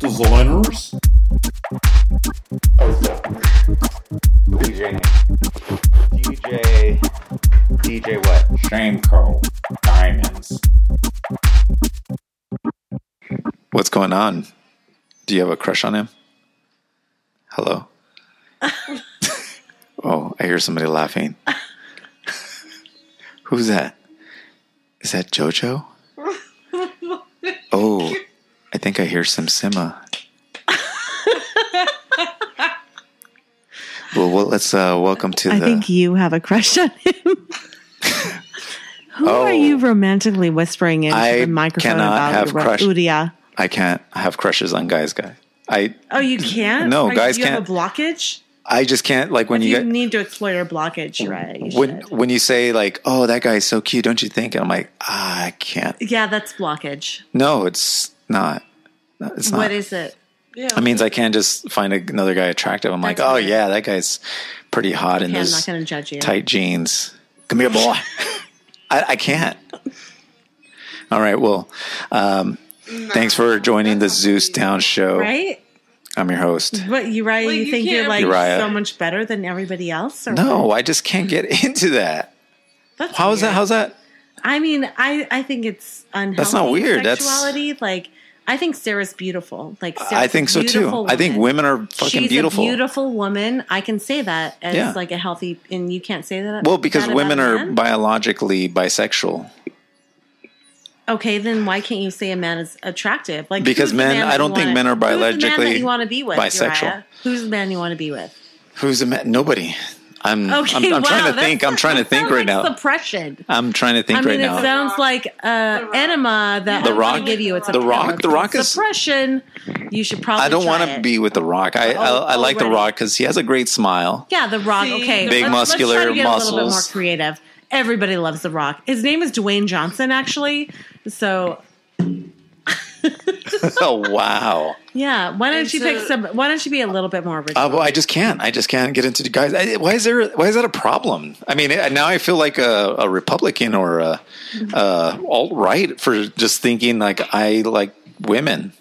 designers. Oh, DJ. DJ. DJ what? Shamco Diamonds. What's going on? Do you have a crush on him? Hello? oh, I hear somebody laughing. Who's that? Is that JoJo? oh, I think I hear some Sima. well, well, let's uh, welcome to I the. think you have a crush on him. Who Oh. are you romantically whispering into I the microphone cannot about have Ura- crush- Uria? I can't have crushes on guys, guy. I Oh, you can't? No, Are- guys you have can't. a blockage? I just can't like when If you, you get need to explore your blockage, you're right. You when should. when you say like, "Oh, that guy's so cute," don't you think? I'm like, ah, I can't. yeah, that's blockage. No, it's not. No, It's not. What is it? it means I can't just find another guy attractive. I'm like, That's oh right. yeah, that guy's pretty hot in Okay, I'm not those going to judge you. tight jeans. Come here, boy. I, I can't. All right. Well, um, thanks for joining the Zeus Down Show. Right? Mm-hmm. I'm your host. But Uriah, Well, you, you think you're can't- like Uriah. so much better than everybody else? Or No, what? I just can't get into that. That's How's that? weird. How's that? I mean, I I think it's unhealthy. That's not weird. That's- Sexuality, like I think Sarah's beautiful. Like Sarah's I think a so too. beautiful I think women are fucking She's beautiful. A beautiful woman. I can say that as Yeah. like a healthy, and you can't say that. Well, because that about women a are man? biologically bisexual. okay. Then why can't you say a man is attractive? Like Because who's the men- man that I don't you think wanna- men are who's the man biologically that you want to be with, bisexual. Uriah? Who's the man you want to be with? Who's a man? Nobody. I'm. Okay, I'm, I'm wow, trying to that's- think. I'm trying to that think sounds right like now. Suppression. I'm trying to think I mean, right it now. sounds like uh, enema that The I wanna Rock? give you. It's a The Rock? power The Rock is- suppression. You should probably. I don't want to be with the Rock. I I, I like the Oh, already. Rock because he has a great smile. Yeah, The Rock. See, okay, Big muscular try to get A little bit more muscles. creative. Everybody loves The Rock. His name is Dwayne Johnson, actually. So oh wow! yeah, why don't And you so- pick some? Why don't you be a little bit more original? Uh, well, I just can't. I just can't get into the guys. I, why is there? Why is that a problem? I mean, I- now I feel like a, a Republican or a, a alt right for just thinking like I like women,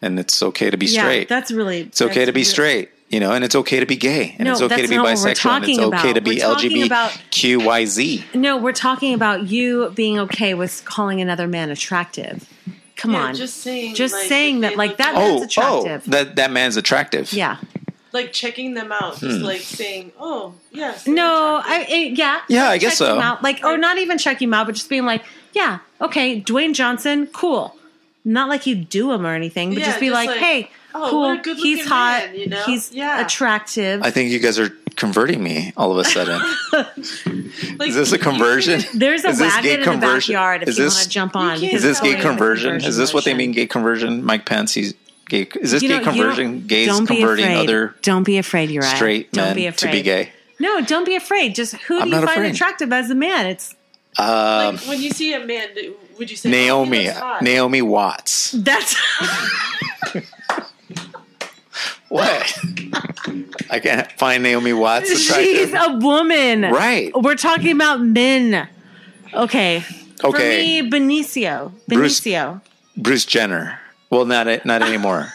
and it's okay to be yeah, straight. that's really. It's okay to be straight, you know, and it's okay to be gay, and No, it's okay that's to be not what we're bisexual, and it's talking okay about. to be We're talking about- LGBTQYZ. No, we're talking about you being okay with calling another man attractive. Come Yeah, on, just saying, just like, saying if that, they like look that man's Oh, oh, attractive. that that man's attractive. yeah. like checking them out, Hmm. just like saying, "Oh, yes." they're No, attractive." I, I yeah. Yeah, I guess check him so. out. Like, or not even check him out, but just being like, yeah, okay, Dwayne Johnson, cool. Not like you do him or anything, but Yeah, just be just like, like, hey, oh, what a cool, good-looking he's hot, man, you know? he's Yeah. attractive. I think you guys are converting me all of a sudden. Like, Is this a conversion? There's a Is this gay wagon in the conversion? backyard if Is you this- want to jump on. You because Is this it's gay always a conversion? Is this what they motion. mean gay conversion? Mike Pence, he's gay. Is this You know, gay you don't- conversion? Gays don't be converting afraid. other Don't be afraid, you're right. straight don't men be to afraid. be gay. No, don't be afraid. Just who I'm do you not find afraid. attractive as a man? It's Um, like, when you see a man, would you say "Oh, he Naomi, looks hot." Naomi Watts. that's What? I can't find Naomi Watts attractive. she's a woman. Right. We're talking about men. Okay. Okay. For me, Benicio. Bruce- Benicio. Bruce Jenner. Well, not not anymore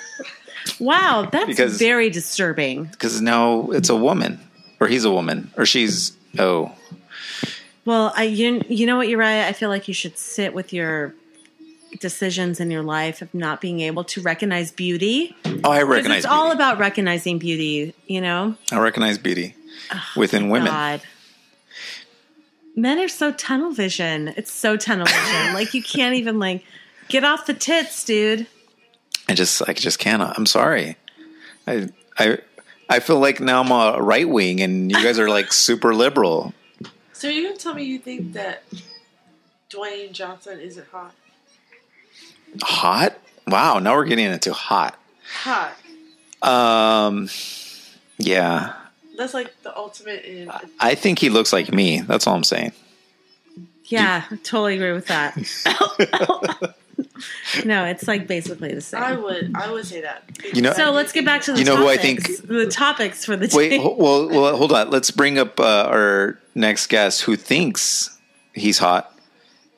Wow, that's Because- very disturbing. because now it's a woman, or he's a woman, or she's oh Well, I you, you know what, Uriah? I feel like you should sit with your decisions in your life of not being able to recognize beauty. oh I Because recognize it's all beauty. about recognizing beauty, you know? I recognize beauty within women. God. Men are so tunnel vision. It's so tunnel vision. like you can't even like get off the tits, dude. I just I just cannot. I'm sorry. I I I feel like now I'm a right wing, and you guys are like super liberal. So you're gonna tell me you think that Dwayne Johnson isn't hot? Hot? Wow. Now we're getting into hot. Hot. Um. Yeah. That's like the ultimate in. I think he looks like me. That's all I'm saying. Yeah, totally agree with that. no, it's like basically the same. I would. I would say that. You know- so let's get back to the You know who I think- topics- the topics for the Wait, day. ho- well, well, hold on. Let's bring up uh, our next guest who thinks he's hot.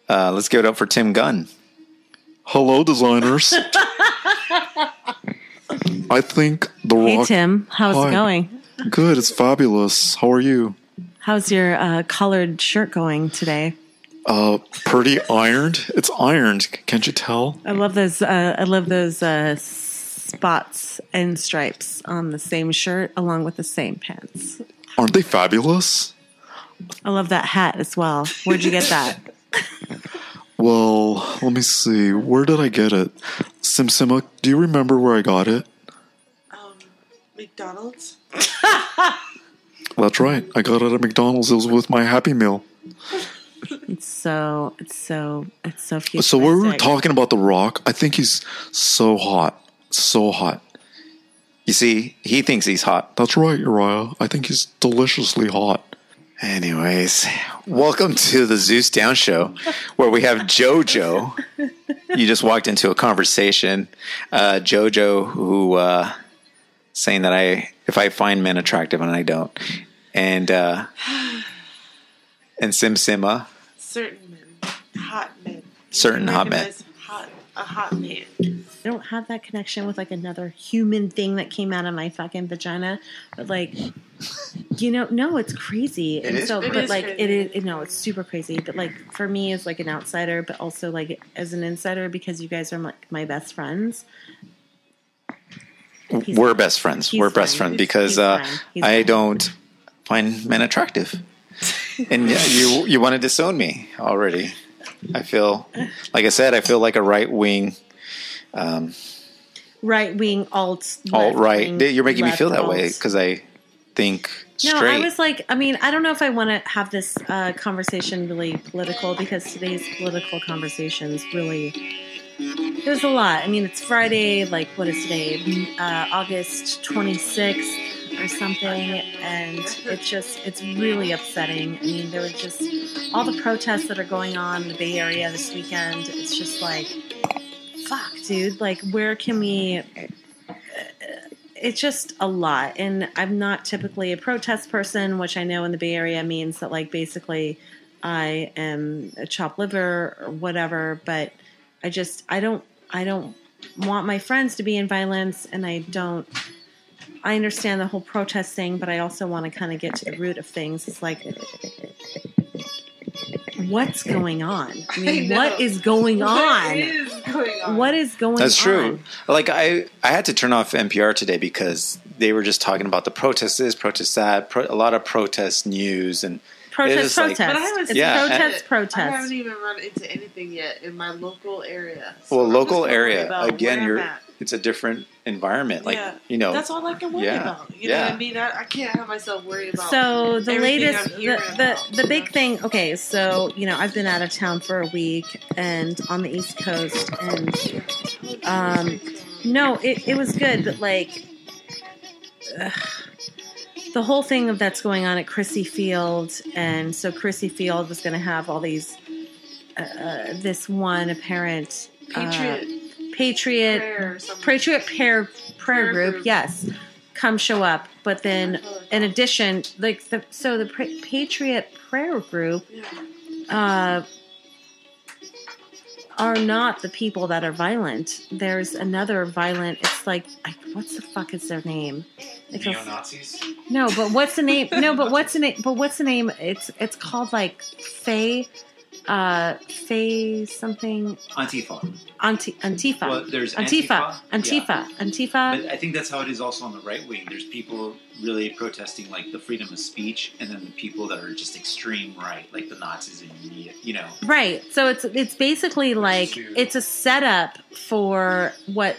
Uh, let's give it up for Tim Gunn. Hello, designers. I think The Rock. Hey Tim, how's Hi. it going? Good, it's fabulous. How are you? How's your uh, collared shirt going today? Uh, pretty ironed. It's ironed. Can't you tell? I love those. Uh, I love those uh, spots and stripes on the same shirt, along with the same pants. Aren't they fabulous? I love that hat as well. Where'd you get that? Well, let me see. Where did I get it? Simsima, do you remember where I got it? Um, McDonald's. That's right. I got it at McDonald's. It was with my Happy Meal. It's so. It's so. It's so cute. So we were talking about The Rock. I think he's so hot. So hot. You see, he thinks he's hot. That's right, Uriah. I think he's deliciously hot. Anyways, welcome to the Zeus Down Show, where we have JoJo. You just walked into a conversation. Uh, JoJo, who uh, saying that I if I find men attractive and I don't, and uh, and Sim Sima. Certain men. Hot men. Certain hot men. Recognized Hot, a hot man. I don't have that connection with like another human thing that came out of my fucking vagina, but like, you know, no, it's crazy. and is so, crazy. but It is like, crazy. it is no, it's super crazy. But like, for me as like an outsider, but also like as an insider because you guys are like my best friends. He's we're fine. best friends. He's we're best fine. friends He's- because he's uh, fine. He's I fine. don't find men attractive, and yeah, you you want to disown me already. I feel, like I said, I feel like a right wing. Um, Right wing, alt, all left Oh, right, wing, you're making me left feel that way alt. because I think No, straight. I was like, I mean, I don't know if I want to have this uh, conversation really political because today's political conversations really. There's a lot. I mean, it's Friday, like, what is today? Uh, August 26th or something. And it's just, it's really upsetting. I mean, there were just all the protests that are going on in the Bay Area this weekend. It's just like, fuck, dude. Like, where can we it's just a lot and i'm not typically a protest person which i know in the bay area means that like basically i am a chopped liver or whatever but i just i don't i don't want my friends to be in violence and i don't i understand the whole protest thing but i also want to kind of get to the root of things it's like what's going on i mean I know. what is going What on is going on? what is going That's true. on? Like I, I had to turn off NPR today because they were just talking about the protests this, protests that, pro- a lot of protest news, and protest is like- protest But I was it's Yeah, protest I protest haven't even run into anything yet in my local area. So well, I'm local just gonna worry area about again. where You're I'm at. it's a different environment. Like Yeah. you know, That's all I can worry Yeah. about. You know Yeah. what I mean? I, I can't have myself worry about. so the everything latest I'm hearing the, about, the, the you big know? thing okay so you know i've been out of town for a week and on the east coast and um, no it, it was good but like ugh, the whole thing of that's going on at chrissy field and so chrissy field was going to have all these uh, uh, this one apparent uh, Patriot patriot prayer or something. Patriot prayer prayer Prayer group, group. yes, come show up. But then, in addition, like the so the pra- Patriot prayer group Yeah. uh, are not the people that are violent. There's another violent. It's like I, what's the fuck is their name? It's a- Nazis. no, but what's the name? No, but what's the name? But what's the name? It's it's called like Fay, uh, Fay something Antifa. Anti- Antifa. Well, there's Antifa, Antifa, Antifa. Antifa. But I think that's how it is also on the right wing. There's people really protesting like the freedom of speech, and then the people that are just extreme right, like the Nazis and you know. Right. So it's it's basically like Shoot. it's a setup for what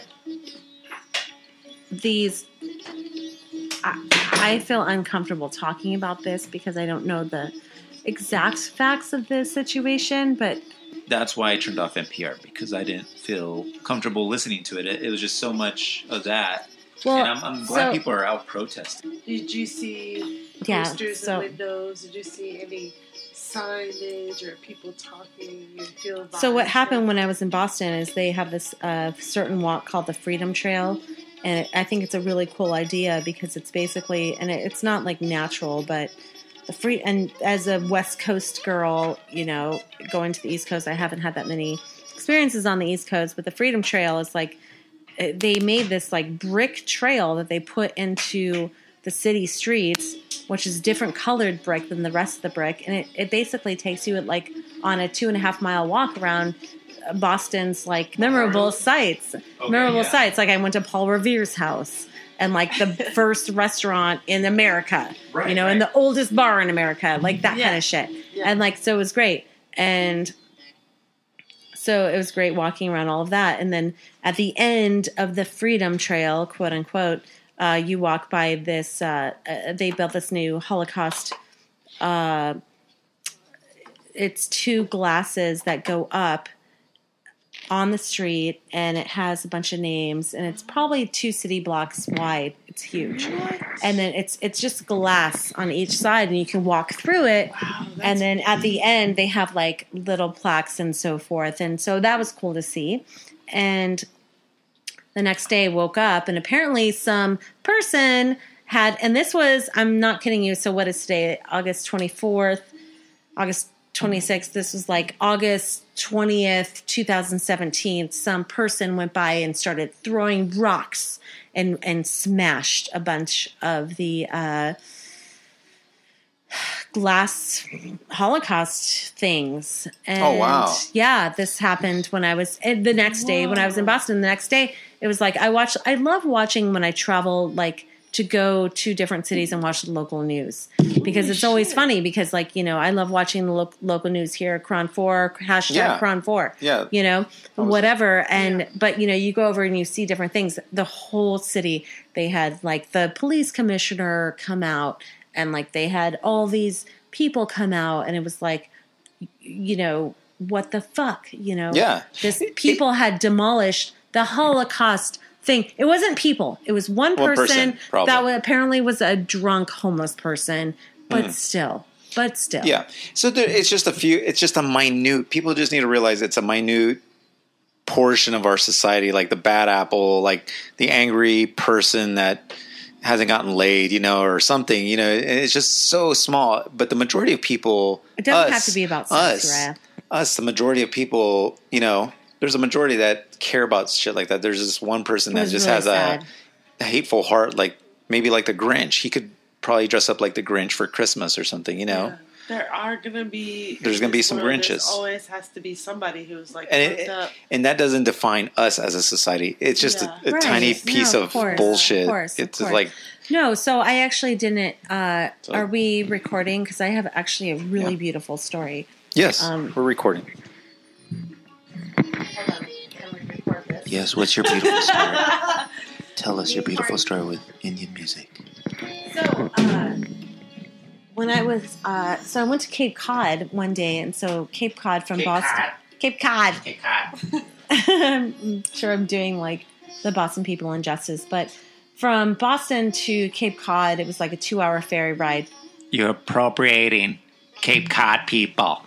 these I, I feel uncomfortable talking about this because I don't know the exact facts of this situation, but That's why I turned off NPR because I didn't feel comfortable listening to it. It, it was just so much of that, and well I'm, I'm glad so- people are out protesting. Did you see yeah, posters so in windows? Did you see any signage or people talking? You feel So what happened when I was in Boston is they have this uh, certain walk called the Freedom Trail, and I think it's a really cool idea because it's basically and it, it's not like natural, but the free and as a West Coast girl, you know, going to the East Coast, I haven't had that many experiences on the East Coast, but the Freedom Trail is like uh, they made this like brick trail that they put into the city streets, which is different colored brick than the rest of the brick, and it, it basically takes you at like on a two and a half mile walk around uh, Boston's like memorable sites, memorable yeah. sites. Like I went to Paul Revere's house and like the first restaurant in America, Right, you know, and right. the oldest bar in America, like that Yeah. kind of shit. Yeah. And like so it was great. And so it was great walking around all of that. And then at the end of the Freedom Trail, quote unquote, uh, you walk by this. Uh, uh, they built this new Holocaust. Uh, it's two glasses that go up on the street, and it has a bunch of names, and it's probably two city blocks wide. It's huge, and then it's it's just glass on each side, and you can walk through it Wow, that's and then at the end they have like little plaques and so forth and so that was cool to see and the next day woke up and apparently some person had and this was i'm not kidding you so what is today august 24th august 26th this was like august 20th 2017 some person went by and started throwing rocks and and smashed a bunch of the uh glass Holocaust things. And Oh, wow. Yeah, this happened when I was and the next day when I was in Boston. The next day, it was like I watched. I love watching when I travel, like to go to different cities and watch the local news because it's always funny. Because like you know, I love watching the lo- local news here, Cron Four hashtag Yeah. Cron Four. Yeah. you know, whatever. And but you know, you go over and you see different things. The whole city. They had like the police commissioner come out, and like they had all these people come out, and it was like, y- you know, what the fuck, you know? Yeah. this people had demolished the Holocaust thing. It wasn't people. It was one One person, person, probably. that wa- apparently was a drunk homeless person, but still, but still, Hmm. Yeah. So there, it's just a few. It's just a minute. People just need to realize it's a minute portion of our society, like the bad apple, like the angry person that hasn't gotten laid, you know, or something. You know, and it's just so small. But the majority of people, It doesn't have us- to be about sex, us, Raya. us. The majority of people, you know, there's a majority that care about shit like that. There's this one person It that was just really has sad. a hateful heart, like maybe like the Grinch. He could probably dress up like the Grinch for Christmas or something, you know. Yeah. There are gonna be. There's gonna be some Well, there's Grinches. Always has to be somebody who's like and fucked it, up. and that doesn't define us as a society. It's just a, Yeah. a Right. tiny No, piece of of, course, bullshit. of course, of it's just course. like No, so I actually didn't. Uh, So- are we recording? Because I have actually a really Yeah. beautiful story. yes, Um, we're recording. Hold on, can we record this? Yes, what's your beautiful story? Tell us your beautiful story with Indian music. So, uh, when I was, uh, so I went to Cape Cod one day, and so Cape Cod from Boston, Cape Cod. Cape Cod. I'm sure I'm doing like the Boston people injustice, but from Boston to Cape Cod, it was like a two-hour ferry ride. You're appropriating Cape Cod people.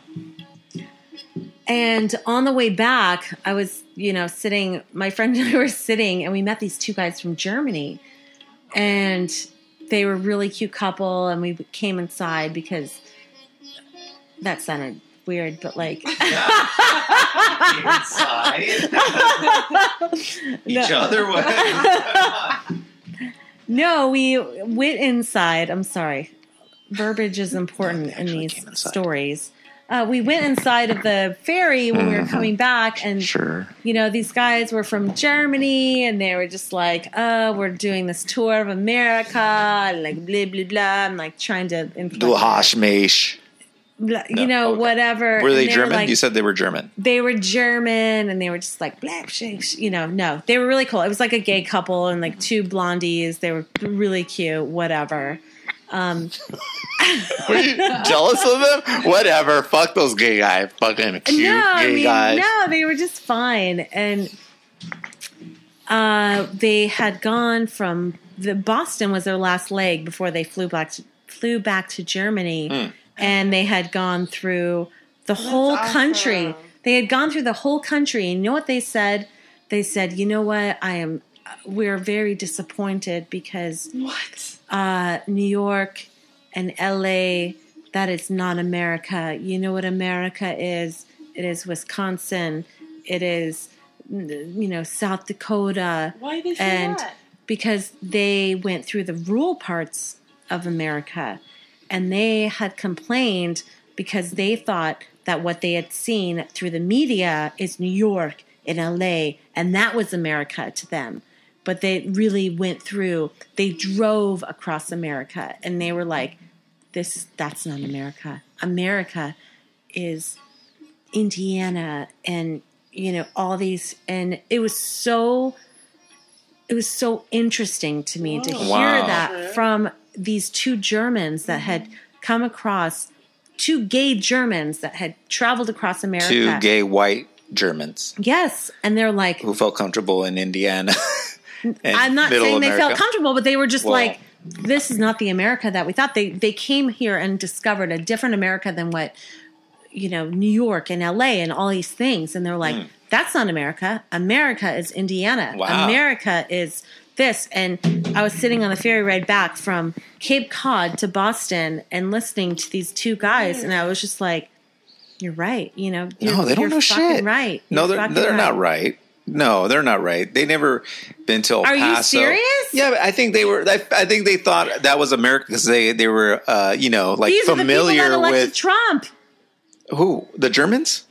And on the way back, I was, you know, sitting, my friend and I were sitting, and we met these two guys from Germany. And they were a really cute couple, and we came inside because that sounded weird, but like. Each No. other way. No, we went inside. I'm sorry. Verbiage is important No, they in actually these came inside. stories. Uh, we went inside of the ferry when we were coming back, and Mm-hmm. Sure. you know, these guys were from Germany and they were just like, oh, we're doing this tour of America, and like, blah, blah, blah. I'm like trying to, influence- Du hast mich. blah, you No, know, okay. whatever. Were they, And German? Were like, you said they were German. they were German and they were just like, blah, sh- sh- you know, no, they were really cool. It was like a gay couple and like two blondies. They were really cute, whatever. Um, Were you jealous of them? Whatever. Fuck those gay guy. Fucking cute no, gay I mean, guys. no, they were just fine, and uh, they had gone from the Boston was their last leg before they flew back to, flew back to Germany, and they had gone through the whole country. awesome. They had gone through the whole country. And you know what they said? They said, "You know what? I am. We're very disappointed because What? uh, New York and LA, that is not America. You know what America is? It is Wisconsin. It is you know, South Dakota, Why they say And- that? because they went through the rural parts of America and they had complained because they thought that what they had seen through the media is New York and LA and that was America to them. But they really went through, they drove across America and they were like, this, that's not America. America is Indiana and, you know, all these. And it was so it was so interesting to me to hear Wow. Mm-hmm. that from these two Germans that had come across two gay Germans that had traveled across America. Two gay white Germans Yes, and they're like who felt comfortable in Indiana. and I'm not middle saying they felt America. comfortable, but they were just Well- like this is not the America that we thought. They they came here and discovered a different America than what you know, New York and LA and all these things and they're like Hmm. that's not America. America is Indiana. Wow. America is this and I was sitting on the ferry ride back from Cape Cod to Boston and listening to these two guys and I was just like you're right, you know. No, you're- they don't you're know fucking shit. Right? No, You're they're fucking they're not right. No, they're not right. They never been to El Are you Paso. serious? Yeah, but I think they were. I, I think they thought that was America because they they were, uh, you know, like These are the people familiar that elected with Trump. who the Germans.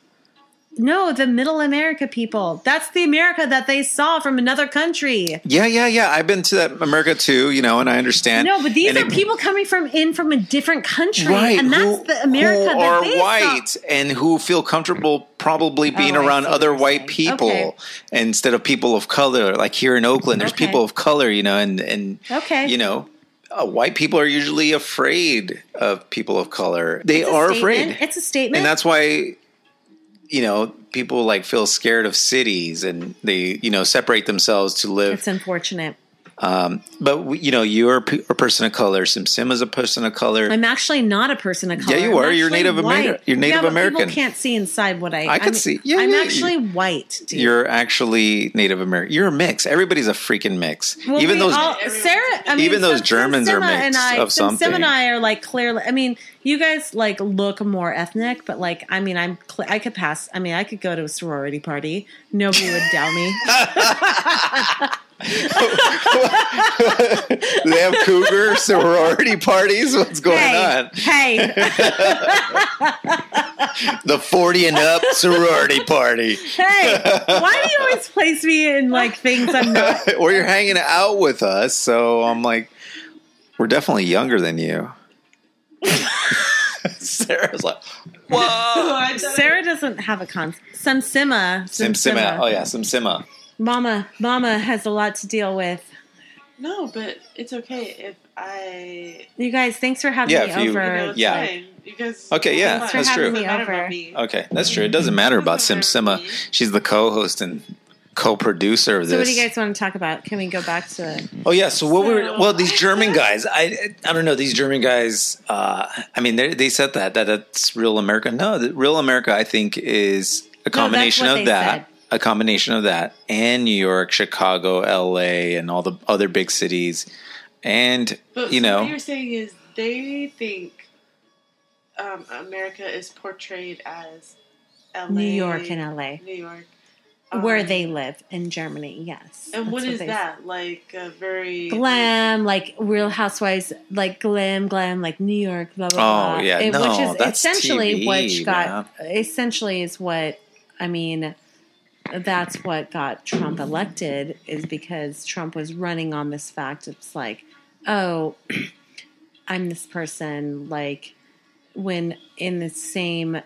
No, the middle America people. That's the America that they saw from another country. Yeah, yeah, yeah. I've been to that America too, you know, and I understand. No, but these And are it- people coming from in from a different country, right, and that's who, the America that who are they white saw. and who feel comfortable probably being Oh, I around see what other you're white saying. people Okay. instead of people of color. Like here in Oakland, there's Okay. people of color, you know, and and Okay. you know, uh, white people are usually afraid of people of color. They It's a are statement. afraid, It's a statement. and that's why you know people like feel scared of cities and they you know separate themselves to live it's unfortunate. But we- you know, you're a p- a person of color. Simsima's a person of color. I'm actually not a person of Yeah, color. you I'm are. You're actually Native Ameri- white. you're Native yeah, but American. People can't see inside what I. I could I'm- see. Yeah, I'm yeah, actually white. Dude. you're actually Native American. You're a mix. Everybody's a freaking mix. Well, even we those. all, Sarah, I mean, even those Sim- Germans are Simsima mixed and I, of Sim- Sim something. and I are like clearly. I mean, you guys like look more ethnic, but like, I mean, I'm cl- I could pass. I mean, I could go to a sorority party. Nobody would doubt me. they have cougar sorority parties. What's going hey, on? hey, The forty and up sorority party, hey! Why do you always place me in like things I'm not? or you're hanging out with us. So I'm like, we're definitely younger than you. Sarah's like, Oh, I thought- Sarah doesn't have a con. Some Sima, Sim Sima. Oh yeah, Sim Sima. Mama, Mama has a lot to deal with. No, but it's okay if I. You guys, thanks for having Yeah, me if you- over. You know, it's Yeah. Fine. You guys. Okay, yeah, It's fine. that's for true. Uh, having me Doesn't matter over. about me. Okay, that's true. It doesn't matter about Sim Doesn't matter Sima. about me. She's the co-host and co-producer of So, what this. do you guys want to taltalk about? Can we go back to it? oh yeah. So what were So- well these German guys? I I don't know these German guys. Uh, I mean they they said that that that's real America. No, the real America I think is a combination what of they that. said. A combination of that and New York, Chicago, L.A., and all the other big cities, and But you so know, what you're saying is they think um, America is portrayed as LA, New York and LA. New York, where Um, they live in Germany. Yes. And That's what is they- that like? A very Glam, like Real Housewives, like glam, glam, like New York, blah blah. Oh, blah. yeah, It- no, which is that's essentially TV, what got essentially is what I mean. That's what got Trump elected is because Trump was running on this fact. It's like, oh, I'm this person. Like when in the same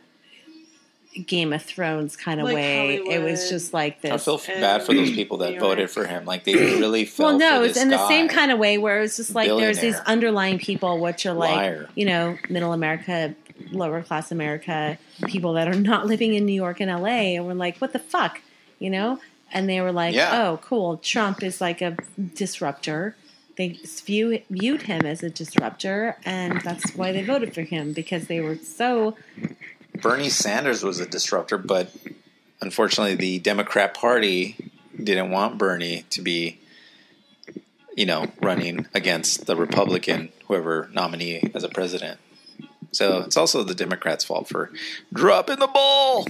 Game of Thrones kind of Like way, it was Hollywood. just like this. I feel and bad for those people that New voted York. for him. Like they really fell well, no, for it's this in the same guy. kind of way where it's just like there's these Billionaire. underlying people, which are like Liar. you know middle America, lower class America, people that are not living in New York and L.A. and we're like, what the fuck, you know? And they were like, Yeah. oh, cool, Trump is like a disruptor. They view, viewed him as a disruptor, and that's why they voted for him because they were so Bernie Sanders was a disruptor, but unfortunately, the Democrat Party didn't want Bernie to be, you know, running against the Republican, whoever nominee as a president. So it's also the Democrats' fault for dropping the ball.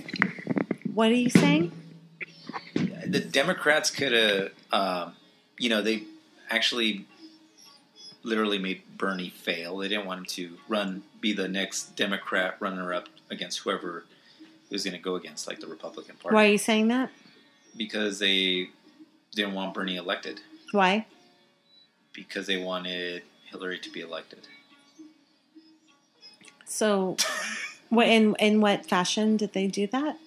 What are you saying? the Democrats could have, um, you know, they actually literally made Bernie fail. They didn't want him to run, be the next Democrat runner up against whoever he was going to go against, like the Republican Party, Why are you saying that? because they didn't want Bernie elected Why? because they wanted Hillary to be elected. So, what in in what fashion did they do that?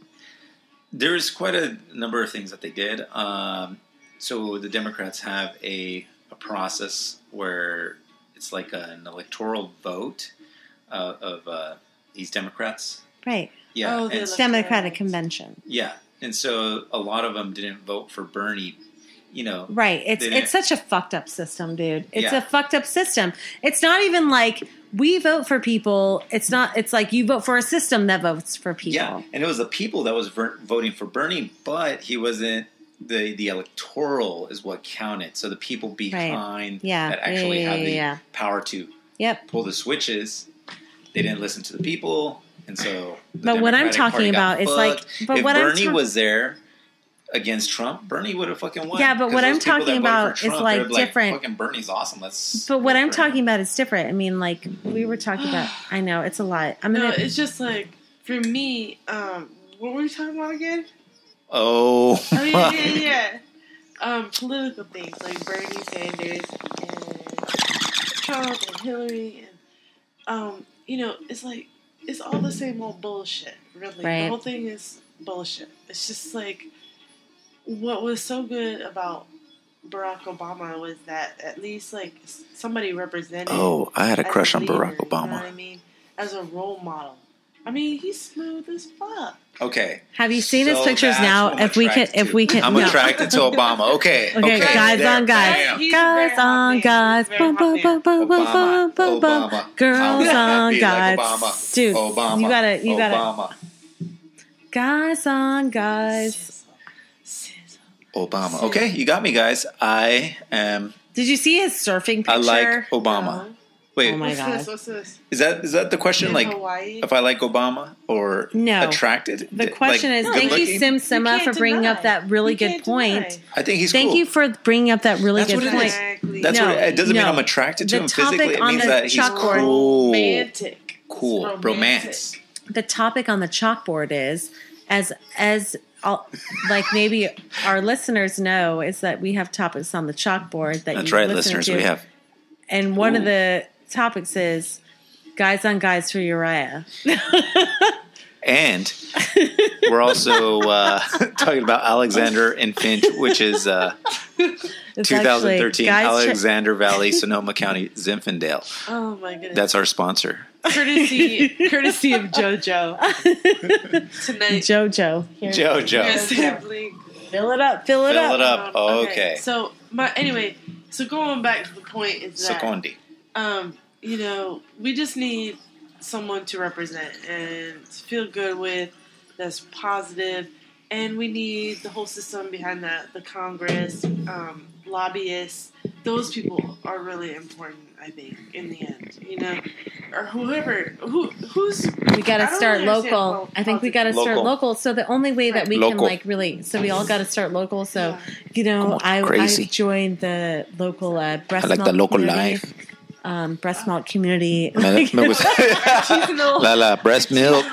There's quite a number of things that they did. Um, so the Democrats have a, a process where it's like an electoral vote uh, of uh, these Democrats. Right, Yeah, Oh, and the s- elec- Democratic Democrats. convention. yeah, and so a lot of them didn't vote for Bernie. You know, Right. It's They didn't- it's such a fucked up system, dude. It's Yeah. a fucked up system. It's not even like we vote for people. It's not. It's like you vote for a system that votes for people. yeah, and it was the people that was ver- voting for Bernie, but he wasn't. The, the electoral is what counted. So the people behind Yeah. that actually yeah, have yeah, the yeah. power to Yep. pull the switches. They didn't listen to the people, and so. the But what I'm Democratic talking Party about got is like, fucked. but if what Bernie I'm ta- was there against Trump, Bernie would have fucking won. Yeah, but 'Cause what those I'm people that talking voted for about is, Trump, like, they're different. Fucking Bernie's awesome. Let's. But what vote I'm for him. talking about is different. I mean, like we were talking about. I know it's a lot. I'm No, gonna. it's just like for me. Um, what were we talking about again? Oh. Oh yeah, yeah, yeah. Um, political things like Bernie Sanders and Trump and Hillary and um, you know, it's like it's all the same old bullshit. Really, Right. the whole thing is bullshit. It's just like what was so good about Barack Obama was that at least like s- somebody represented. Oh, I had a as crush on leader, Barack you know what Obama. I mean, as a role model. I mean, he's smooth as fuck. Okay. have you seen his So pictures that's now? what I'm If we could, attracted if to. we could, I'm no. attracted to Obama. Okay. Okay, guys there. on guys. Bam. He's a very Guys hot on man. guys, He's a very bum, hot bum, bum, man. bum, bum, bum, Obama. bum, bum. Obama. I Girls wanna on be guys, like Obama. dude. Obama. You gotta, you gotta, Obama. guys on guys. Sizzle. Obama. Okay, you got me, guys. I am. Did you see his surfing picture? I like Obama. No. Wait, Oh my What's God. this? What's this? is that is that the question? In Like, Hawaii. if I like Obama or No. attracted? The D- question like, is, good thank you, looking? Sim You Sima, can't for bringing deny. up that really You good can't point. deny. I think he's Thank cool. you for bringing up that really That's good what it point. is. Exactly. That's No, what it, it doesn't mean no. I'm attracted The to him physically. topic It on means the that he's chalkboard. cool, romantic. cool, It's romance. The topic on the chalkboard is as as all, like maybe our listeners know is that we have topics on the chalkboard that That's you right, listen listeners. to. We have and one of Ooh. the topics is guys on guys for Uriah. and we're also uh, talking about Alexander and Finch, which is uh, It's actually 2013 guys tra- Alexander Valley, Sonoma County, Zinfandel. Oh my goodness. That's our sponsor. courtesy courtesy of JoJo tonight. JoJo. Your JoJo, sibling. Fill it up. Fill it fill up. it up. Um, okay. So my anyway, so going back to the point is that Secondi. um, you know, we just need someone to represent and to feel good with that's positive, and we need the whole system behind that the Congress, um, lobbyists. Those people are really important, I think, in the end, you know, or whoever who who's We got to I don't start really understand local. pol- I think we got to start Local. local. So the only way that we can Local. like really, so we all got to start local. So you know, on, I, I crazy. joined the local uh, breast I like milk the local community, life. um, breast milk community. Me- me gusta- Artisanal. La la breast milk.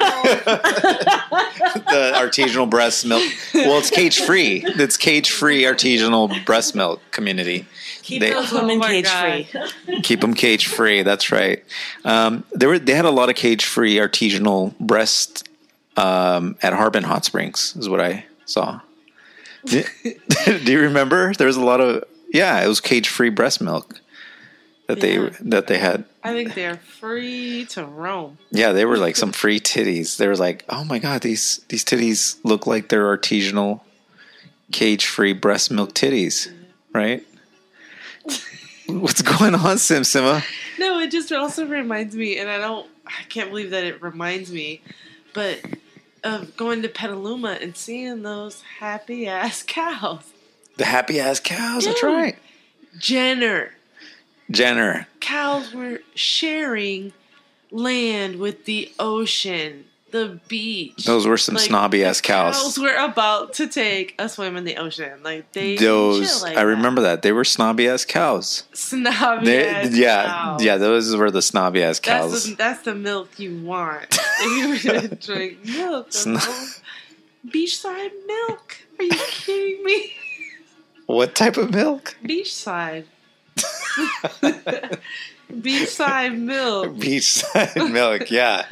the artisanal breast milk. Well, it's cage free. It's cage free artisanal breast milk community. Keep they Oh Women my cage God. free. keep them cage free. That's right. Um, there were they had a lot of cage free artisanal breast um, at Harbin Hot Springs is what I saw. Do, do you remember? There was a lot of yeah. It was cage free breast milk that Yeah. they that they had. I think they're free to roam. Yeah, they were like some free titties. They were like, oh my god, these these titties look like they're artisanal, cage free breast milk titties, right? What's going on, Sim Sima? No, it just also reminds me, and I don't, I can't believe that it reminds me, but of going to Petaluma and seeing those happy ass cows. The happy ass cows. That's Dude. right, Jenner, Jenner. cows were sharing land with the ocean. the beach. Those were some Like, snobby ass the cows. We're about to take a swim in the ocean. Like they Those chill like I remember that they were snobby ass cows. That. Snobby They- ass yeah, cows. yeah. Those were the snobby ass That's the, cows. that's the milk you want. If you were to drink milk. that's It's not- all. Beachside milk. Are you kidding me? What type of milk? Beachside. Beachside milk. Beachside milk. Yeah,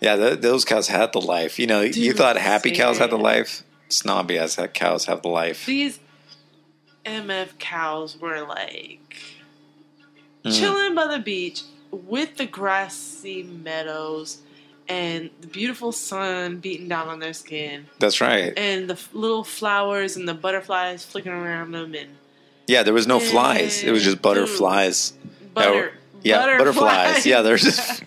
yeah. Th- those cows had the life. You know, you Dude, thought happy cows had the yeah. life. Snobby ass cows have the life. These MF cows were like Mm. chilling by the beach with the grassy meadows and the beautiful sun beating down on their skin That's right. and the f- little flowers and the butterflies flickering around them and Yeah, there was no flies. It was just Dude. butterflies. butter Yeah, butterflies. Yeah, there's just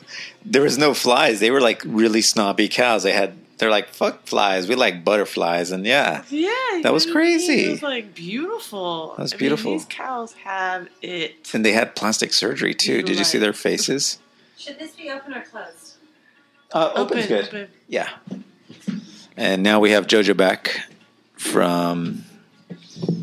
there was no flies. They were like really snobby cows. They had they're like fuck flies. We like butterflies, and yeah, yeah That was you know what I mean? crazy. it was like beautiful That was I mean, beautiful. these cows have it and they had plastic surgery too. Did you see their faces? Should this be open or closed? Uh, open. Yeah. And now we have JoJo back from.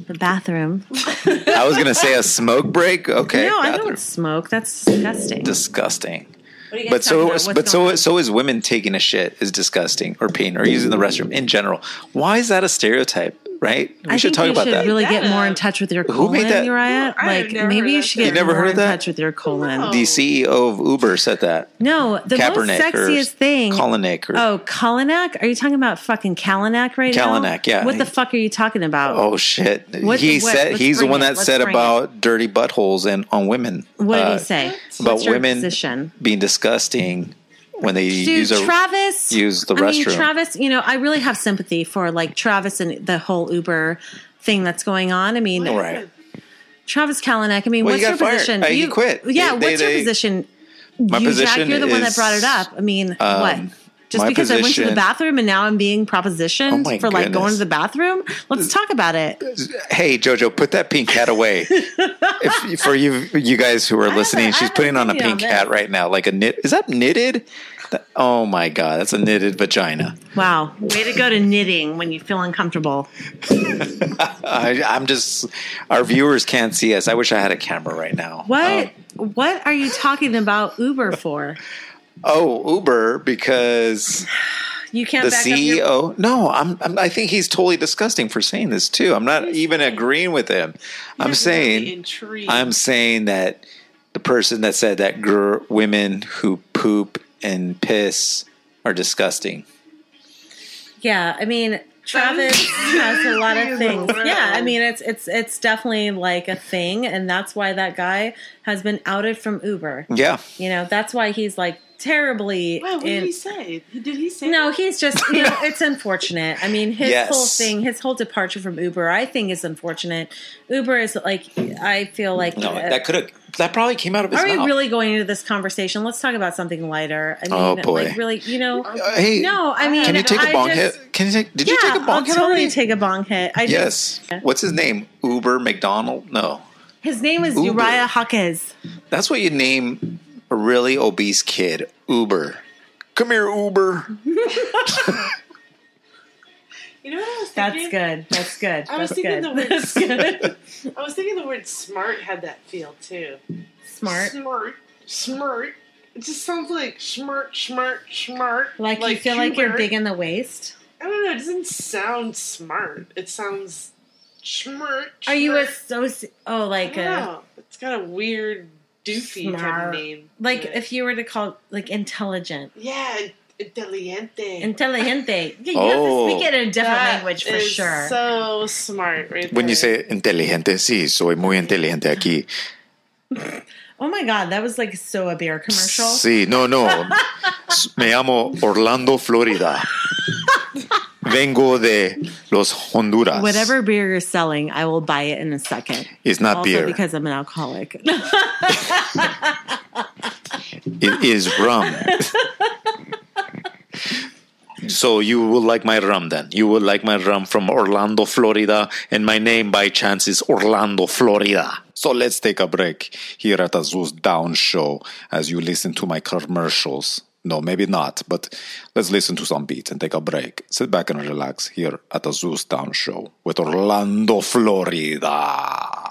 The bathroom. I was gonna say a smoke break. Okay, no, I bathroom. don't smoke. That's disgusting. Disgusting. What are you guys talking But so, about? What's but going so, on? so is women taking a shit is disgusting or peeing or using the restroom in general. Why is that a stereotype? Right? We I think should talk you about should that. really get That, more in uh, touch with your Who colon, made that- Uriah. I have like never maybe heard you that should theory. get You never more heard in that? touch with your colon. No. the CEO of Uber said that. No, the Kaepernick most sexiest or thing. Kalanick or Oh, Kalanick? Are you talking about fucking Kalanick right now? Kalanick, yeah. What the fuck are you talking about? Oh, shit! What- he what- said let's he's the bring one it, that let's said bring about dirty buttholes and on women. what did uh, he say? about What's your women Position? being disgusting when they Dude, use a Travis. use the I mean, restroom. Travis, you know, I really have sympathy for like Travis and the whole Uber thing that's going on. I mean, All right. Travis Kalanick. I mean, Well, what's he your got fired. position? Uh, he quit. Yeah, They- what's they- your they- position? My you, Jack, position you're the one that is- brought it up. I mean, Um, what? Just my because I went to position- the bathroom and now I'm being Oh propositioned my for like going goodness. to the bathroom? Let's talk about it. Hey, Jojo, put that pink hat away. if, for you, you guys who are have listening, a- I she's have an putting on a opinion pink on hat this. right now, like a knit. Is that knitted? That- oh my god, that's a knitted vagina. Wow. Way to go to knitting when you feel uncomfortable. I, I'm just. Our viewers can't see us. I wish I had a camera right now. What? Um, what are you talking about Uber for? oh, Uber because You can't the E back up your CEO. No, I'm, I'm. I think he's totally disgusting for saying this too. I'm not even agreeing with him. I'm saying. intrigued. I'm saying that the person that said that gr- women who poop and piss are disgusting. Yeah, I mean Travis has a lot of things. Yeah, I mean it's it's it's definitely like a thing and that's why that guy has been outed from Uber. Yeah, You know, that's why he's like terribly Wait, what did in- he say? Did he say no, that? he's just, you know, it's unfortunate. I mean, his Yes. whole thing, his whole departure from Uber, I think is unfortunate. Uber is like, I feel like. no, uh, that could have. That probably came out of his are we mouth. really going into this conversation? Let's talk about something lighter. I mean, Oh, boy. like really, you know. Uh, hey, No, I mean, can you take a I bong just- hit? Can you take? Did you yeah, take a bong I'll hit totally already? take a bong hit. I just, yes. What's his name? Uber McDonald? No, his name is Uber. Uriah Hawkes. that's what you name a really obese kid. Uber. Come here, Uber. You know what I was thinking? That's good. That's good. I was That's thinking good. the That's word good. I was thinking the word smart had that feel too. Smart. Smart. Smart. It just sounds like smart, smart, smart. Like, you feel like you're Hubert. big in the waist. I don't know. It doesn't sound smart. It sounds smart. Are you a smart. soci? Oh, like a. No, it's got a weird doofy type of Smart. name. Like to it. if you were to call like intelligent, yeah, intelligente. intelligente. Yeah, you Oh. have to speak it in a different That language for is sure. So smart, right? When you there. say inteligente, sí, soy muy inteligente aquí. oh my god, that was like so a beer commercial. Sí, no, no. S- Me llamo Orlando, Florida. Vengo de los Honduras. Whatever beer you're selling, I will buy it in a second. It's not also beer. because I'm an alcoholic. It is rum. so you will like my rum then. You will like my rum from Orlando, Florida. And my name by chance is Orlando, Florida. So let's take a break here at Azul's Down Show as you listen to my commercials. No, maybe not, but let's listen to some beats and take a break. Sit back and relax here at the Zeus Town Show with Orlando, Florida.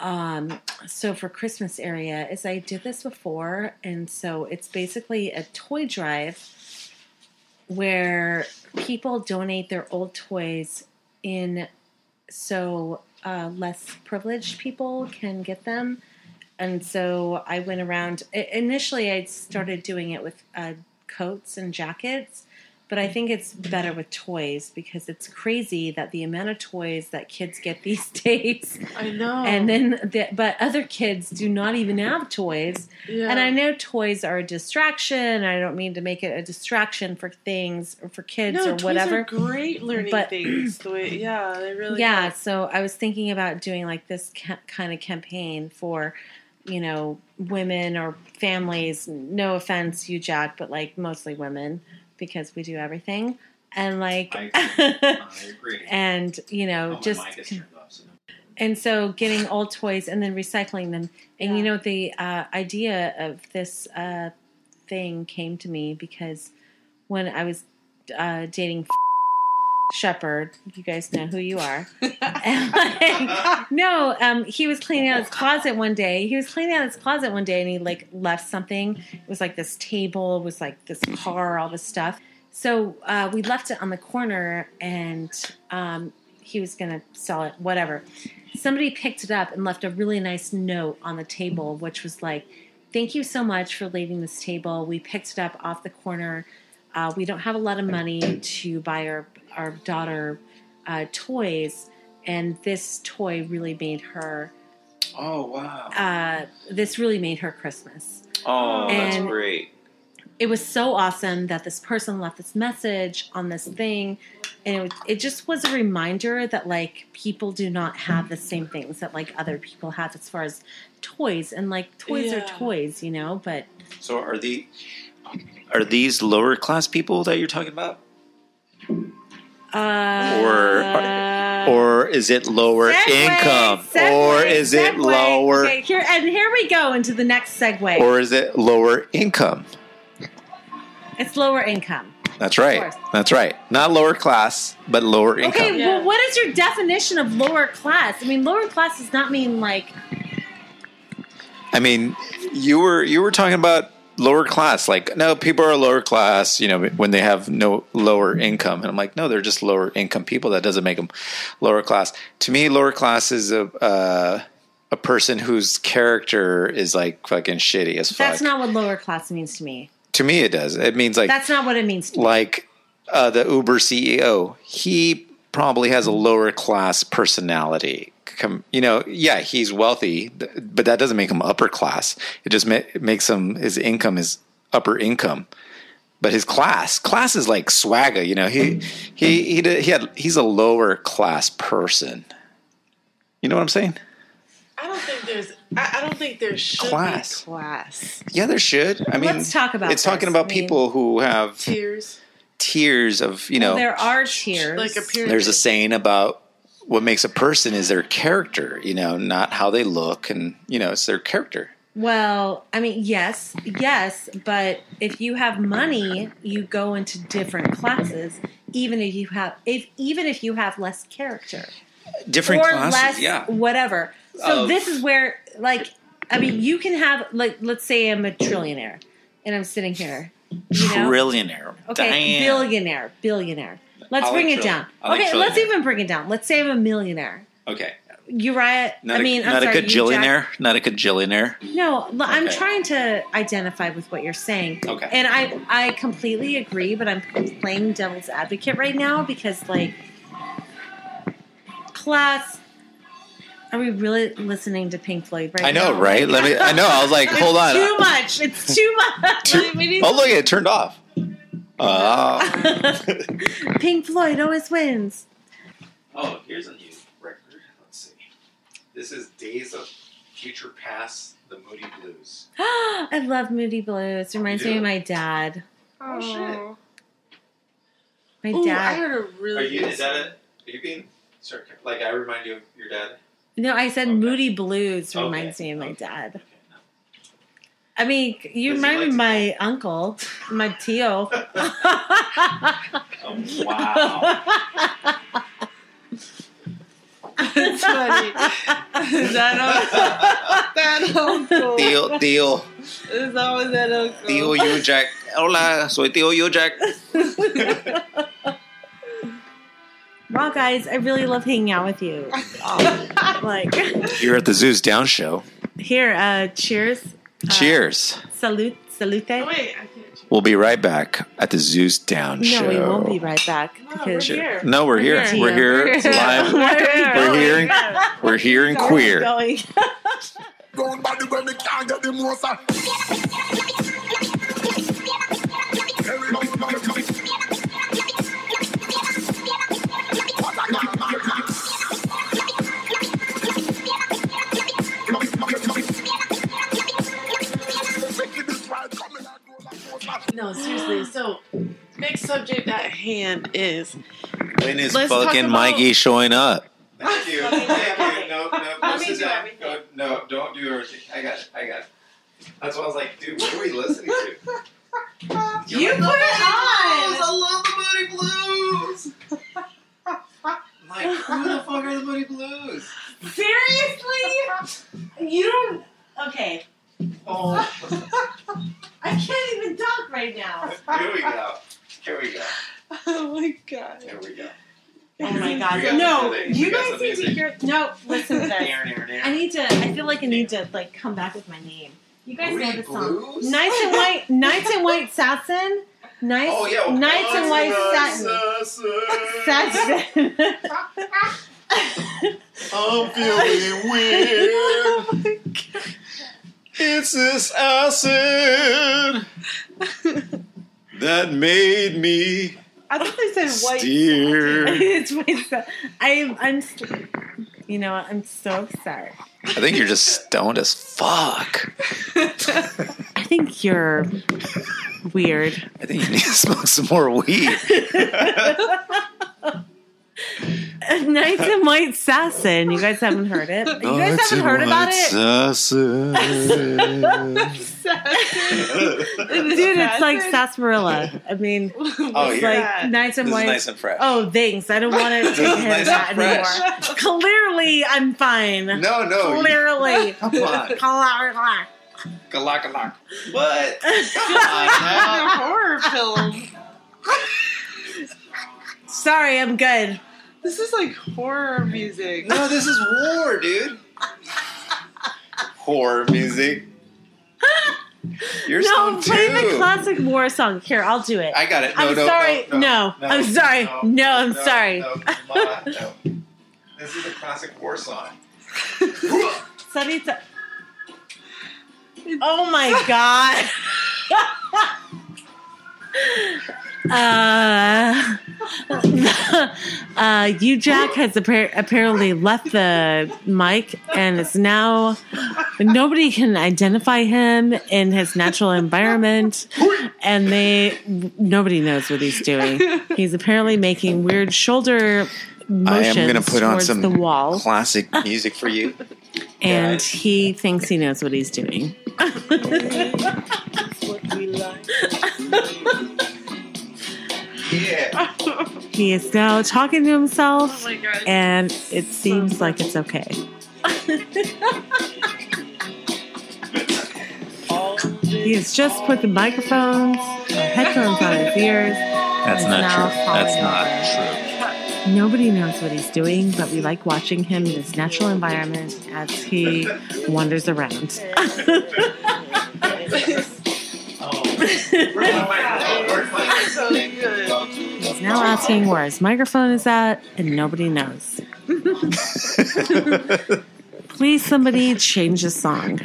um, so for Christmas area is I did this before, and so it's basically a toy drive where people donate their old toys in so uh, less privileged people can get them. And so I went around. i- Initially, I started doing it with uh, coats and jackets, but I think it's better with toys because it's crazy that the amount of toys that kids get these days I know. and then the, but other kids do not even have toys yeah. and i know toys are a distraction i don't mean to make it a distraction for things or for kids no, or toys whatever are great learning but- things. The way, yeah, they really. yeah so i was thinking about doing like this ca- kind of campaign for you know women or families no offense you jack but like mostly women because we do everything and like I agree. and you know Oh, just my mic is turned off, so- And so getting old toys and then recycling them. And you Yeah. know, the uh, idea of this uh, thing came to me because when I was uh, dating Shepherd, you guys know who you are. And, like, no, um, he was cleaning out his closet one day. He was cleaning out his closet one day and he like left something. It was like this table, it was like this car, all this stuff. So uh, we left it on the corner and um, he was going to sell it, whatever. Somebody picked it up and left a really nice note on the table, which was like, Thank you so much for leaving this table. We picked it up off the corner. Uh, we don't have a lot of money to buy our, our daughter uh, toys, and this toy really made her. Oh wow! Uh, this really made her Christmas Oh, that's And- great. it was so awesome that this person left this message on this thing and it, was, it just was a reminder that like people do not have the same things that like other people have as far as toys and like toys are Yeah. toys you know but so are the are these lower class people that you're talking about? uh Or- Or is it lower Segue, income? segue, or is it segue. lower? okay, here and here we go into the next segue Or is it lower income? it's lower income That's Of right. course. That's right. Not lower class, but lower income. okay Yeah. well what is your definition of lower class i mean lower class does not mean like I mean, you were you were talking about lower class, like no, people are lower class, you know, when they have no lower income, and I'm like, no, they're just lower income people. That doesn't make them lower class. To me, lower class is a uh, a person whose character is like fucking shitty as fuck. that's not what lower class means to me to me, it does. It means like That's not what it means. To me. like uh, the Uber CEO. He probably has a lower class personality. Com- you know, yeah, he's wealthy, th- but that doesn't make him upper class. It just ma- it makes him his income is upper income. But his class, class is like swagger. You know, he he he did, he had he's a lower class person. You know what I'm saying? I don't think there's. I, I don't think there should Class. be class Yeah, there should. I mean, Let's talk about it's talking this. about I mean- people who have tiers, tiers of you know there are tears. like a pyramid. there's a saying about what makes a person is their character, you know, not how they look and you know, it's their character. well, I mean, yes, yes, but if you have money, you go into different classes. Even if you have, if even if you have less character Different or classes, less, yeah. whatever. So Of- this is where, like, I mean, you can have, like, let's say I'm a trillionaire, and I'm sitting here, you know, Trillionaire. Okay, Damn. billionaire, billionaire. Let's I like bring it trill- down. I like okay, let's trillionaire. even bring it down. Let's say I'm a millionaire. Okay. Uriah, Not I mean, a, I'm not sorry, a you jack- gajillionaire. Not a gajillionaire. No, l- I'm Okay. trying to identify with what you're saying. Okay. And I I completely agree, but I'm playing devil's advocate right now because like class are we really listening to Pink Floyd right now? I know, right? Let me I know. I was like, It's hold on. Too much. It's too much. Too- We need- oh look it turned off. Oh. Pink Floyd always wins. Oh, here's a new record. Let's see. This is Days of Future Past, the Moody Blues. I love Moody Blues. Reminds me Yeah. of my dad. Oh, shit. My Oh, Ooh, I dad. heard a really Are you? good Is that song. it? Are you being sarcastic? Like I remind you of your dad? no, I said Okay. Moody Blues reminds Okay. me of my Okay. dad. Okay, no. I mean, you Does he remind me like of to- my uncle, my tio. Oh, Um, Wow. It's funny. that uncle. That uncle. Tío, tío, It's always that uncle. tío Jack. Hola, soy tío Jack. Well, guys, I really love hanging out with you. Um, like You're at the Zoo's Down Show. here, uh, cheers. Uh, Cheers. Salute, salute. Oh, wait, I can't. We'll be right back at the Zeus Down no, Show. we won't be right back No, we're because here. No, we're here. Tio. We're here. It's live. Where are we We're going? here in- We're here in queer. Going. No, seriously. So, big subject at hand is When is Let's talk fucking about- Mikey showing up? Thank you. Thank you. No, no, no, Let me sit do down. everything. Go, no, don't do everything. I got it. I got it. That's why I was like, dude, what are we listening to? you, put it on. I love the Moody Blues. I'm like, who the fuck are the Moody Blues? Seriously? You don't. Okay. Oh, I can't even talk right now. here we go. Here we go. Oh my god. Here we go. Oh my We god. got No, something. We you got guys need to something. hear. No, listen to this. Near, near, near. I need to. I feel like I need to like come back with my name. You guys know Moody the song. Blues? Nice and white. Nice and white satin. Nice. Oh, yeah. well, Nights and white nights satin. and satin. Satin. I'm feeling weird. It's this acid that made me I thought they said white. steer. it's white satin. I'm. I'm. st- You know, what? I'm so upset. I think you're just stoned as fuck. I think you're weird. I think you need to smoke some more weed. Nights and White Satin. You guys haven't heard it. You Oh, guys Nights haven't in heard about white it. Acid. Dude, it's like sarsaparilla. I mean, Oh, it's yeah. yeah. like nights and This is white. nice and fresh. Oh, thanks. I don't want to is take him nice that and anymore. Clearly, I'm fine. No, no. you- Clearly. Come on. Clearly. Galakalock. What? Come on now. horror film. Sorry, I'm good. This is like horror music. Oh No, this is war, dude. Horror music. You're no, stoned play too. the classic war song. Here, I'll do it. I got it. No, I'm no, sorry. No, no, No, I'm sorry. No, I'm sorry. No, come on, no. This is a classic war song. Sarita. Oh my god. uh, uh, you Jack has appar- apparently left the mic and is now nobody can identify him in his natural environment, and they nobody knows what he's doing. He's apparently making weird shoulder I motions am going to put on towards some the wall classic music for you. and Guys. he thinks he knows what he's doing. Yeah. He is now talking to Oh himself, my god. and it seems like it's okay. He has just put the microphones, headphones on his ears. That's It's now falling true. Nobody knows what he's doing, but we like watching him in his natural environment as he wanders around. Where's my microphone? Where's my microphone? so good. He's now asking where his microphone is at, and nobody knows. Please, somebody change the song.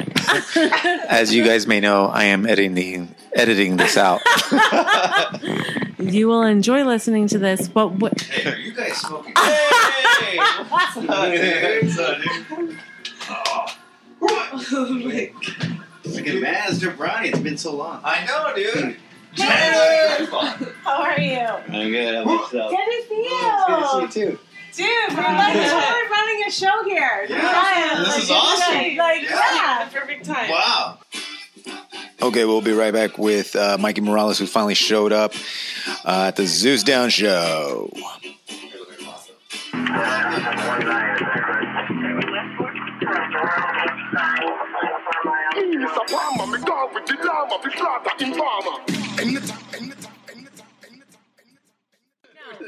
As you guys may know, I am editing editing this out. You will enjoy listening to this. What? what Hey, are you guys smoking? hey! What's up, dude? What's up, dude? Oh. Look at Maz Jabrani. It's been so long. I know, dude. How are you? I'm good. How about yourself? Good to see Oh, you. it's good to see you too. Dude, we're like totally running a show here. Yeah, Ryan, this like, is awesome. Like, Yeah. yeah. Perfect time. Wow. Okay, we'll be right back with uh, Mikey Morales, who finally showed up uh, at the Zeus Down show.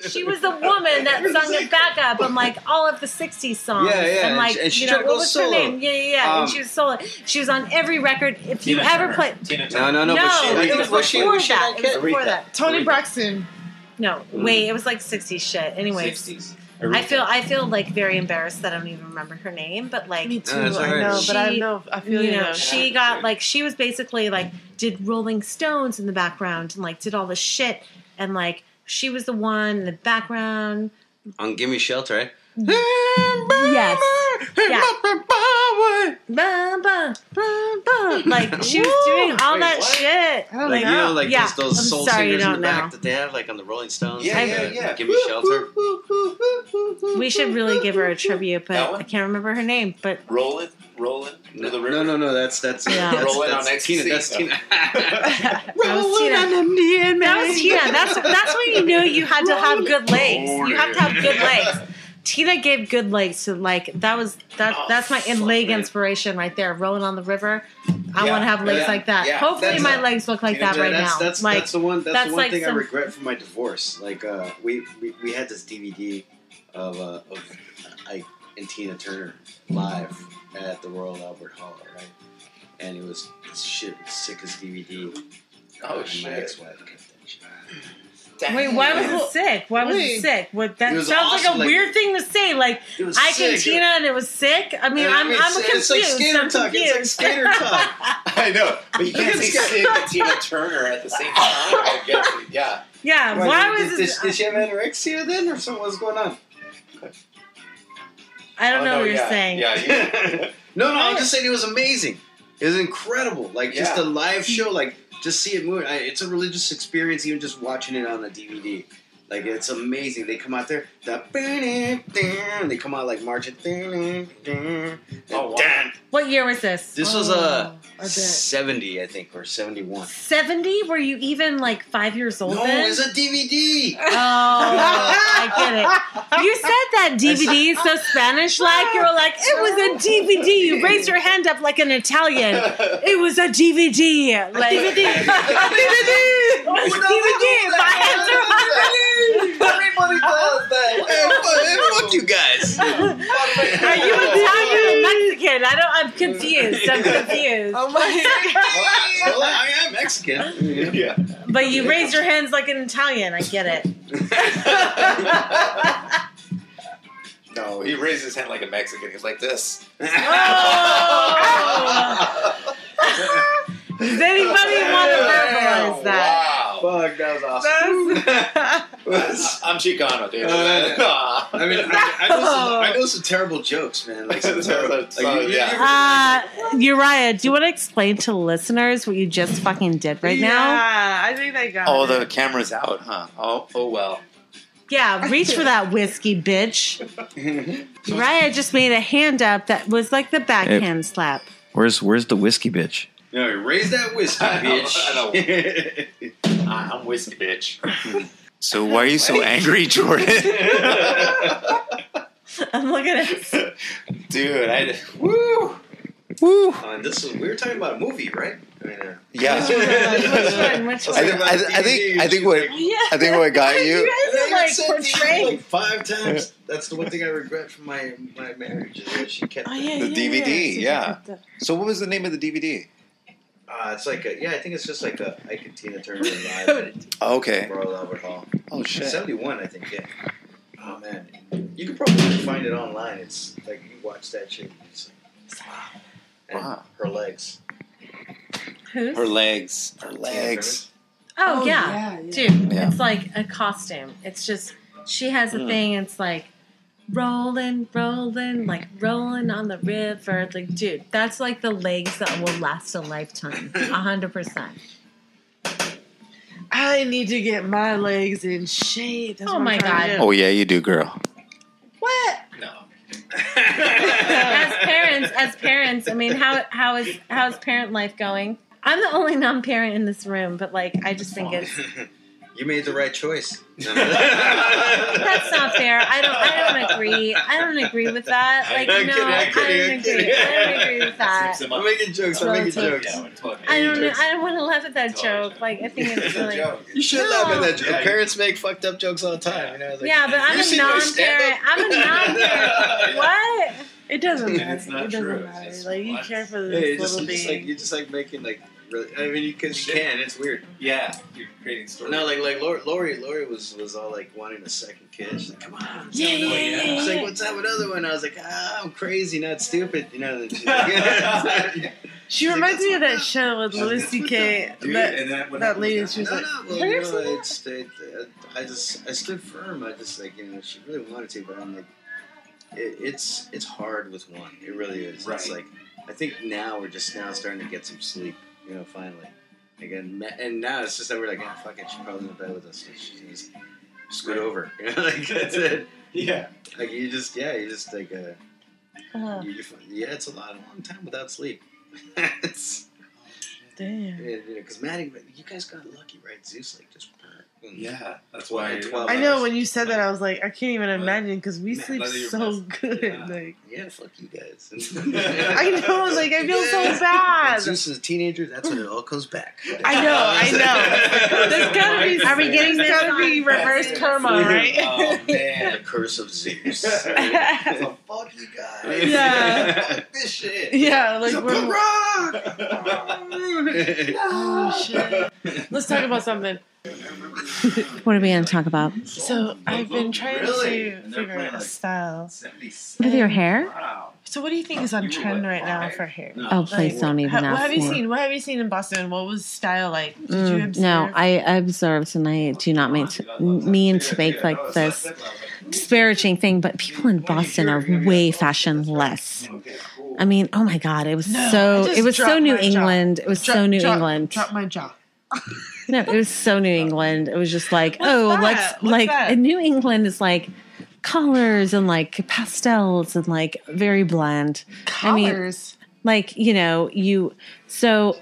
She was the woman that sung it back up on like all of the 60s songs. Yeah, yeah, And like, and she you know, tried to what go was her solo. name? Yeah, yeah, yeah. Um, and she was solo. She was on every record. If you Tina ever Turner. play. Tina No, Turner. no, no. but she, it I was think before was she, was she that. that It was kid? before Aretha. Mm. that. Tony Braxton. No, wait, it was like 60s shit. Anyways. 60s. I feel I feel like very embarrassed that I don't even remember her name, but like Me too. that's all I right. know, but I She- know. I feel you you. know, she got Yeah. like she was basically like did Rolling Stones in the background and like did all the shit and like she was the one in the background. On Gimme Shelter, eh? right? Yes. Ba, ba, ba, ba. Like she was doing all Wait, that what? shit. I don't Like, you know, know. like Yeah, just those I'm soul sorry you singers in the don't back know. that they have, like on the Rolling Stones. Yeah, like, yeah, uh, yeah. Gimme Shelter. We should really give her a tribute, That but one? I can't remember her name. But Rolling, rolling. No, the no, river. no, no, that's that's uh, Yeah. that's, Rolling that's, on ecstasy. Tina. That's Tina. Oh, that was Tina. That was Tina. That's that's when you knew you had to have good legs. You have to have good legs. Tina gave good legs to like that was that Oh, that's my in fuck, leg man. inspiration right there. Rolling on the river. I Yeah, want to have legs yeah, like that. yeah, Hopefully that's my it. legs look like Tina that Turner, right that's, now. That's, like that's the one. That's, that's the one like thing some- I regret from my divorce. Like uh, we, we we had this DVD of uh, of Ike and Tina Turner live at the Royal Albert Hall, right? And it was this shit was sick as DVD. Oh, and shit. My ex-wife kept that shit. Wait, why was it sick? Why was Wait. it sick? What that It was sounds like a awesome, like- weird thing to say. Like It was I sick. can Tina and it was sick. I mean, Yeah, I'm, it's- I'm it's confused. like skater I'm talk. It's like confused. skater talk. I know, but you can't Look say at this Sid and Tina Turner at the same time. I guess. Yeah. yeah, why, was did, it? did, did she have anorexia then, or something? What's going on? I don't Oh, know no, what you're yeah, saying. Yeah. no, no, I'm just saying it was amazing. It was incredible. Like just Yeah. a live show, like just see it move. I, it's a religious experience, even just watching it on the DVD. Like it's amazing. They come out there, da- they come out like marching. Oh, wow. What year was this? This was Oh, uh, a I bet. seventy, I think, or seventy-one. 70? Were you even like five years old No, then? it's a DVD. Oh, I get it. You said that DVD so Spanish like. You were like, it was a DVD. You raised your hand up like an Italian. It was a DVD. Like, DVD. DVD. It was DVD. My hands are up. Everybody does that. Hey, fuck you guys. Are you Italian or Mexican? I don't, I'm confused. I'm confused. Oh my! well, I am Mexican. Yeah. But you raised your hands like an Italian. I get it. No, he raised his hand like a Mexican. He's like this. Oh! Does anybody want to verbalize that? Wow. Fuck, that was awesome. That's- I'm Chicano, dude. Uh, Nah. I mean, I, I, know some, I know some terrible jokes, man. Like, some terrible, like you, you, Yeah. Uh, Uriah, do you want to explain to listeners what you just fucking did right now? Yeah, I think they got. Oh, it. the camera's out, huh? Oh, oh well. Yeah, reach for that whiskey, bitch. Uriah just made a hand up that was like the backhand slap. Where's where's the whiskey bitch? No, raise that whiskey, I know, bitch. Ah, I'm whiskey, bitch. So why are you so angry, Jordan? I'm looking at Dude, I woo. Woo. Uh, this is we were talking about a movie, right? I mean, uh, Yeah. which one, which one? I, th- I, th- I think I think what Oh, Yeah. I think what got you. guys are I like said to you, portraying. like five times. That's the one thing I regret from my my marriage is that she kept. Oh, it. yeah, The yeah, DVD, yeah. It's like So what was the name of the DVD? Uh, it's like a, yeah, I think it's just like a Ike and Tina Turner at the- live Okay. at Royal Albert Hall. Oh shit. Seventy one, I think. Yeah. Oh man, you can probably find it online. It's like you watch that shit. It's like, wow. And Wow. her legs. Who's? Her legs. Her legs. Oh, yeah. yeah. dude Yeah. it's like a costume it's just she has a Mm. thing it's like rolling rolling like rolling on the river like dude that's like the legs that will last a lifetime 100% I need to get my legs in shape. That's Oh what I'm my trying to God. do. Oh yeah, you do, girl. What? as parents, as parents, I mean, how how is how is parent life going? I'm the only non-parent in this room, but like, I just think it's you made the right choice. that's That's not fair. I don't I don't agree. I don't agree with that. Like, no, I'm kidding, I'm I kidding, don't I'm agree. kidding. I don't agree with that. Slips him I'm up. making jokes. I'm making Well, jokes. Yeah, it's fun. I don't know. I don't want to laugh at that joke. Like, I think it's really. You should laugh at that joke. Yeah. Parents make fucked up jokes all the time. You know, it's like, Yeah, but I'm "You a seen my non-parent. stand-up?" I'm a non-parent. What? It doesn't It's matter. not it true. doesn't matter. It's like you what? care for Yeah, this you're just, little you're just like being. you're just like making like really. I mean, because you Shit. can. It's weird. Yeah, you're creating stories. No, like like Lori, Lori, Lori was was all like wanting a second kid. She's like, come on. let's Yeah, have another yeah, one." yeah, She's yeah. like, what's up with another one? I was like, ah, I'm crazy, not stupid. You know. and she's like- she like, reminds that's me of that what- show with that's Louis what C.K. Dude, That, and that, what that happened lady, was she was no, like, no, well, Lyrics no, in there? it's, it, I just I stood firm. I just like you know she really wanted to, but I'm like, it, it's it's hard with one. It really is. It's Right. like I think now we're just now starting to get some sleep. You know, finally. Again, and now it's just that we're like, ah, fuck it. She's probably in bed with us. so She's just screwed over. You know, like that's it. Yeah. Like you just yeah, you just like uh, Ugh. you, you, yeah, it's a lot, a long time without sleep. it's damn. because you know, 'cause Maddie, you guys got lucky, right? Zeus like just. Yeah, that's why. Like 12 I know when you said that, I was like, I can't even Like, imagine because we man, sleep leather your so vest. good. Yeah. Like Yeah, fuck you guys. I know, like I feel so When bad. Zeus is a teenager, that's when it all comes back. I know, I know. There's gotta be. Are we getting there's this gotta be on? reverse karma, right? Oh The man. curse of Zeus. So fuck you guys. Yeah. Fuck this shit. yeah, like He's a we're. pariah. Oh shit! Let's talk about something. What are we gonna talk about? So I've been trying Really? to And they're figure out playing, a like, style. 76. With your hair? Wow. So what do you think is on You were, trend what, right now five? for hair? No. Oh, please Like, don't Ha- even what ask have you me. seen? What have you seen in Boston? What was style like? Did you Mm, observe? no, I I observed, and I do not mean to, mean to make like this disparaging thing, but people in Boston are way fashion less. I mean, oh my god, it was No, I so just it was so dropped New my jaw. England. It was Drop- so New drop- England. Drop my jaw. No, it was so New England. It was just like, What's oh, that? let's What's like that? in New England is like colors and like pastels and like very bland. I mean, Colors. like you know you so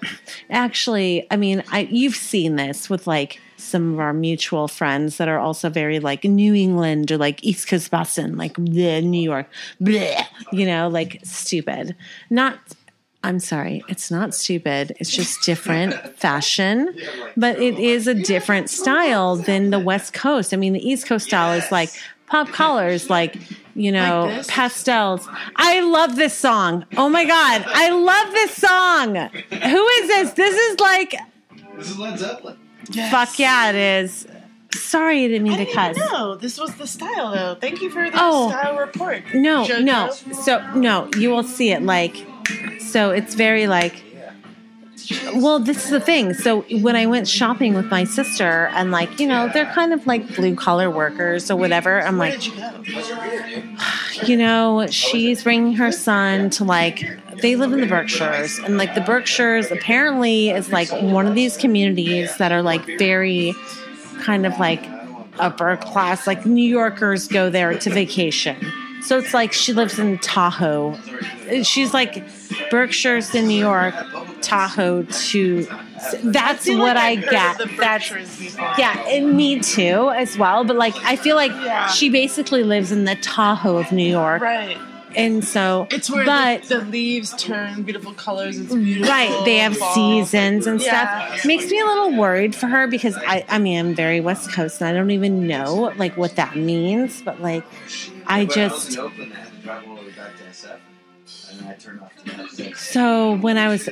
actually i mean i you've seen this with like some of our mutual friends that are also very like new england or like east coast boston like bleh, new york bleh, you know like stupid not i'm sorry it's not stupid it's just different fashion but it is a different style than the west coast i mean the east coast style is like pop collars like you know Like this? pastels i love this song oh my god i love this song who is this this is like This is Led Zeppelin. Yes. fuck yeah it is sorry i didn't mean I to didn't cuss even know this was the style, though. Thank you for the Oh. style report. no JoJo. no so no you will see it like so it's very like well this is the thing so when i went shopping with my sister and like you know they're kind of like blue collar workers or whatever i'm Where like did you go? you know, she's bringing her son to like, they live in the Berkshires, and like the Berkshires apparently is like one of these communities that are like very kind of like upper class, like New Yorkers go there to vacation. So it's like she lives in Tahoe. She's like Berkshires to New York, Tahoe to. That's feel what like I I've heard get. of the That's Berkshires before. yeah, and me too as well. But like, I feel like she basically lives in the Tahoe of New York, Right. and so It's where but Mm, the, the leaves turn beautiful colors. It's beautiful. right, they have fall. seasons and Yeah. stuff. Makes me a little worried for her because I, I mean, I'm very West Coast and I don't even know like what that means. But like, I But was just in Oakland. I had to drive all the way back to SF, and I turned off the SF. so when I was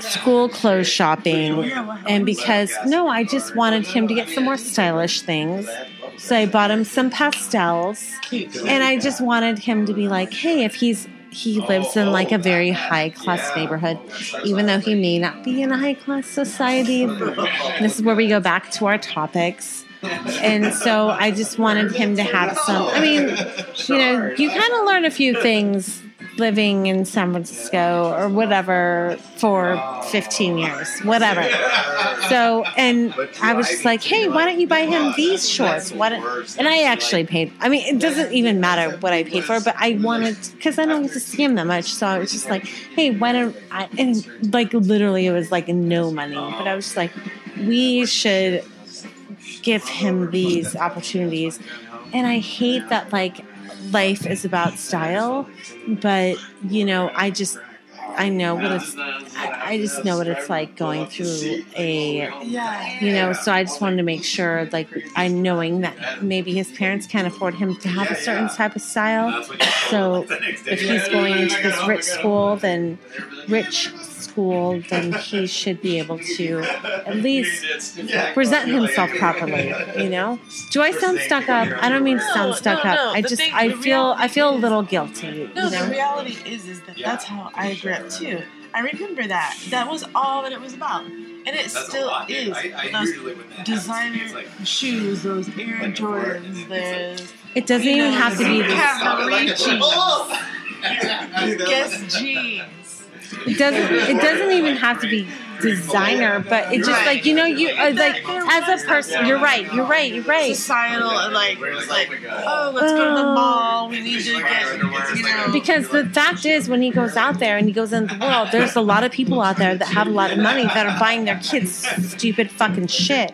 school clothes shopping, and because no, I just wanted him to get some more stylish things. So I bought him some pastels. Cute. and I just wanted him to be like, hey, if he's he lives in like a very high class neighborhood, even though he may not be in a high class society. This is where we go back to our topics. And so I just wanted him to have some. I mean, you know, you kind of learn a few things living in San Francisco or whatever for 15 years, whatever. So, and I was just like, hey, why don't you buy him these shorts? Why don't, and I actually paid. I mean, it doesn't even matter what I paid for, but I wanted because I don't get to see him that much. So I was just like, hey, why don't I? And like literally, it was like no money, but I was just like, we should give him these opportunities. And I hate that like life is about style, but you know, I just I know what it's I I just know what it's like going through a Yeah. you know, so I just wanted to make sure like I knowing that maybe his parents can't afford him to have a certain type of style. So if he's going into this rich school then rich school then he should be able to at least present himself properly. You know, do I sound stuck up? I don't mean to sound No, stuck no, up. no. I The just thing- I the feel I feel a reality little guilty. No, you the know, reality is, is that that's how I grew up too. I remember that. That was all that it was about, and it still is. Those designer shoes, those Air Jordans, those it doesn't you even know, have to be. This, Cavalry jeans, Guess jeans. it doesn't it doesn't even have to be designer, but it's just Right. like you know you uh, like as a person. You're right. You're right. You're right. Societal and like, it's like, oh, let's go to the Oh. mall. We need to get, you know, Because the fact is, when he goes out there and he goes into the world, there's a lot of people out there that have a lot of money that are buying their kids stupid fucking shit.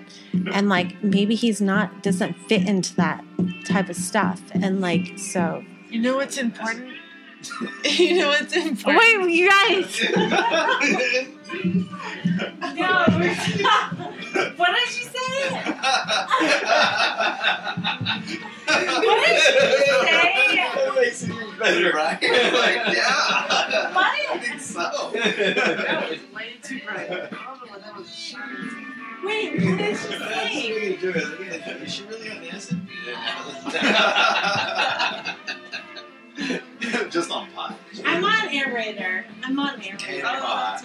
And like, maybe he's not, doesn't fit into that type of stuff. And like, so. you know what's important. you know what's important. Wait, you guys! what did she say? What did she say? Right? Like, yeah. I What? think so. That was way too bright. I don't know what that was. Wait, what did she say? Is she really on acid? Yeah. Just on pot. I'm on aerator. I'm on aerator. And pot.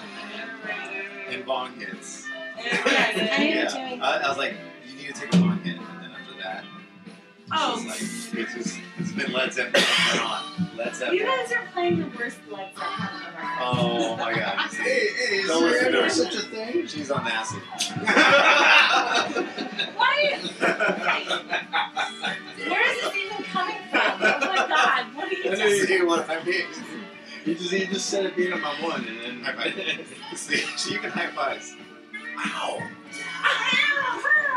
And bong hits. yeah. I, I was like, you need to take a bong hit, and then after that, Oh. it's just like, it's, just, it's been Led Zeppelin from then on. Led Zeppelin. guys are playing the worst lights I've Oh my god. Hey, hey, Don't listen to her. such a thing? She's on acid. Why? Where is this even coming from? Oh my god, what are you doing? see what I mean? You just, you just said it being on my one and then high five. see, she even high fives. Wow.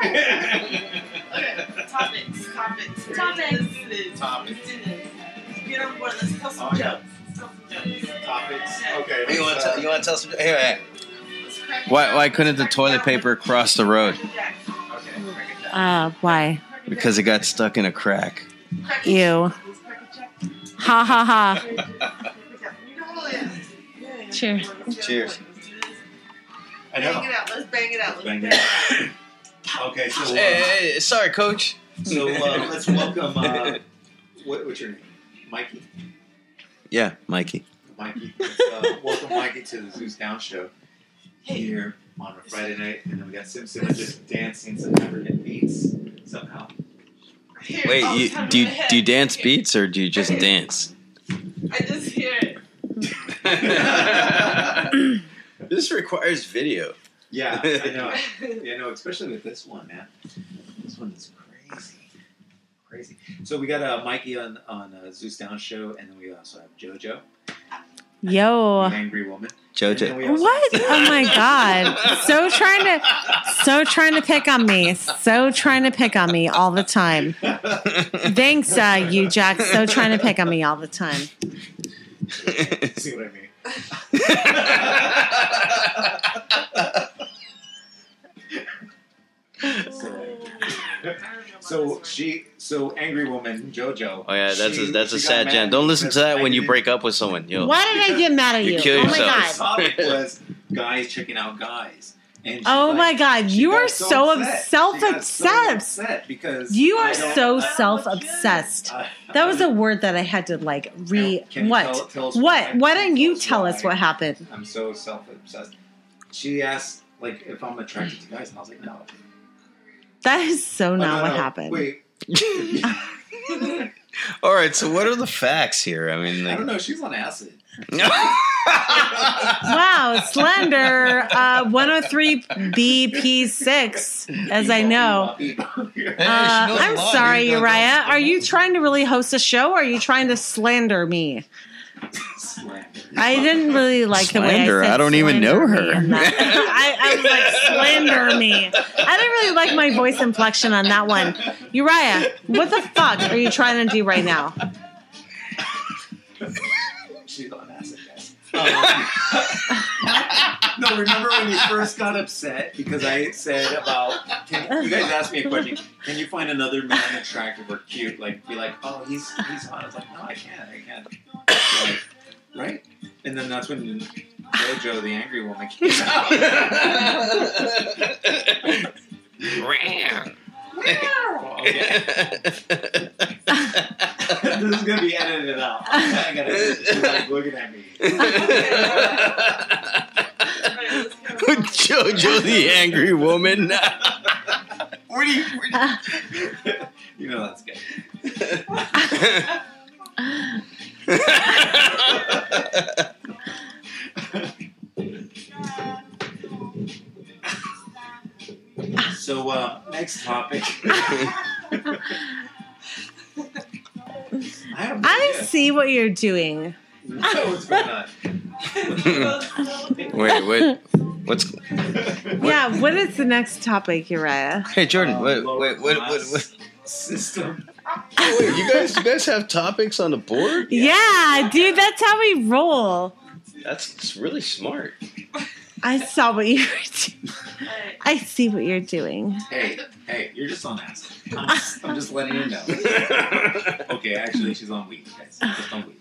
Topics, topics, Topics. Let's do this. Topics. Let's do this. Get on board. Let's tell some Oh, yeah. jokes. Tell some jokes. Topics. Okay. uh, You want to tell? You want to tell some? Hey, hey. Let's crack it Why, down. why couldn't the Let's toilet crack it paper cross the road? down. Yeah, Okay. Uh, why? Because it got stuck in a crack. crack it Ew. down. Let's crack it down. Ha ha ha. Cheers. Cheers. I Bang know. it out. Let's bang it out. Let's Bang bang it it out. Okay, so, Hey, uh, hey, hey, sorry, coach. so uh, let's welcome. Uh, what, what's your name? Mikey? Yeah, Mikey. Mikey. Let's, uh, welcome Mikey to the Zeus Down show here on a Friday night. And then we got Simpson just dancing some African beats somehow. Here, Wait, oh, you, it's on do you, my head. do you dance beats or do you just dance? I just hear it. this requires video. Yeah, I know. Yeah, no, especially with this one, man. This one is crazy, crazy. So we got uh, Mikey on on uh, Zeus Down show, and then we also have JoJo, Yo. the angry woman. And then Jojo. we also- What? Oh my god. So trying to so trying to pick on me. So trying to pick on me all the time. Thanks, uh, you Jack. So trying to pick on me all the time. See what I mean? So, so she, so angry woman JoJo. Oh yeah, that's she- a, that's a she got sad mad jam. Don't listen to because that when Mikey you didn't- break up with someone. Yo. Why did I get mad at You you? kill oh my yourself. god. topic was guys checking out guys. And she's Oh like- my god, she you got are so upset. self She got so obsessed. upset because You I are don't- so I- self obsessed. I- That was a word that I had to like re Can you tell- what? tell us What? why? Why don't you tell us us why? what happened? I'm so self obsessed. She asked like if I'm attracted to guys, and I was like, no. That is so Oh, not no, what no, happened. Wait. All right, so what are the facts here? I mean, I don't like, know. She's on acid. Wow, Slender, uh, 103BP6, as I know. Uh, I'm sorry, Uriah. Are you trying to really host a show or are you trying to slander me? I didn't really like the Slander? way I said I don't even slander know me her. in that. I, I was like, slander me. I didn't really like my voice inflection on that one. Uriah, what the fuck are you trying to do right now? She's on acid, guys. Um, no, remember when you first got upset because I said about can, you guys asked me a question. Can you find another man attractive or cute? Like be like, oh, he's he's hot. I was like, no, I can't. I can't. Like, right? And then that's when JoJo, the angry woman, came out. Okay. this is gonna be edited out. I gotta she's like looking at me. Jojo the angry woman. Where do you? You know that's good. So uh, next topic. I have no I idea see what you're doing. what's going on. Wait, wait. What's Yeah, what is the next topic, Uriah? hey Jordan? Uh, wait, lower wait, wait, wait, class wait. System. Wait, you guys, you guys have topics on the board? Yeah, dude, that's how we roll. That's really smart. I saw what you were doing. I see what you're doing. Hey, hey, you're just on acid. I'm just, I'm just letting you know. Okay, actually, she's on weed. Guys. Just on weed.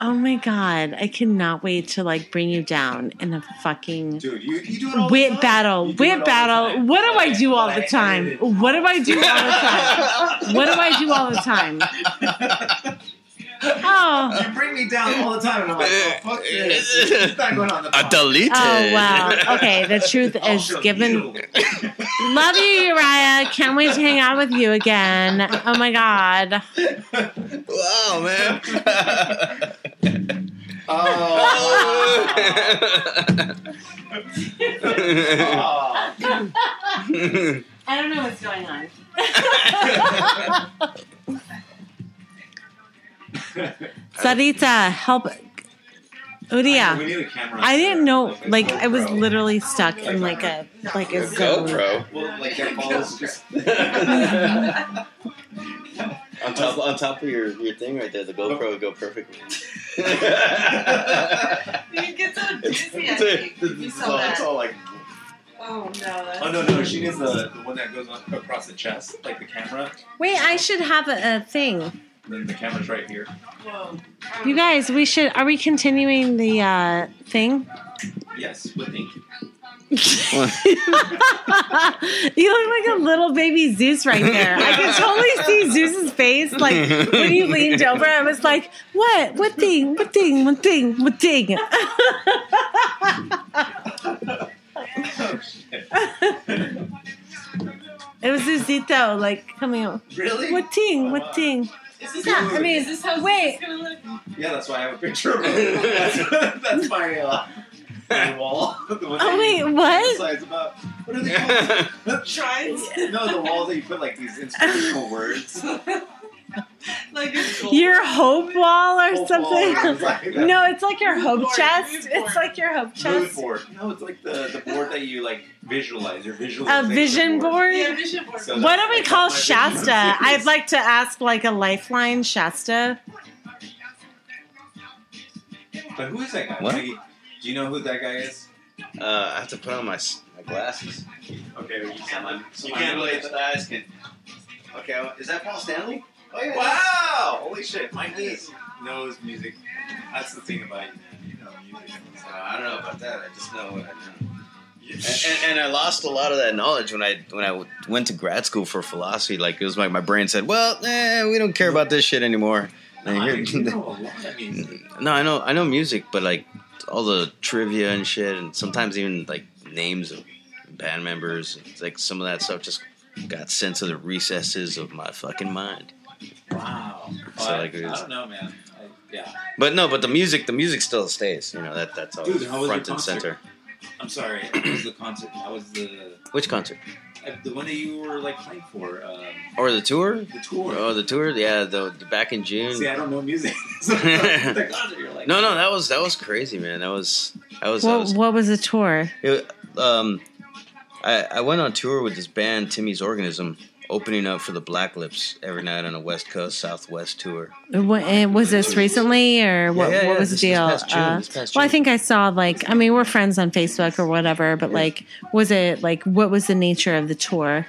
Oh my god, I cannot wait to like bring you down in a fucking Dude, you, you do it all the whip time. battle. You do it all Whip the battle. time. What do I do all But the I time? edited it. What do I do all the time? What do I do all the time? Oh. You bring me down all the time, and I'm like, oh, fuck this. It's not going on the I deleted. Oh wow. Okay, the truth I'll is show given. you. Love you, Uriah. Can't wait to hang out with you again. Oh my god. Wow, man. Oh, oh. I don't know what's going on. Sarita, help. I know, Udia. We need a camera. I didn't know, Like like, a I was GoPro. literally stuck in like a, like a zone. Well, like that follows just. On top, on top of your, your thing right there, the GoPro would go perfectly. You get so dizzy. I think. It's, You saw all, it's that. all like Oh no. Oh no no, she needs the, the one that goes on, across the chest, like the camera. Wait, I should have a, a thing. Then the camera's right here. Whoa. You guys, we should, are we continuing the uh, thing? Yes, with me. you look like a little baby Zeus right there. I could totally see Zeus's face, like when you leaned over. I was like, "What? What thing? What thing? What thing? What thing?" Oh shit! it was Zeusito, like coming out. Really? What thing? What thing? Is this Yeah, I mean, is this how wait. Zeus gonna look? Yeah, that's why I have a picture of her. That's, that's my, uh, my wall. The one Oh that wait, you- what? Besides about what are they called? Shrines? no, the walls that you put like these inspirational words. like a gold. Your hope wall or something? no. No, it's like your Mood hope board, chest. mood It's board. like your hope Mood chest. board. No, it's like the, the board that you like visualize. Your A visualization. vision board. Yeah, vision board. So- What do we call My Shasta? vision board. I'd like to ask like a lifeline Shasta. But who is that guy? What? Maggie, do you know who that guy is? Uh, I have to put on my s- my glasses. Okay, you can't. you can't believe that I asked him. Okay, well, is that Paul Stanley? Oh yeah. Wow! Holy shit! Mike is knows music. That's the thing about you, man. You know music. Uh, I don't know about that. I just know what I know. And, and, and I lost a lot of that knowledge when I when I went to grad school for philosophy. Like it was like my brain said, "Well, eh, we don't care about this shit anymore." And I mean, here- you know a lot of music. no, I know I know music, but like all the trivia and shit, and sometimes even like names of band members, it's like some of that stuff just got sent to the recesses of my fucking mind. Wow. So, I, like, I it's- don't know, man. I, yeah. But no, but the music, the music still stays. You know that that's always Dude, how was your front and concert? center. I'm sorry. It was the concert. That was the Which concert uh, the one that you were like playing for um, or the tour? the tour. Oh, the tour. Yeah, the, the back in June. See, I don't know music. so the concert, you're like, No, no, that was that was crazy, man. That was that was. that What, was what was the tour? It, um, I, I went on tour with this band, Timmy's Organism, opening up for the Black Lips every night on a West Coast, Southwest tour. What, and was this recently or what, yeah, what yeah, was this- this the deal? Uh, past June, this past well, I June. think I saw like, I mean, we're friends on Facebook or whatever, but like, was it like, what was the nature of the tour?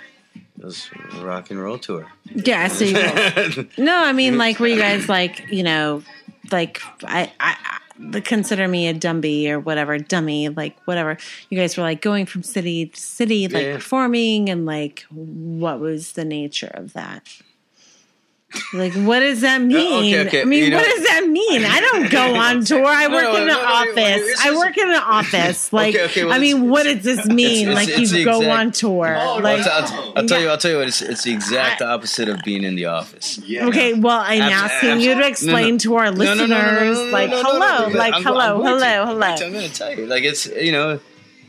It was a rock and roll tour. Yeah, so you, no, I Mm-hmm. mean, like, were you guys like, you know, like I, I, I the consider me a dummy or whatever, dummy, like whatever. You guys were like going from city to city, like Yeah. performing, and like, what was the nature of that? Like, what does that mean? Oh, okay, I mean, you what know- does that mean? I don't go on tour. I No, work no, in an no, no, office. it's- I it's- work in an office. Like, okay, well, I mean, it's- what does this mean? it's- like, it's you the go exact- Oh, on tour. like, I'll, t- I'll, I'll tell Yeah. you, I'll tell you what. It's, it's the exact opposite of being in the office. yeah. Okay, well, I'm Abs- asking abs- you no, to no. explain to our No, no, no, listeners, no, no, no, no, like, no, no, no, hello, no, like, I'm- I'm hello, going to. hello, I'm hello. going to tell you, like it's you know,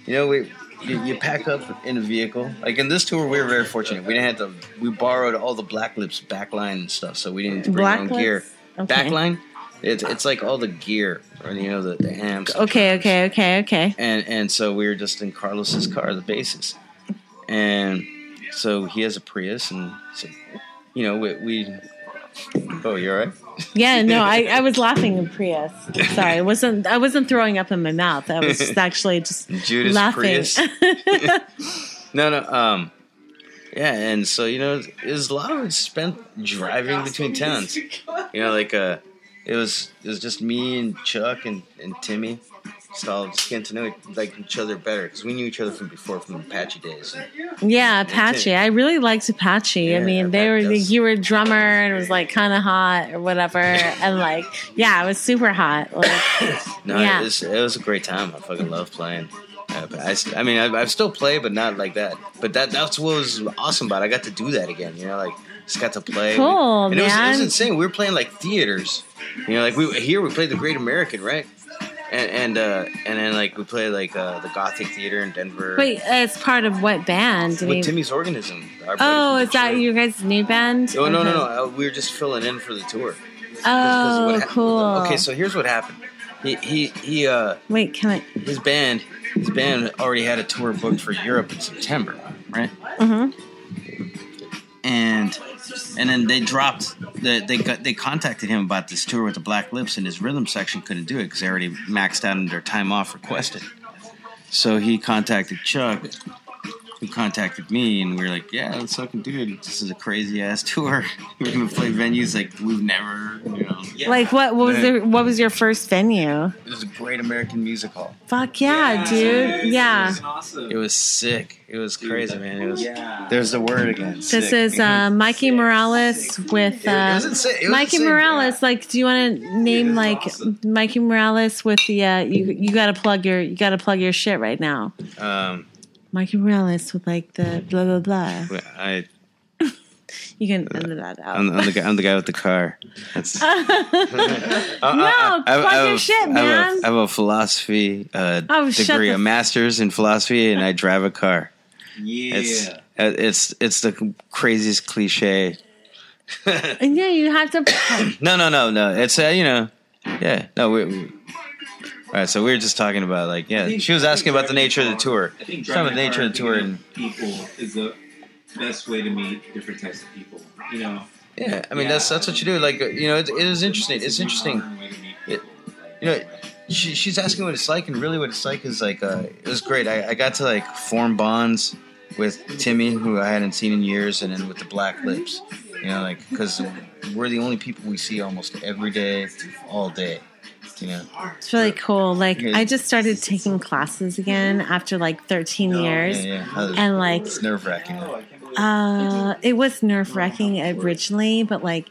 you know, we you, you pack up in a vehicle. Like in this tour, we were very fortunate. We didn't have to. We borrowed all the Black Lips backline and stuff, so we didn't have to bring our own Black gear. Lips? Okay. Backline, it's it's like all the gear, or you know, the, the amps. the Okay, drums. okay, okay, okay. And and so we were just in Carlos's car, the bassist, and so he has a Prius, and so, you know, we. we Oh, you're right. Yeah, no, I, I was laughing in Prius. Sorry, I wasn't I wasn't throwing up in my mouth. I was just actually just Judas laughing. Prius. No, no. Um, yeah, and so you know, it was a lot of it spent driving between towns. You know, like uh, it was it was just me and Chuck and and Timmy, just all just getting to know like each other better because we knew each other from before from Apache days. Yeah, Apache. I really liked Apache. I Yeah, mean, they that- were that's- you were a drummer and it was like kind of hot or whatever, and like yeah, it was super hot. Like, No, Yeah. it, was, it was a great time. I fucking love playing. Uh, but I, s- I mean, I, I still play, but not like that. But that that's what was awesome about. it. I got to do that again. You know, like just got to play. Cool, and it was, it was man. insane. We were playing like theaters. You know, like we here we played the Great American, right? And and uh, and then like we played like uh, the Gothic Theater in Denver. wait, uh, it's part of what band? I with mean- Timmy's Organism. our buddy oh, from is that Detroit. your guys' new band? Oh no no Okay. no! Uh, We were just filling in for the tour. 'Cause what Oh, hap- cool. Okay, so here's what happened. He he he. Uh, wait, can I? his band his band already had a tour booked for Europe in September, right? Mhm. And and then they dropped the, they got they contacted him about this tour with the Black Lips, and his rhythm section couldn't do it because they already maxed out on their time off requested. So he contacted Chuck, who contacted me, and we were like, "Yeah, let's fucking do it. This is a crazy ass tour. we're gonna play venues like we've never, you know." Yeah. Like what? What was Yeah. the, what was your first venue? It was a great American music hall. Fuck yeah, dude! It Yeah, was awesome. It was sick. It was crazy, man. It was. yeah. There's the word again. this is uh, Mm-hmm. Mikey Morales with uh, Mikey Morales. Like, do you want to name that's like awesome. Mikey Morales with the? Uh, you you got to plug your you got to plug your shit right now. Um, Mikey Morales with like the blah blah blah. I, You can edit that out. I'm, I'm the guy. I'm the guy with the car. That's, no, Uh, No, plug your shit, I have, man. a, I have a philosophy uh, Oh, shut degree, the- a master's in philosophy, and I drive a car. Yeah. It's uh, it's it's the craziest cliche. And yeah, you have to. No, no, no, no. It's uh, you know, yeah. No, we. we all right, so we were just talking about like I yeah. think- She was I think asking about the driving a nature of the car- tour. I think She was talking about the driving a nature car of the tour, and and thinking of people is the best way to meet different types of people. You know, yeah, I mean that's that's what you do. Like uh, you know, it, it is interesting. It's interesting. modern way to meet It- people. Like, you know, she, she's asking what it's like, and really what it's like is like uh, it was great. I, I got to like form bonds with Timmy, who I hadn't seen in years, and then with the Black Lips, you know, like because we're the only people we see almost every day, all day, you know. It's really cool. Like Okay. I just started taking classes again after like 13 Yeah, years, yeah. Uh, and like It's nerve wracking. oh, I can't believe uh, it was nerve wracking originally, but like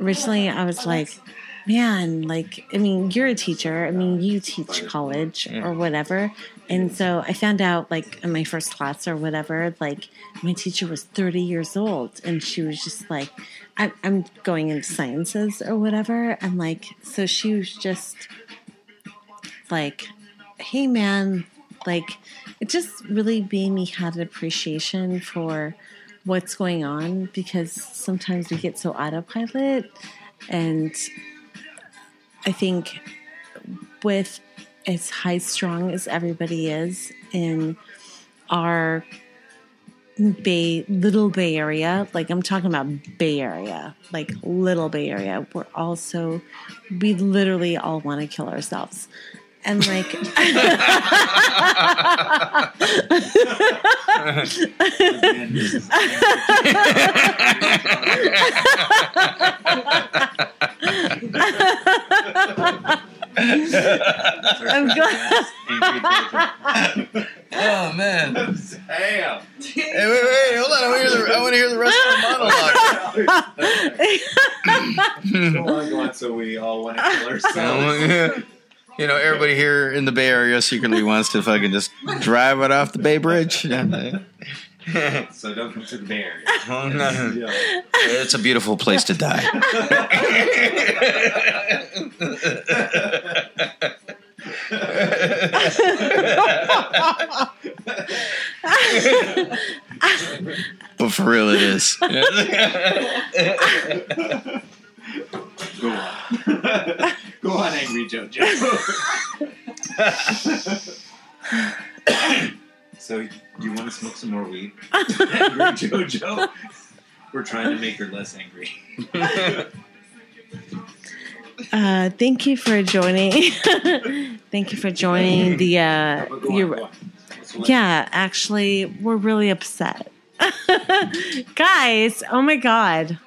originally I was like, man, like I mean, you're a teacher. I mean, you teach college or whatever, And so I found out, like, in my first class or whatever, like, my teacher was 30 years old. And she was just like, I, I'm going into sciences or whatever. And, like, so she was just like, hey, man, like, it just really made me have an appreciation for what's going on because sometimes we get so autopilot. And I think with as high strung as everybody is in our Bay little Bay Area, like I'm talking about Bay Area, like little Bay Area, we're also we literally all want to kill ourselves. And like Again, this is- I'm glad Angry David. Oh man! Hey, Damn. wait, wait, wait, hold on! I want to hear the, I want to hear the rest of the monologue. Go on, go on, so we all want to kill ourselves. So, you know, everybody here in the Bay Area secretly wants to fucking just drive it off the Bay Bridge. so don't come to the Bay Area. Oh, it's Yeah. a beautiful place to die. but for real, it is. Go on. go on, Angry JoJo. so, you want to smoke some more weed? angry JoJo? We're trying to make her less angry. uh, thank you for joining. thank you for joining the uh, But go your, on, go on. What's the last- Yeah, actually, we're really upset. Guys, oh my God.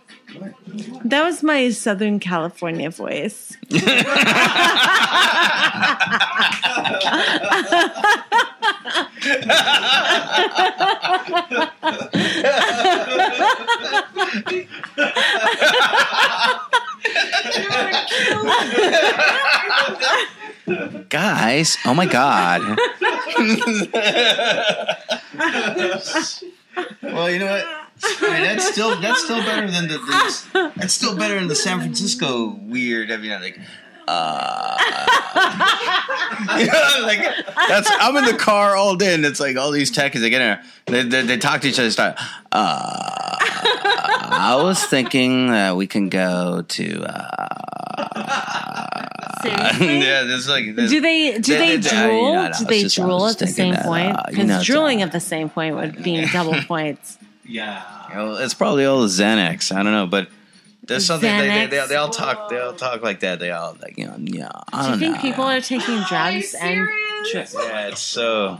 That was my Southern California voice. Guys, oh my god. well, you know what? I mean, that's still that's still better than the, the that's still better than the San Francisco weird. I mean, I'm like. Uh, you know, like that's I'm in the car all day, and it's like all these techies they get in, there, they, they they talk to each other. Start. Uh, I was thinking that we can go to. Uh, Seriously? yeah, this is like this, Do they do they, They- they- I- drool? no, no, I do was they just- I was drool just at the same thinking that, point? uh, you Because know, it's, drooling uh, at the same point would mean double points. Yeah. You know, it's probably all the Xanax. I don't know, but there's something they, they, they, Xanax? they all talk. They all talk like that. They all like you know. Yeah, Do I you don't think know. people are taking drugs and Yeah, it's so.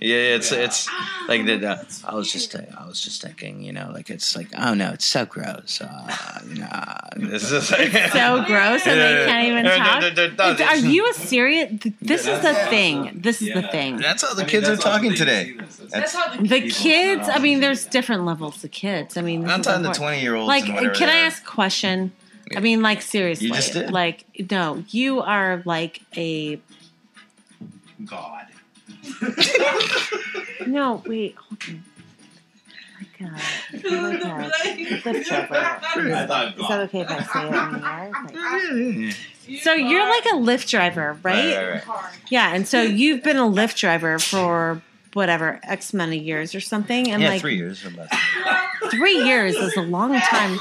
Yeah, it's it's like the, the- I was just I was just thinking, you know, like it's like oh no, it's so gross. Uh, you know, this is like, so gross and Yeah, they yeah, can't even yeah. talk? No, no, no, no, Are it's- you a serious? This is the Yeah. thing. This is the Yeah. thing. That's how the I mean, kids are that's all talking they today. see this. That's- That's how the The People kids, are I mean, always- there's different levels of kids. I mean, this I'm is talking to important. twenty year olds. like uh, and whatever can i they are. ask a question i mean like seriously You just did. like no you are like a God. no wait hold on. Oh my God. Oh my God. Lift over. I thought Is God. that okay if I say it on the air? Like- oh. Yeah, so you're like a Lyft driver, right? Right, right, Yeah, and so you've been a Lyft driver for whatever X amount of years or something, and yeah like three years. or less. three years is a long time.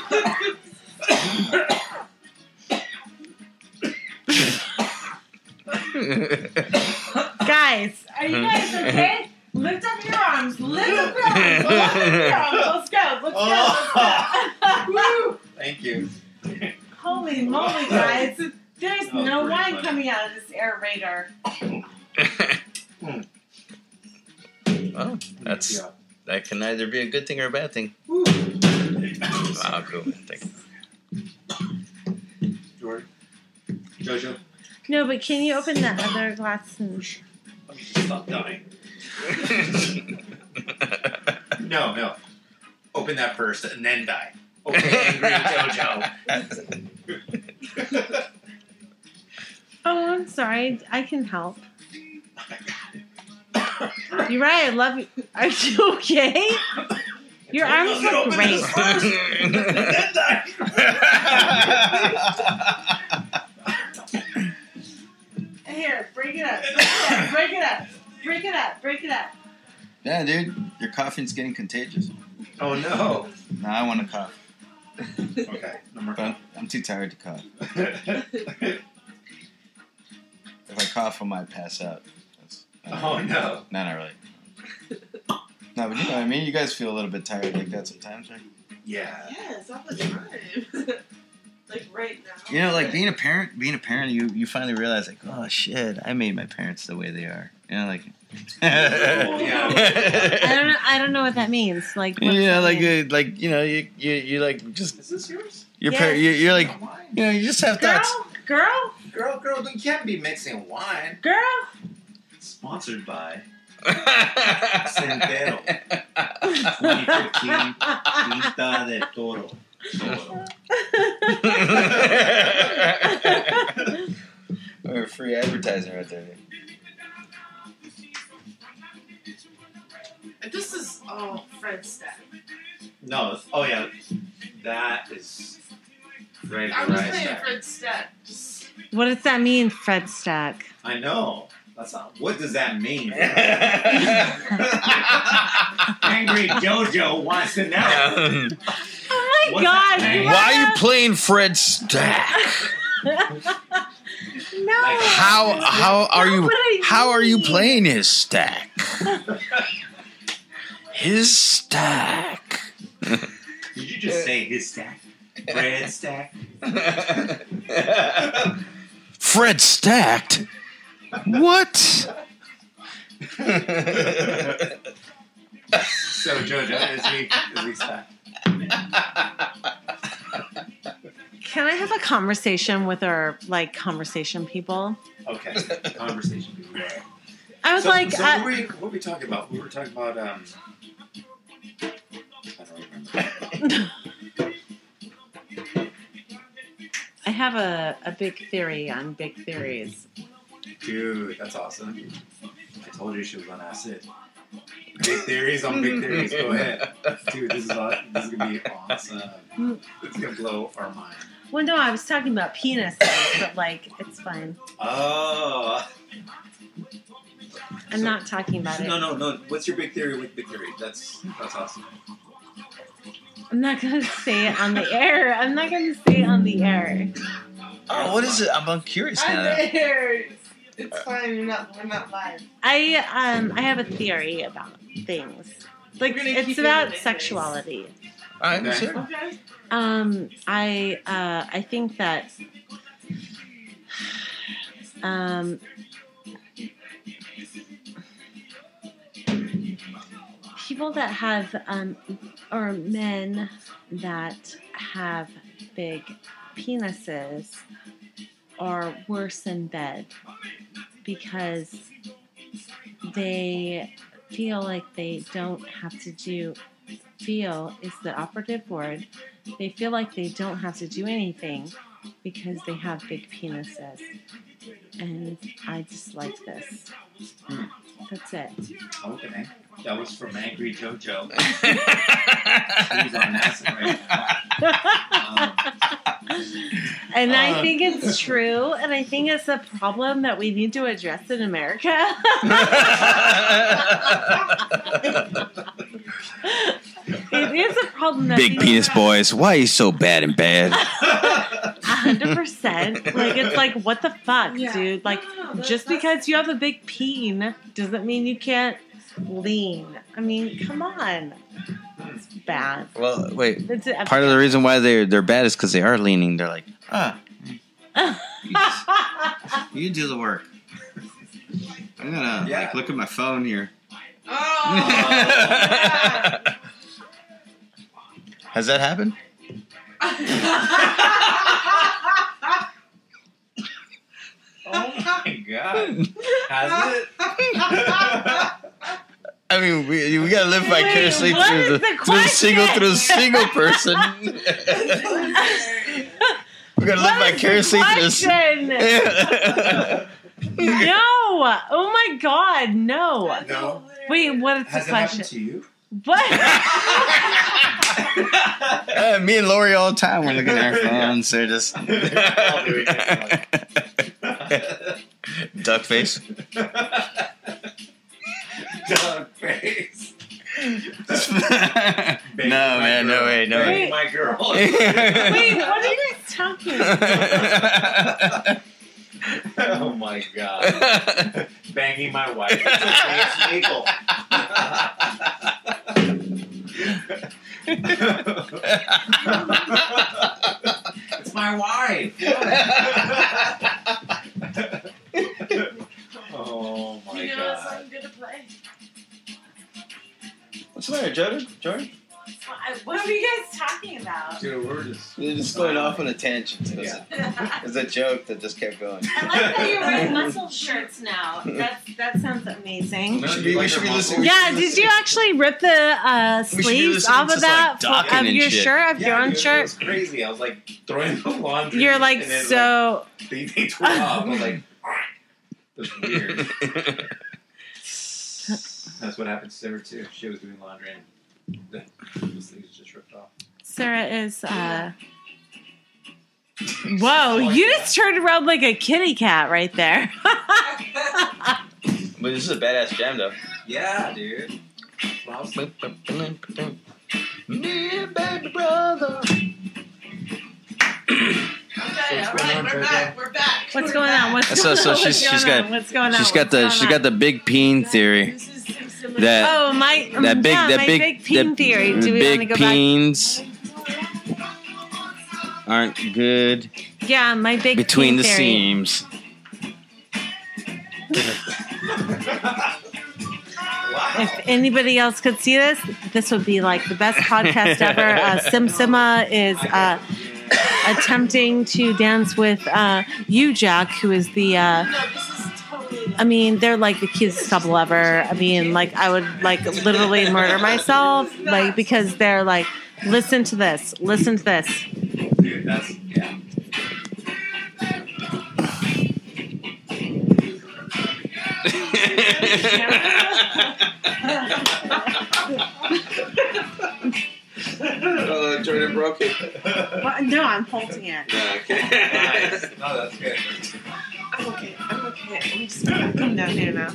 Guys, Are you guys okay? Lift up your arms. Lift up your arms. Lift up your arms. Let's go. Let's Oh. go. Woo. Thank you. Holy moly, guys. There's That was no pretty wine funny. coming out of this aerator. Well, that's Yeah. that can either be a good thing or a bad thing. Wow, cool. Thank you. Jordan. Jojo. no, but can you open that other glass? And... Let me just stop dying. No, no. Open that first and then die. Okay, angry JoJo. Oh, I'm sorry. I can help. You're right. I love you. Are you okay? Your arms look great. Here, break it up. Break it up. Break it up. Break it up. yeah, dude, your coughing's getting contagious. Oh no. Now I want to cough, Okay. Number but I'm, I'm too tired to cough. five. If I cough, I might pass out. That's, oh no. No, not really. No, but you know what I mean? You guys feel a little bit tired like that sometimes, right? Yeah. Yes, all the time. like right now. You know, like being a parent, being a parent, you, you finally realize, like, oh shit, I made my parents the way they are. You know, like. I yeah, don't know. I don't know what that means. Like, what does yeah, that like, mean? uh, like you know, you you you like just Is this yours? you're Yeah. par- you're, you're like Wine. you know you just have Girl, thoughts. girl, Girl, girl, you can't be mixing wine. girl. Sponsored by Sendero. Sendero. Quinta del Toro. Toro. Or free advertising right there. This is all Fred stuff. No. Oh yeah. That is. Right. I'm just right. saying Fred stuff. Just what does that mean, Fred Stack? I know. That's not. What does that mean? Angry JoJo wants to know. Oh my What's God! that mean? what Why are you a- playing Fred Stack? no. Like, How how are you What I how are you mean. playing his stack? His stack. Did you just say his stack? Red stack. Fred stacked. What? So JoJo is he? Is he stack? Can I have a conversation with our like conversation people? Okay. Conversation. I was So, like, so uh, what, were we, what were we talking about? We were talking about. Um, I don't remember. I have a, a big theory on big theories. Dude, that's awesome. I told you she was on acid. Big theories on big theories. Go ahead. Dude, this is, aw- this is going to be awesome. It's going to blow our mind. Well, no, I was talking about penises, but like, it's fine. Oh. I'm not talking about it. No, no, no. What's your big theory with big theory? That's that's awesome. I'm not gonna say it on the air. I'm not gonna say it on the air. Oh, what is it? I'm, I'm curious I'm now. there. It's fine. You're not. We're not live. I um I have a theory about things. Like We're gonna it's keep it in about this. sexuality. I'm Okay. serious. Okay. Um, I uh, I think that um, people that have um, or men that have big penises are worse in bed because they feel like they don't have to do feel is the operative word they feel like they don't have to do anything because they have big penises. And I dislike this. Hmm. That's it. Oh, Okay. That was from Angry JoJo. She's on acid right now. Um, and I Uh. think it's true. And I think it's a problem that we need to address in America. it is a problem that Big we- penis boys, why are you so bad and bad? 100%. Like, it's like, what the fuck, Yeah. dude? Like, No, no, no, that's- just because you have a big peen doesn't mean you can't lean. I mean, come on. It's bad. Well, wait. It's a- Part of the reason why they're they're bad is because they are leaning. They're like, ah, you, just- you do the work. I'm gonna Yeah. like look at my phone here. Oh. Has that happened? oh my god. Has it? I mean, we, we gotta live Wait, vicariously what through is the, the through the single question? through the single person. we gotta live What is the vicariously through. question? the- No! Oh my god, no. No. Wait, what is the Has it question? happened to you? What? Uh, me and Lori all the time. We're looking at our phones. They're just duck face. Dog face. no Baby, my man, no girl. way, no way. Baby, My girl. Wait, what are you guys talking oh my god. Banging my wife. It's okay, it's legal. it's my wife. oh my you know what god. song I'm gonna play? What's the matter, Jordan? Jordan? What are you guys talking about? Dude, we're just. They're just going off on a tangent. It was, Yeah. a, it was a joke that just kept going. I like that you're wearing muscle shirts now. That's that sounds amazing. We should be, we should be listening. Yeah, did you actually rip the uh, We should be sleeves listening off to, of that like, of Dokken and your shit. shirt, of Yeah, your own dude, It was shirt? crazy. I was like throwing the laundry. You're like and then, so. Like, they, they tore it off. I was like, it was weird. That's what happened to Sarah too. She was doing laundry and the the sleeves just ripped off. Sarah is. uh Whoa! You just turned around like a kitty cat right there. But this is a badass jam, though. Yeah, dude. Wow. Okay, all going right, on, we're Jojo? back. We're back. What's we're going on? back. What's So- going so on? she's- What's she's going got- on? What's going on? She's got What's the going she's on? got the big peen theory. This is Sim Sim- That Oh my! um, that big yeah, that my big, peen that- theory. the Do we want to big go peens aren't good back? Yeah, my big between peen the theory. seams. If anybody else could see this, this would be like the best podcast ever. Uh, Simsima is uh, attempting to dance with uh, you, Jack, who is the. Uh, No, this is totally. I mean, they're like the cutest couple ever. I mean, like I would like literally murder myself, like because they're like, listen to this, listen to this. Dude, that's yeah. Oh, Jordan broke it. Well, no, I'm holding it. Nice. No, that's good. I'm okay. I'm okay. I'm just gonna come down here now.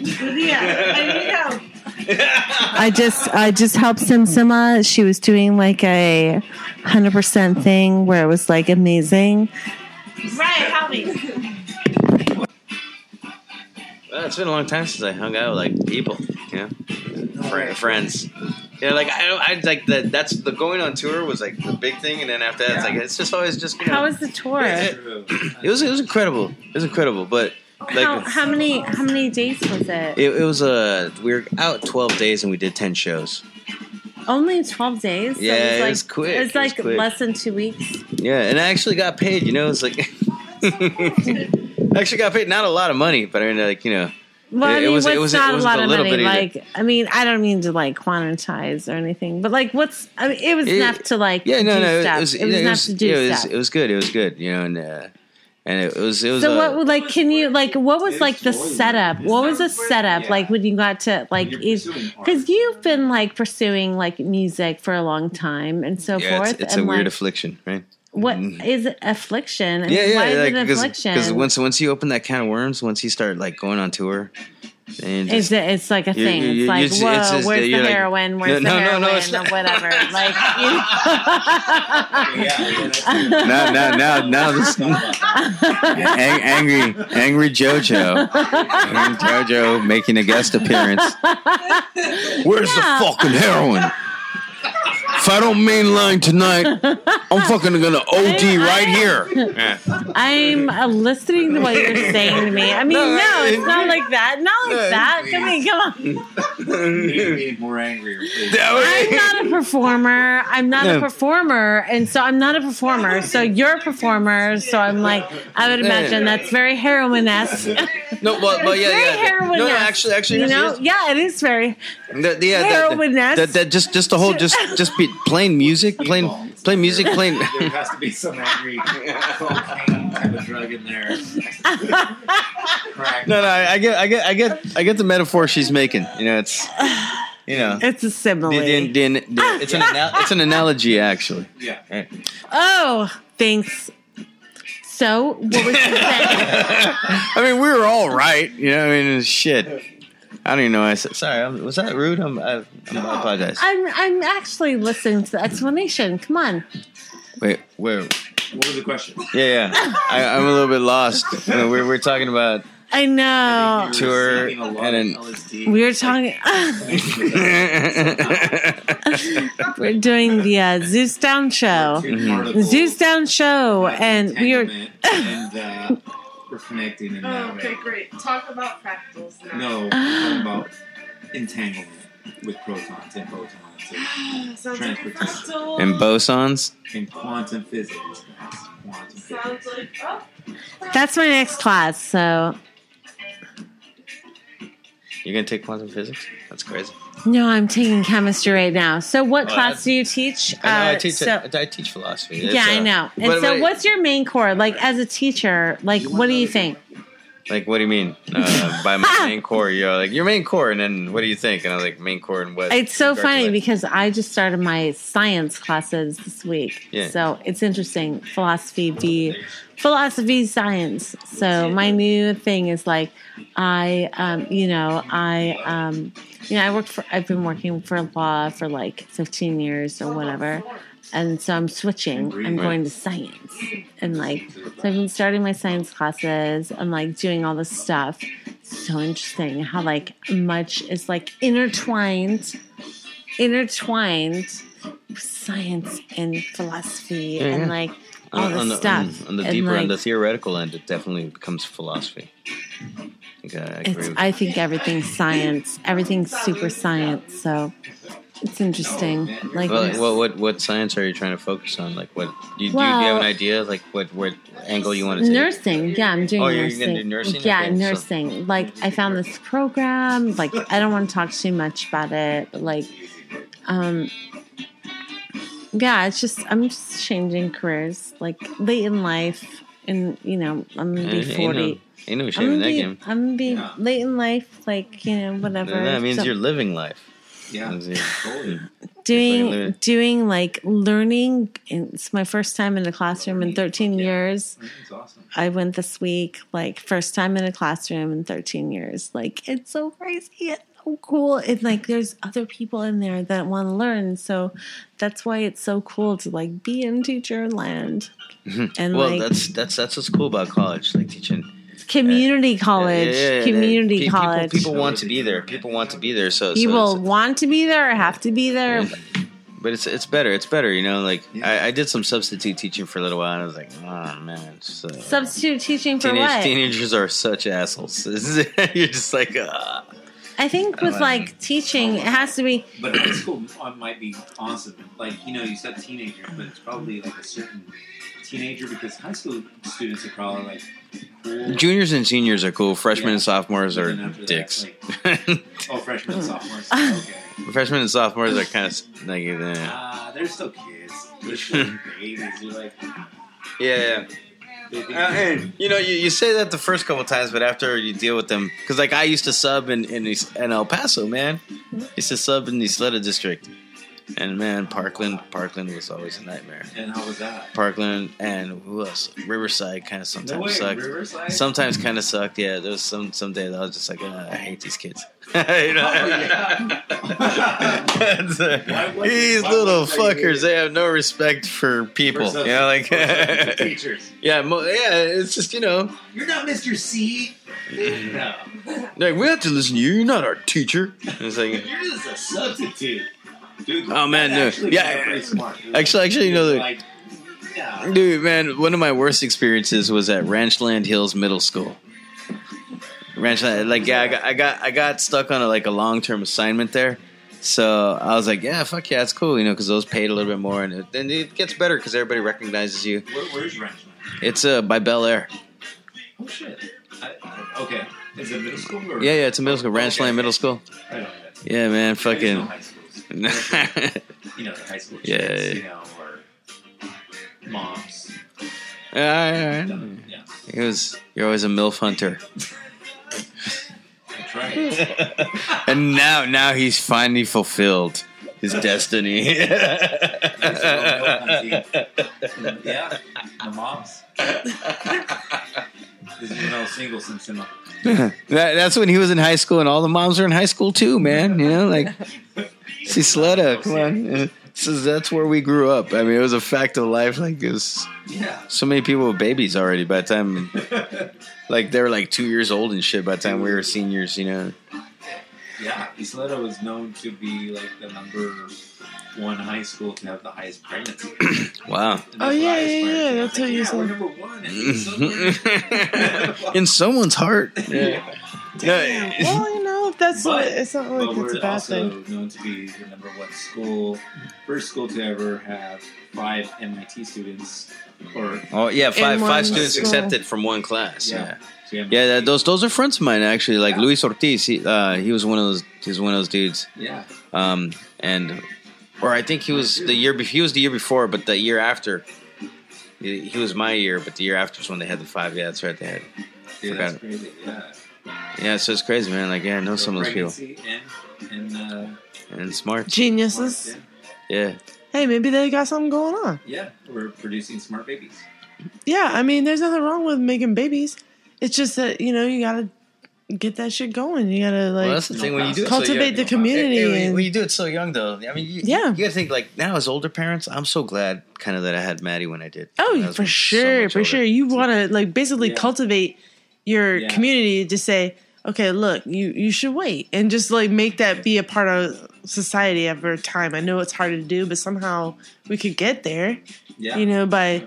Yeah, there you go. I just I just helped Simsima. She was doing like a hundred percent thing where it was like amazing. Right, help me. Well, it's been a long time since I hung out with like people, you know, Fri friends. Yeah, like I, don't- I like that. That's the going on tour was like the big thing, and then after that, it's like it's just always just. You know, How was the tour? Yeah. True. it was it was incredible. It was incredible, but like How, how many how many days was it? it, it was a we were out twelve days and we did ten shows. Only twelve days. So Yeah, it was, it like, was quick. It was It was like quick. less than two weeks. Yeah, and I actually got paid. You know, it's like actually got paid. Not a lot of money, but I mean, like you know, Well, It- I it mean, was- what's it was- not it was a lot a of little money? bit either. like, I mean, I don't mean to like quantize or anything, but like, what's? I mean, it was It- enough to like, yeah, no, do no, stuff. it was, it was yeah, enough to do yeah, it was, stuff. it was good. It was good. You know, and uh, and it was it was. so uh, what? Like, can you like? What was like the Enjoy it. setup? What was the It's not worth- setup yeah. like when you got to like? You're Is pursuing art. because you've been like pursuing like music for a long time and so yeah, forth. it's, it's a and weird like, affliction, right? what is affliction? And Yeah, yeah, why is like it affliction? because once once you open that can of worms, once you start like going on tour, and Is it? It's like a You- thing. you- It's you- like, you just- whoa, it's just that where's the you're like- heroin? Where's No, the no, no, heroin? no, it's or not- whatever. like, you Yeah, now now now now this ang- angry angry JoJo, angry JoJo making a guest appearance. Where's Yeah. the fucking heroin? If I don't mainline tonight, I'm fucking gonna OD right here. I'm uh, listening to what you're saying to me. I mean, no, No, I- it's not like that. Not like No, that. I mean, come on. you need more angrier. please. That was- I'm not a performer. I'm not a No. performer, and so I'm not a performer. So you're a performer. So I'm like, I would No, no, imagine no. that's very heroin esque. no, but, but yeah, Very yeah. No, no, heroin-esque, actually, actually, You know? here's- Yeah, it is very. The, the, yeah, the- the- Heroin-esque. the- the- just just the whole just just be plain music, plain play music, playing. There has to be some angry cocaine type of drug in there. Crack. No, no, I, I get, I get, I get, I get the metaphor she's making. You know, it's, you know, It's a simile. the- the- the- the- it's an anal- it's an analogy actually. Yeah. Oh, thanks. So, what was you saying? I mean, we were all right. You know, I mean, it's shit. I don't even know. Why I said sorry. I'm, was that rude? I'm, I, I'm, I apologize. I'm I'm actually listening to the explanation. Come on. Wait, where? What was the question? Yeah, yeah. I, I'm a little bit lost. You know, we're, we're talking about I know. You were Tour sleeping a lot and on an- LSD. We were talking. we're doing the uh, Zeus Down show. Mm-hmm. The Zeus Down show, and we are. and uh, we're connecting in Oh, that okay, way. great. Talk about fractals now. No, we're talking about entanglement with protons and photons and, Sounds like a Transportation. fractal. and bosons. and quantum physics. guys. Quantum Sounds physics. like oh, That's my next class. So You're gonna take quantum physics? That's crazy. no, I'm taking chemistry right now. So what Oh, class that's- do you teach? I know. I Uh, teach. so- I, I teach philosophy. It's, yeah, I uh, know. And but- so, but- what's your main core? Like, as a teacher, like, what do you think? Like, what do you mean uh, by my main core? You're like your main core, and then what do you think? And I'm like main core and what? It's so Regard to funny what? because I just started my science classes this week. Yeah. So it's interesting. Philosophy B, philosophy science. So my new thing is like, I, um, you know, I, um, you know, I work for, I've been working for law for like 15 years or whatever. And so I'm switching. I'm going to science. And like, so I've been starting my science classes and like doing all this stuff. So interesting how like much is like intertwined intertwined science and philosophy Yeah, and yeah. like all on, this on the, stuff. On, on the And, deeper, like, on the theoretical end, it definitely becomes philosophy. I think I agree it's, with I think everything's science. Everything's super science. So it's interesting. Like, Well, like, what what what science are you trying to focus on? Like, what do you, do, you, do you have Well- an idea? Like, what what angle you want to take? nursing. Yeah, I'm doing Oh, you're nursing. gonna do nursing? Yeah, Okay, so- nursing. Like, I found this program. Like, I don't want to talk too much about it. but, Like, um, yeah, it's just I'm just changing careers. Like late in life, and you know, I'm gonna be Ain't- ain't no- forty. Ain't no shame I'm in gonna that be, game. I'm gonna be Yeah. late in life, like you know, whatever. No, that means So you're living life. Yeah. Totally. doing living it. doing like learning. and It's my first time in a classroom in 13 Yeah. years. That's awesome. I went this week, like first time in a classroom in 13 years. Like it's so crazy, it's so cool, and like there's other people in there that want to learn. So that's why it's so cool to like be in teacher land and Mm-hmm. well, like that's that's that's what's cool about college, like teaching community college, Yeah, yeah, yeah. community Pe- people- college. People, want to be there. People want to be there. So you so will it's- want to be there, have to be there. But it's it's better. It's better, you know. Like I, I did some substitute teaching for a little while, and I was like, oh man, it's so Substitute teaching for teenage what? teenagers are such assholes. You're just like, ah. I think with Oh, like teaching, it has to be. But high school might be awesome. Like, you know, you said teenager, but it's probably like a certain teenager because high school students are probably like cool. juniors and seniors are cool. Freshmen Yeah. and sophomores are And after that, dicks. like, oh, freshmen and sophomores. Okay. Freshmen and sophomores are kind of like, eh. yeah, Ah, they're still kids. They're still babies. You're like, yeah. they think- Uh, and, you know, you, you say that the first couple times, but after you deal with them, because like I used to sub in in, these- in El Paso, man. Used to sub in the Sleta district, and man, Parkland, Parkland was always a nightmare. and how was that? Parkland and who else? Riverside kind of sometimes No way, sucked. Riverside. Sometimes kind of sucked. Yeah, there was some some days I was just like, "Ah, I hate these kids. You know? uh, It's, uh, Oh, Why would- These why little would they do fuckers, they have no respect for people. Versus- You know, like versus the teachers. yeah, mo- yeah. It's just you know, You're not Mr. C. No, like we have to listen to you. You're not our teacher. And It's like, you're just a substitute. Dude, Oh, man, that's no. actually Yeah, kinda yeah, pretty smart. actually, actually, you know, like, yeah. Dude, man, one of my worst experiences was at Ranchland Hills Middle School. Ranchland, like, yeah, I got, I got, I got stuck on a, like a long term assignment there. So I was like, yeah, fuck yeah, it's cool, you know, because those paid a little bit more, and it, and it gets better because everybody recognizes you. Where, where's Ranchland? It's uh, by Bel Air. Oh shit. I, I, okay, is it middle school or Yeah, yeah, it's a middle school, Ranchland Okay. Middle School. Right on that. Yeah, man, I just fucking. know high schools. yeah, You know the high school. Yeah, yeah. kids, You know, or moms. Yeah, all right. Yeah, He was, you're always a MILF hunter. that's right. And now, now he's finally fulfilled his destiny. yeah, the moms. This is when I was single since then. That, that's when he was in high school, and all the moms are in high school too, man. You know, like, see, Sleta, come on. So that's where we grew up. I mean, it was a fact of life. Like, this, Yeah. so many people with babies already by the time, like, they were like two years old and shit by the time we were seniors, you know. Yeah, Isleta was known to be like the number one high school to have the highest pregnancy. Wow. Oh, yeah, yeah, yeah, that's how you yeah, say we're it. number one. and it's so weird. in someone's heart. No, Well, you know, if that's But- what, it's not But like it's a we're bad also thing. known to be the number one school, first school to ever have five MIT students. Or Oh yeah, five one five students school. accepted from one class. Yeah. Yeah, yeah, yeah. that- those those are friends of mine actually. Like Luis Ortiz, he, uh, he was one of those. He's one of those dudes. yeah, Um, and or I think he was the year. Be- he was the year before, but the year after, he, he was my year. But the year after is when they had the five. Yeah, that's right. They had. Dude, Forgot that's it. crazy. Yeah, Yeah, so it's crazy, man. Like yeah, I know So some of those people pregnancy and and uh, and smart. Geniuses. smart- Yeah, Hey, maybe they got something going on. yeah, yeah, we're producing smart babies. Yeah, I mean, there's nothing wrong with making babies. It's just that you know you gotta get that shit going. You gotta like well, that's the thing when you do it so young- cultivate the community. Yeah, when, and, when you do it so young, though, I mean, you, Yeah. you gotta think like now as older parents, I'm so glad kind of that I had Maddie when I did. When I oh, was for so sure, much for older. sure. You want to like basically Yeah. cultivate your Yeah. community to say, okay, look, you you should wait, and just like make that be a part of society over time. I know it's hard to do, but somehow we could get there. Yeah, you know, by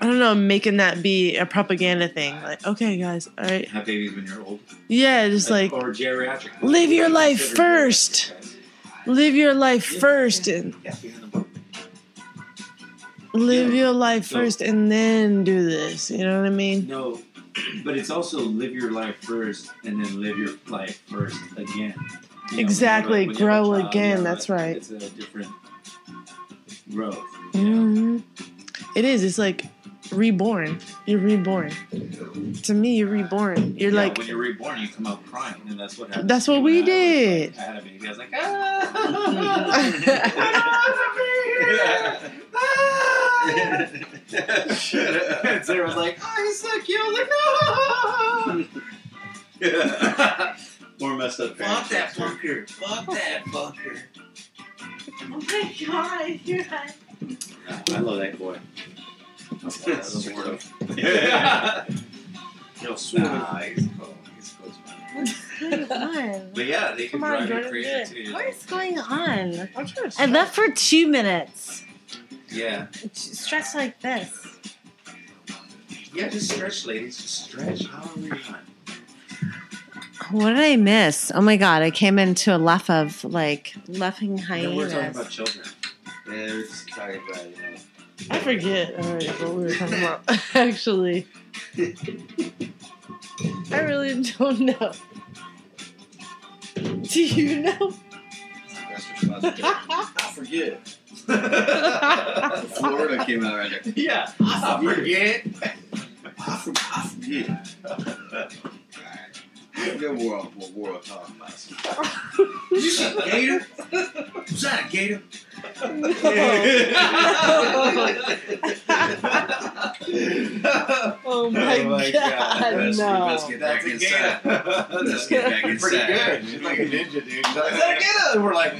I don't know, making that be a propaganda thing. Like, okay, guys, all right, have babies when you're old. yeah, just like or geriatric. live your life Consider first. geriatric, live your life first and guys. Yeah, you're in the book. live Yeah. your life So- first, and then do this. You know what I mean? No, but it's also live your life first and then live your life first again. You know, when you have a- Exactly, when you have a grow child, again, you have a- that's right. It's a different growth. hmm It is. It's like reborn. You're reborn. To me, you're reborn. You're Yeah, like when you're reborn, you come out crying, and that's what happened. That's to me what when we I was, did. Like, I had a baby. I was like, ah. and Sarah was like, oh, he's so cute. I was like, ah. More messed up Fuck that parents. fucker. Fuck that fucker. I love that boy. That's Sort of. No, sweet. Nah, he's cool. He's cool. What's going on? But yeah, they can Come on, drive you Jordan, do it. crazy too. What is going on? I'm trying to I left for two minutes. Yeah. Stretch like this. Yeah, just stretch, ladies. Just stretch. How are we on? What did I miss? Oh my god, I came into a laugh of like laughing No, we're talking about hyenas. children. Yeah, we're just talking about you know. I forget already what we were talking about. Actually, I really don't know. Do you know? Sylvester Stallone. I forget. Oh Florida came out right there. yeah. I forget. I for- I forget. Good world, what world talking about. Did you see a gator? Was that a gator? oh my, Oh my god, God, that's- we must no. get back inside. Let's get back Pretty inside. good. She's like a ninja, dude. She's like, that "Get up!" We're like,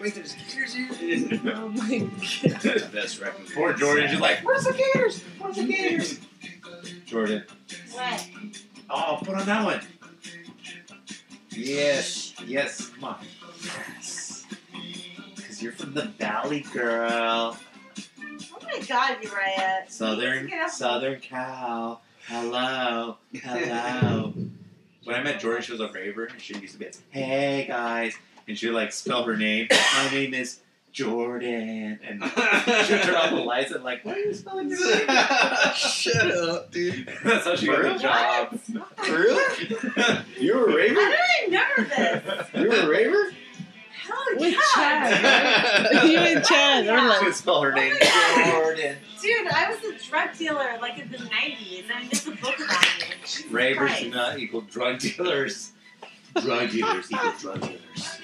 Wait, there's gators here? Oh my god. That's the best record. poor Jordan. She's like, "Where's the gators? Where's the gators?" Jordan. What? Oh, put on that one. Yes, yes, come on. Yes. Because you're from the valley, girl. Oh my god, Uriah. Southern, Yeah. Southern Cal. Hello, hello. when I met Jordan, she was a raver, and she used to be like, "Hey guys," and she would like spell her name. My name is Jordan, and she would turn off the lights and like, "Why are you spelling your name?" Shut up, dude. That's how she got the job. For real? You were a raver? I don't remember this. You were a raver? Hell With Chad. right? you and Chad are I like, could spell her name. Jordan. Oh Dude, I was a drug dealer like in the 90s, and there's a book about me. Jesus Ravers do Christ. not equal drug dealers. Drug dealers equal drug dealers.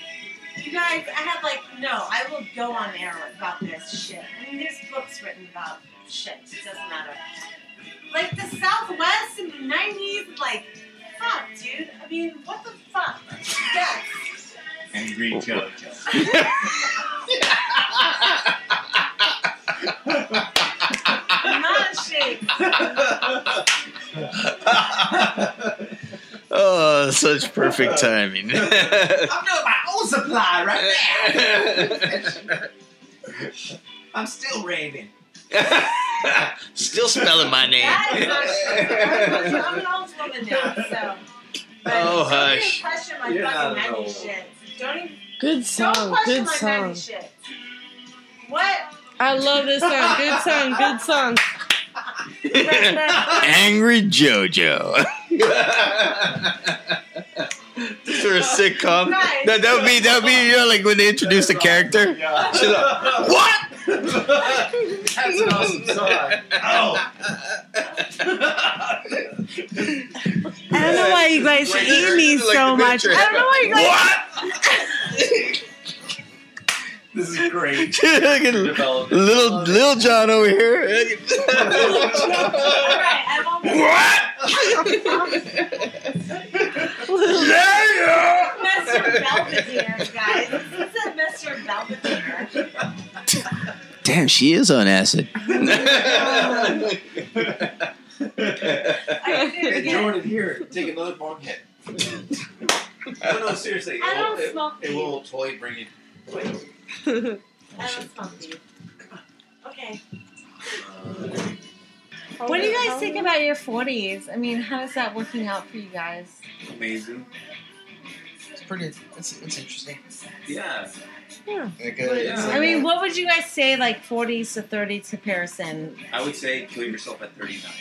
You guys, I had like, no, I will go on air about this shit. I mean, there's books written about shit. It doesn't matter. Like the Southwest in the 90s, like, fuck, dude. I mean, what the fuck? Yes. Angry JoJo. Not shit. Oh, such perfect timing. I'm doing my own supply I'm still raving. Still spelling my name. That is not shit. I'm an old woman now, so. But Oh, don't hush. Even question my You're fucking not an 90s old. shit. Don't even good don't song, question good my song. 90s shit. What? I love this song. Good song, good song. Angry JoJo. Is there a sitcom? Nice. That, that would be that would be you know, like when they introduce the character. She's like, what? That's an awesome song. Oh, I don't know why you guys Like, hate me like so the much. picture. I don't know why you guys. this is great. What? Development. little little John over here. All right, I won't. Mr. Belvedere, guys. This is a Mr. Belvedere. Damn, she is on acid. I did Hey, it again. Jordan, here, take another bong hit. no, no, seriously. It I will, don't it, smoke it will totally bring you. I don't smoke weed. Okay. What do you guys think about your 40s? I mean, how is that working out for you guys? Amazing. It's pretty. It's, it's interesting. Yeah. Like, uh, it's like, I mean, what would you guys say, like 40s to 30s comparison? I would say kill yourself at 39.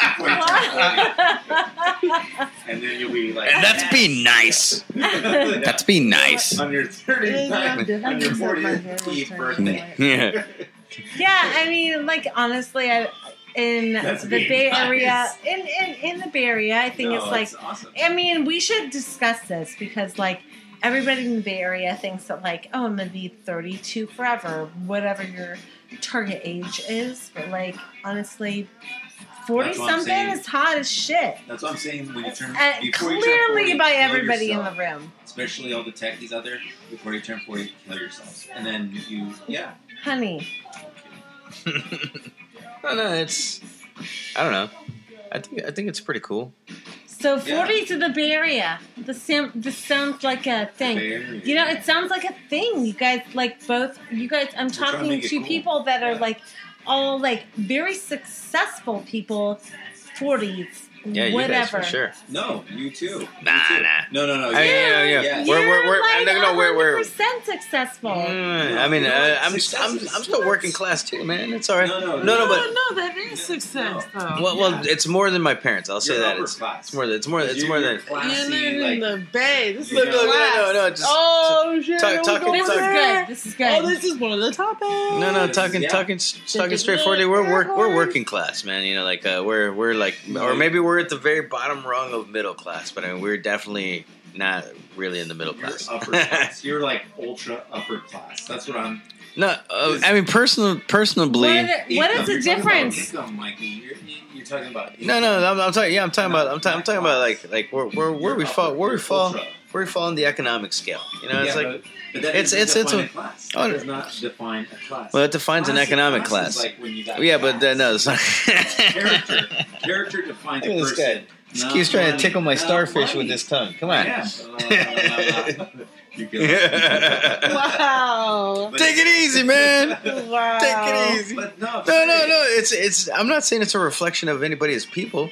Before you turn 40, That's and then you'll be like, "Ah." And that's be nice. That's be nice. on your 39th, on your 40th birthday. Yeah. Yeah, I mean, like honestly, I, in That's the being Bay nice. Area, in, in in the Bay Area, I think No, it's like. awesome. I mean, we should discuss this because like everybody in the Bay Area thinks that like, oh, I'm gonna be 32 forever, whatever your target age is. But like, honestly, 40 That's what I'm something saying. is hot as shit. That's what I'm saying. When you turn, And before you turn 40, uh, clearly by kill everybody in yourself. the room. especially all the techies out there. Before you turn 40, kill yourselves, and then you, yeah, Honey, I don't know. It's I don't know. I think I think it's pretty cool. so 40 Yeah. to the Bay Area. This, sim- this sounds like a thing. Very- You know, it sounds like a thing. You guys, like both, you guys, I'm trying to talking make to, it cool. people that are Yeah. like all like very successful people, 40s, Yeah, you guys whatever. for sure. no, you too. Nah, you too. nah. No, no, no. I mean, yeah. yeah, yeah. Yes. We're, we're, You're, we're, I like don't know where we're. 100% successful. Mm, I mean, No, I, I'm, success I'm, is- I'm still working class too, man. It's all right. No, no, no, no. but no, no, that is success, though. well, well, it's more than my parents. I'll say You're that. upper It's, class. it's more than it's more it's You're- more you're than. You're classy, living in like, the bay. This is Look, the look, class. no, no, just- oh shit! talk- I'm talk- going This is talk- there. good. This is good. Oh, this is one of the topics. No, no, talking, Yeah. talking, talking straightforwardly. We're work, we're working class, man. You know, like uh, we're we're like, or maybe we're at the very bottom rung of middle class, but I mean, we're definitely not really in the middle You're class. upper class. You're like ultra upper class. That's what I'm. no, uh, I mean, personal, personally. what, are the- what Income. is the You're talking about difference? Income, Mikey. You're, you're talking about No, no, I'm, I'm talking. Yeah, I'm talking about. I'm, ta- I'm talking about like like where where, where we fall where we fall where we fall on the economic scale. You know, Yeah, it's like but, but that it's- doesn't it's- it's define a- a class. oh, That does not define a class. well, it defines an Class- economic class is class. like when you got Yeah, but uh, class. no, it's not. character. Character defines Look a at this person. Just not keeps trying to money, tickle my not starfish money. with this tongue. Come on. Yeah. Uh, you can- Wow! But- Take it easy, man. Wow! Take it easy. But no, No, no, no. It's it's. I'm not saying it's a reflection of anybody as people.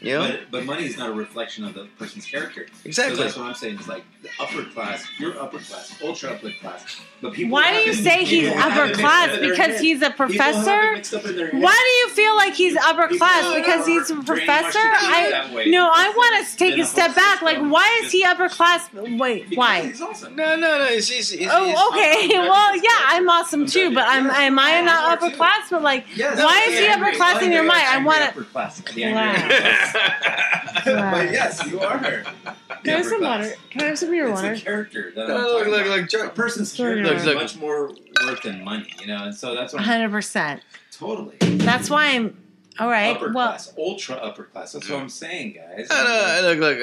Yeah. But, but money is not a reflection of the person's character. So Exactly. that's what I'm saying. Is like the upper class, you're upper class, ultra upper class. But people Why do have you it- say he's people have it upper mixed up class? in their Because head. he's a People have it professor? mixed up in their head. Why do you feel like he's upper People class? are Because he's a brainwashed professor? to think I that way. no, I It's want just to take been a step whole back. Like, system. why is Just he upper class? Wait, because why? He's awesome. No, no, no. It's, it's, it's, Oh, okay. I'm Well, ready. yeah, I'm awesome too, but I'm am I I'm not awesome upper too. class? But like, Yes, why the is he angry, upper class in your angry, mind? I angry wanna- upper class. The angry Wow. upper class. Wow. But yes, you are. Can can I have some water? Can I have some of your It's water? the character that I'm Look, talking look, about. look. A Joe- person's Sorry, character is Look, look. much more worth than money, you know, and so that's what I'm, Hundred percent. totally That's why I'm. All right. upper well, class, ultra upper class. That's what I'm saying, guys. No, no, look, uh, look.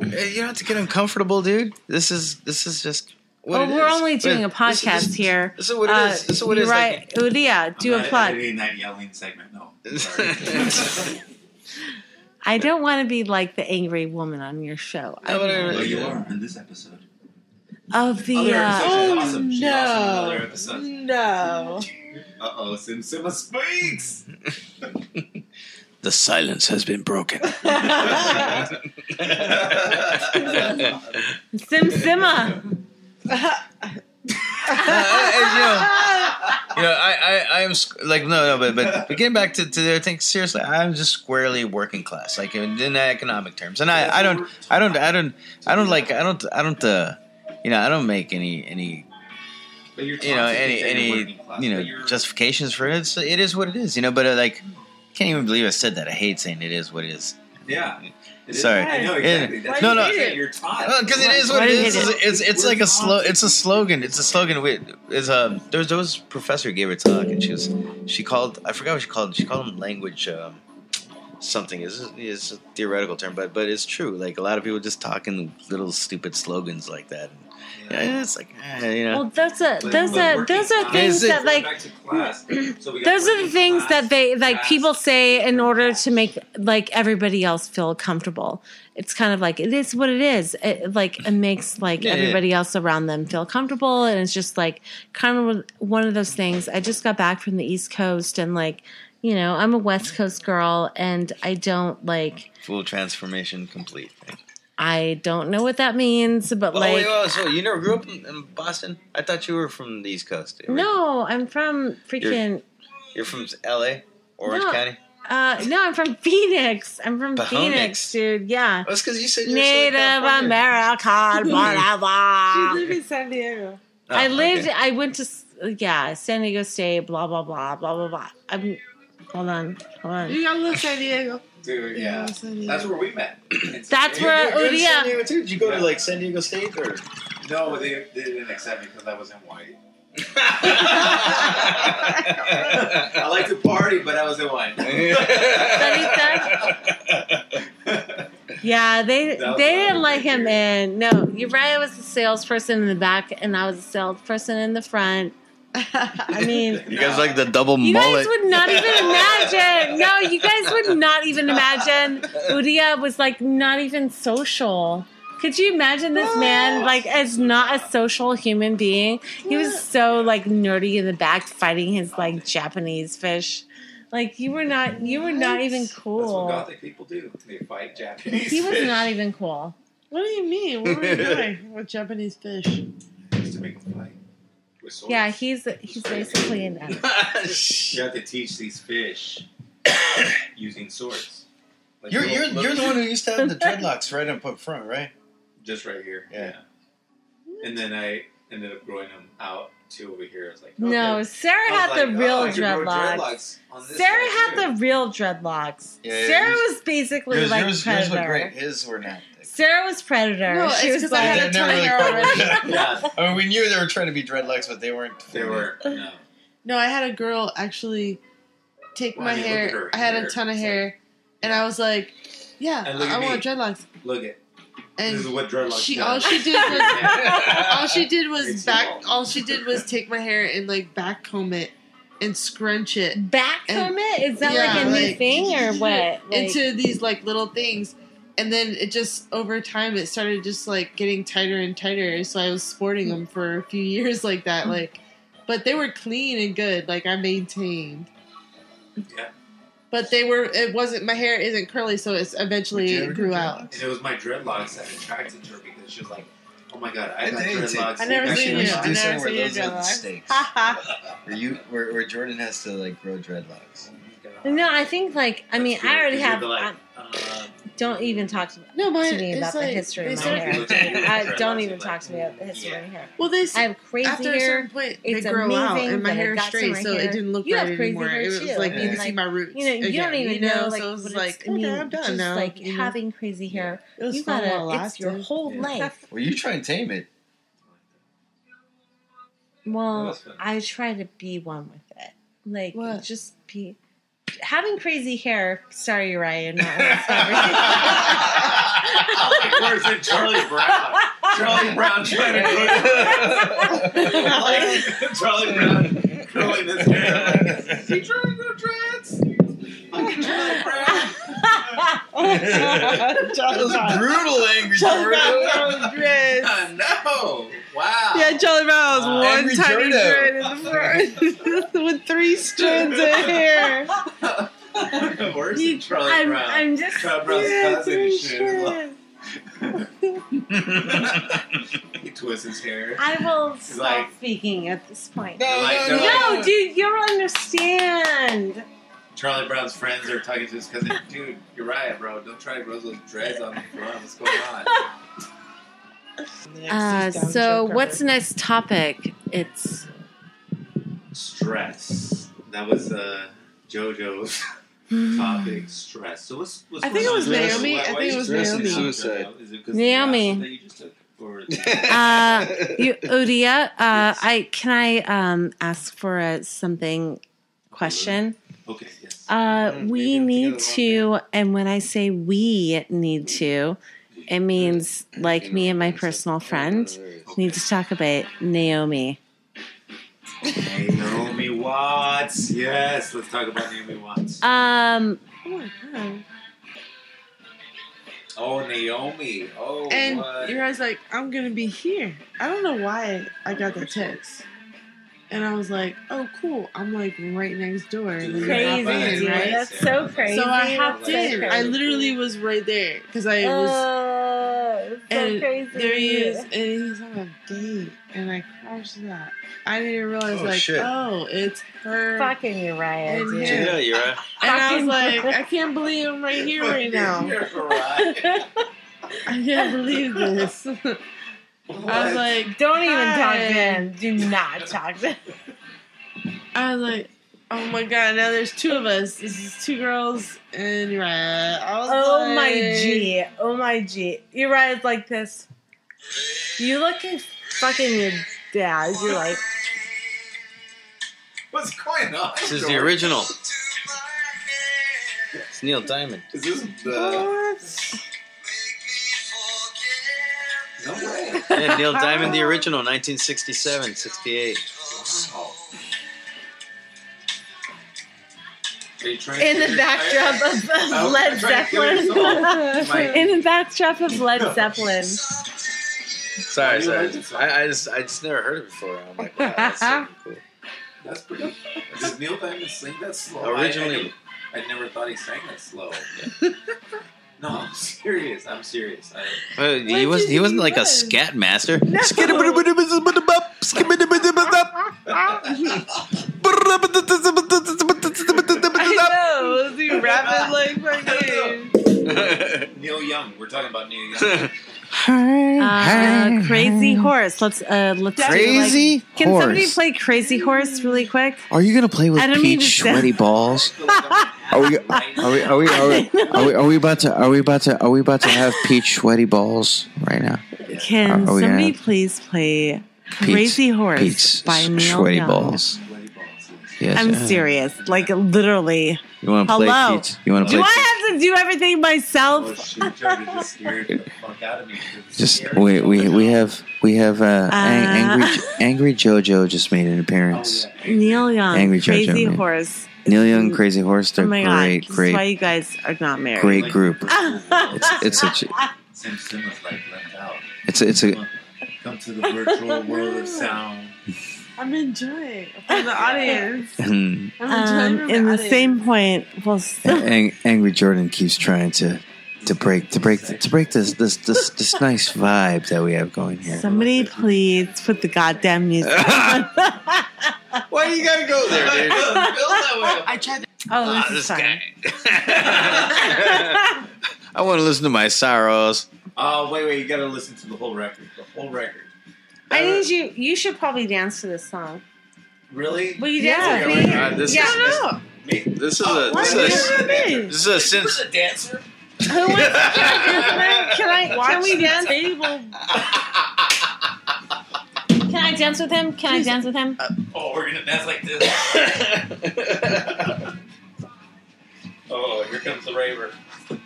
look. I, I- you don't have to get uncomfortable, dude. This is this is just. What well, it we're is. only doing a Wait, this is- podcast here. This is what it Uh, is. This is what it you're is. right, Udia, I'm do a not plug. editing that yelling segment. No, Like, I don't want to be like the angry woman on your show No, but I- well, you are in this episode. of the. Other Uh, episodes, Oh, awesome. She's awesome in other episodes. No. Uh oh, Sim Sima speaks. the silence has been broken. Sim Sima. you know, you know, I, I, I am squ- like no, no, but but, but getting back to, to their thing. Seriously, I'm just squarely working class, like in, in economic terms, and I, I don't, I don't, I don't, I don't like, I don't, I don't, uh, you know, I don't make any any But you're you know toxic any that you're any working class, you know but you're- justifications for it. It's, it is what it is, you know. But uh, like, can't even believe I said that. I hate saying it is what it is. Yeah. It is- Sorry. I know Yeah. exactly. That's No, what no. I'm saying. You're taught. because it is what Why it do you is. hate It's it? it's, it's We're like a slow. toxic. It's a slogan. It's a slogan. We is a there's there was a professor who gave a talk and she was she called I forgot what she called it. She called them language um, something. Is is a theoretical term, but but it's true. Like a lot of people just talking little stupid slogans like that. Yeah. Yeah, it's like eh, you know. Well, those are But- those but are working those are class- things Is it- that like Back to class. So we got those are the working things class, that they like class, people say in order class. to make like everybody else feel comfortable it's kind of like it is what it is it like it makes like Yeah, yeah. everybody else around them feel comfortable and it's just like kind of one of those things i just got back from the east coast and like you know i'm a west coast girl and i don't like Full transformation complete. Thing. i don't know what that means but Oh, like wait, oh, so you never grew up in, in Boston? I thought you were from the East Coast. no i'm from freaking you're from L.A. Orange No. County. uh no i'm from phoenix i'm from Pahonix. phoenix dude yeah That's because Oh, you said you're Native American, blah blah She blah. live in San Diego. Oh, Ah, I lived. I went to s- yeah, San Diego State. Blah blah blah blah blah blah. I'm hold on, hold on. You gotta love San Diego. Dude, You gotta yeah. love San Diego. That's where we met. It's- That's it- where- You're in Udia. San Diego too. Did you go to like San Diego State or? No, they, they didn't accept me because I wasn't white. I like to party, but I wasn't white. Yeah, they That was they didn't another let great him in. No, you're right. I was the salesperson in the back, and I was a salesperson in the front. I mean, you guys like the double You mullet? guys would not even imagine. No, you guys would not even imagine. Udia was like not even social. Could you imagine this man like as not a social human being? He was so like nerdy in the back fighting his like Japanese fish. Like you were not you were not even That's what cool. Gothic people do. They fight Japanese. He was fish not even cool. What do you mean? What were you doing with Japanese fish? to make them fight. With swords. Yeah, he's he's basically an F. You have to teach these fish using swords. Like You're you're, little- you're the one who used to have the dreadlocks right up up front, right? just right here. Yeah. yeah. And then I ended up growing them out to over here. I was like, No, okay. Sarah I was had like, the oh, real I could grow dreadlocks. dreadlocks on this Sarah side had the real dreadlocks. Yeah, yeah, Sarah yours- was basically like predator. His were not. Sarah was predator. No, she it's was 'cause I like, had a ton hair already. too. Yeah, I mean, we knew they were trying to be dreadlocks, but they weren't. they were. No. No, I had a girl actually take Well, my I mean, look at hair. her I had hair. a ton of It's hair, and I was like, "Yeah, And look I at want me. dreadlocks." Look at this is And what dreadlocks. she, do. all she did was, all she did was It's back. long. All she did was take my hair and like backcomb it and scrunch it back from And- it? Is that Yeah, like a new like- thing or what? Like, into these like little things. And then it just over time it started just like getting tighter and tighter. So I was sporting them for a few years like Mm-hmm. that. Like, but they were clean and good. Like I maintained. Yeah. But they were. It wasn't. My hair isn't curly, so it's eventually it grew out. And it was my dreadlocks that attracted her because she was like, "Oh my god, I I got dated you. dreadlocks." I never Actually, seen we you. should I do never something where seen you those are the dreadlocks. stakes. Ha ha. Where you, where, where Jordan has to like grow dreadlocks. No, I think like I mean I already have. Like, I- uh, don't even talk to, No, but to me it's about the like- history of they my start- hair. I, don't even talk to me about the history of my hair. Well, they s- I have crazy after a hair. certain point It's they grow out, amazing and my that I hair is got some straight, right so here. it didn't look You have right crazy anymore. hair, It was too. like I you didn't mean, see like, my roots. You know, you again, don't even you know, know, like, so it what was it's, like I mean, okay, I'm done just now. like you know? having crazy hair. It was You fun while it gotta, it's your lasted. whole Yeah. life. Well, you try and tame it. That Well, was fun. I try to be one with it. Like, What? just be. Having crazy hair. Sorry, Ryan. Not sorry. like, where's it, Charlie Brown? Charlie Brown trying to grow Charlie Brown curling his hair. Like, he trying to grow dreads. Fucking Charlie Brown. That was brutal, angry Charlie Jordan. Brown's dreads. Ah, no. Wow. Yeah, Charlie Brown was Uh, one Angry tiny Jordan. dread in the front with three strands of hair. Where's You- it, Charlie I'm, Brown? I'm just. Charlie Brown's Yeah, cousin three and shit. strands. he twists his hair. I will stop like- speaking at this point. No, Like, no, they're no. No, dude, you don't understand. Charlie Brown's friends are talking to his cousin. Dude, you're right, bro. Don't try to grow those dreads on the front. What's going on? Uh, so, what's the next topic? It's Stress. That was uh, JoJo's topic. Stress. So what's, what's Mm. I think going it was on? Naomi. Why- I why think you it was stressing Naomi. out, Suicide. JoJo? Is it 'cause Naomi. of the acid that you just took? Or uh, you, Odia. Uh, I can I um, ask for a something question? okay, yes. Uh, Mm, we maybe I'm need thinking to, and when I say we need to, it means like me and my personal friend need to talk about Naomi. Naomi Watts. Yes, let's talk about Naomi Watts. Um, Oh my god! Oh, Naomi. Oh, And what? your eyes like I'm gonna be here. I don't know why I got that text, and I was like, oh cool. I'm like right next door. And then I crazy, hop in, dude. right? That's so crazy. So I hopped That's so in. I crazy. literally was right there because I was. Oh, it's so And crazy. there he is, and he's on a date, and I crashed that. I didn't even realize, Oh, like, shit. oh, it's her. Fucking Uriah. And dude. him. you're right. And I was Fucking- like, I can't believe I'm right here right now. You're right. I can't believe this. I was like, Don't even talk Hi. to him. Do not talk to him. I was like, oh my god, now there's two of us. This is two girls and Uriah. I was Oh my like- G. Oh my G. Uriah's like this. You look at fucking your dad. You're like, What's going on? This is the George? original. It's Neil Diamond. Is this the? What? No way. Yeah, Neil Diamond, the original, 1967, 68. Wow. Are you trying in to- the backdrop of, I of was Led trying to kill Zeppelin. yourself. My- in the backdrop of Led Zeppelin. Sorry, sorry. I, I just I just never heard it before. I'm like, wow, that's so cool. That's pretty. Does Neil Diamond sing that slow? Originally, I, I, I never thought he sang that slow. no, I'm serious. I'm serious. I, uh, he When was did he wasn't he like a was? scat master. I know. Was he rapping like fucking? Neil Young. We're talking about Neil Young. Uh, crazy horse. Let's uh, let's do, like- Crazy can somebody Horse. play Crazy Horse really quick? Are you gonna play with I don't mean peach to sound- sweaty balls? I feel like I'm Are we- right Are we? Are we? Are we? Are we, are we about to? Are we about to? Are we about to have peach sweaty balls right now? Can Are- are we somebody gonna- please play Oh, Pete's- Crazy Horse Pete's by Neil sweaty Young? balls. Sweaty balls. Yes. I'm yeah. serious, like literally. You want to play Hello. Pete's? You want to Do play? I have to do everything myself? Oh, shit, Jordan just scared the fuck out of me. Pete's? Just we we we have we have uh, an- Uh. angry angry JoJo just made an appearance. Oh, yeah. Neil Young, Angry Judge, Crazy I mean. Horse. Neil Young, Crazy Horse, they're oh my great, god, this is why great, you guys are not married. great group. It's, It's such a, Simpson was like left out. it's a, it's a Come to the virtual world of sound. I'm enjoying it from the audience. hmm, And Um, I'm enjoying it from in the audience. same point, well, still, Ang- Angry Jordan keeps trying to to break to break to break this this this this nice vibe that we have going here. somebody please put the goddamn music on. Oh, Why do you gotta go there, dude? I tried. oh, Ah, this is fine. this guy. I want to listen to my sorrows. Oh, wait, wait. You got to listen to the whole record. The whole record. I need you. You should probably dance to this song. Really? Will you Yeah. dance Yeah, with me? we're Uh, this, yeah. Oh, No, is, Me? this is a Why this do you is a, have me? this is a sense. a dancer. Who wants to dance? Can I? Can, I, can watch we the dance? table. Can I dance with him? Can I dance with him? Oh, we're going to dance like this. oh, here comes the raver.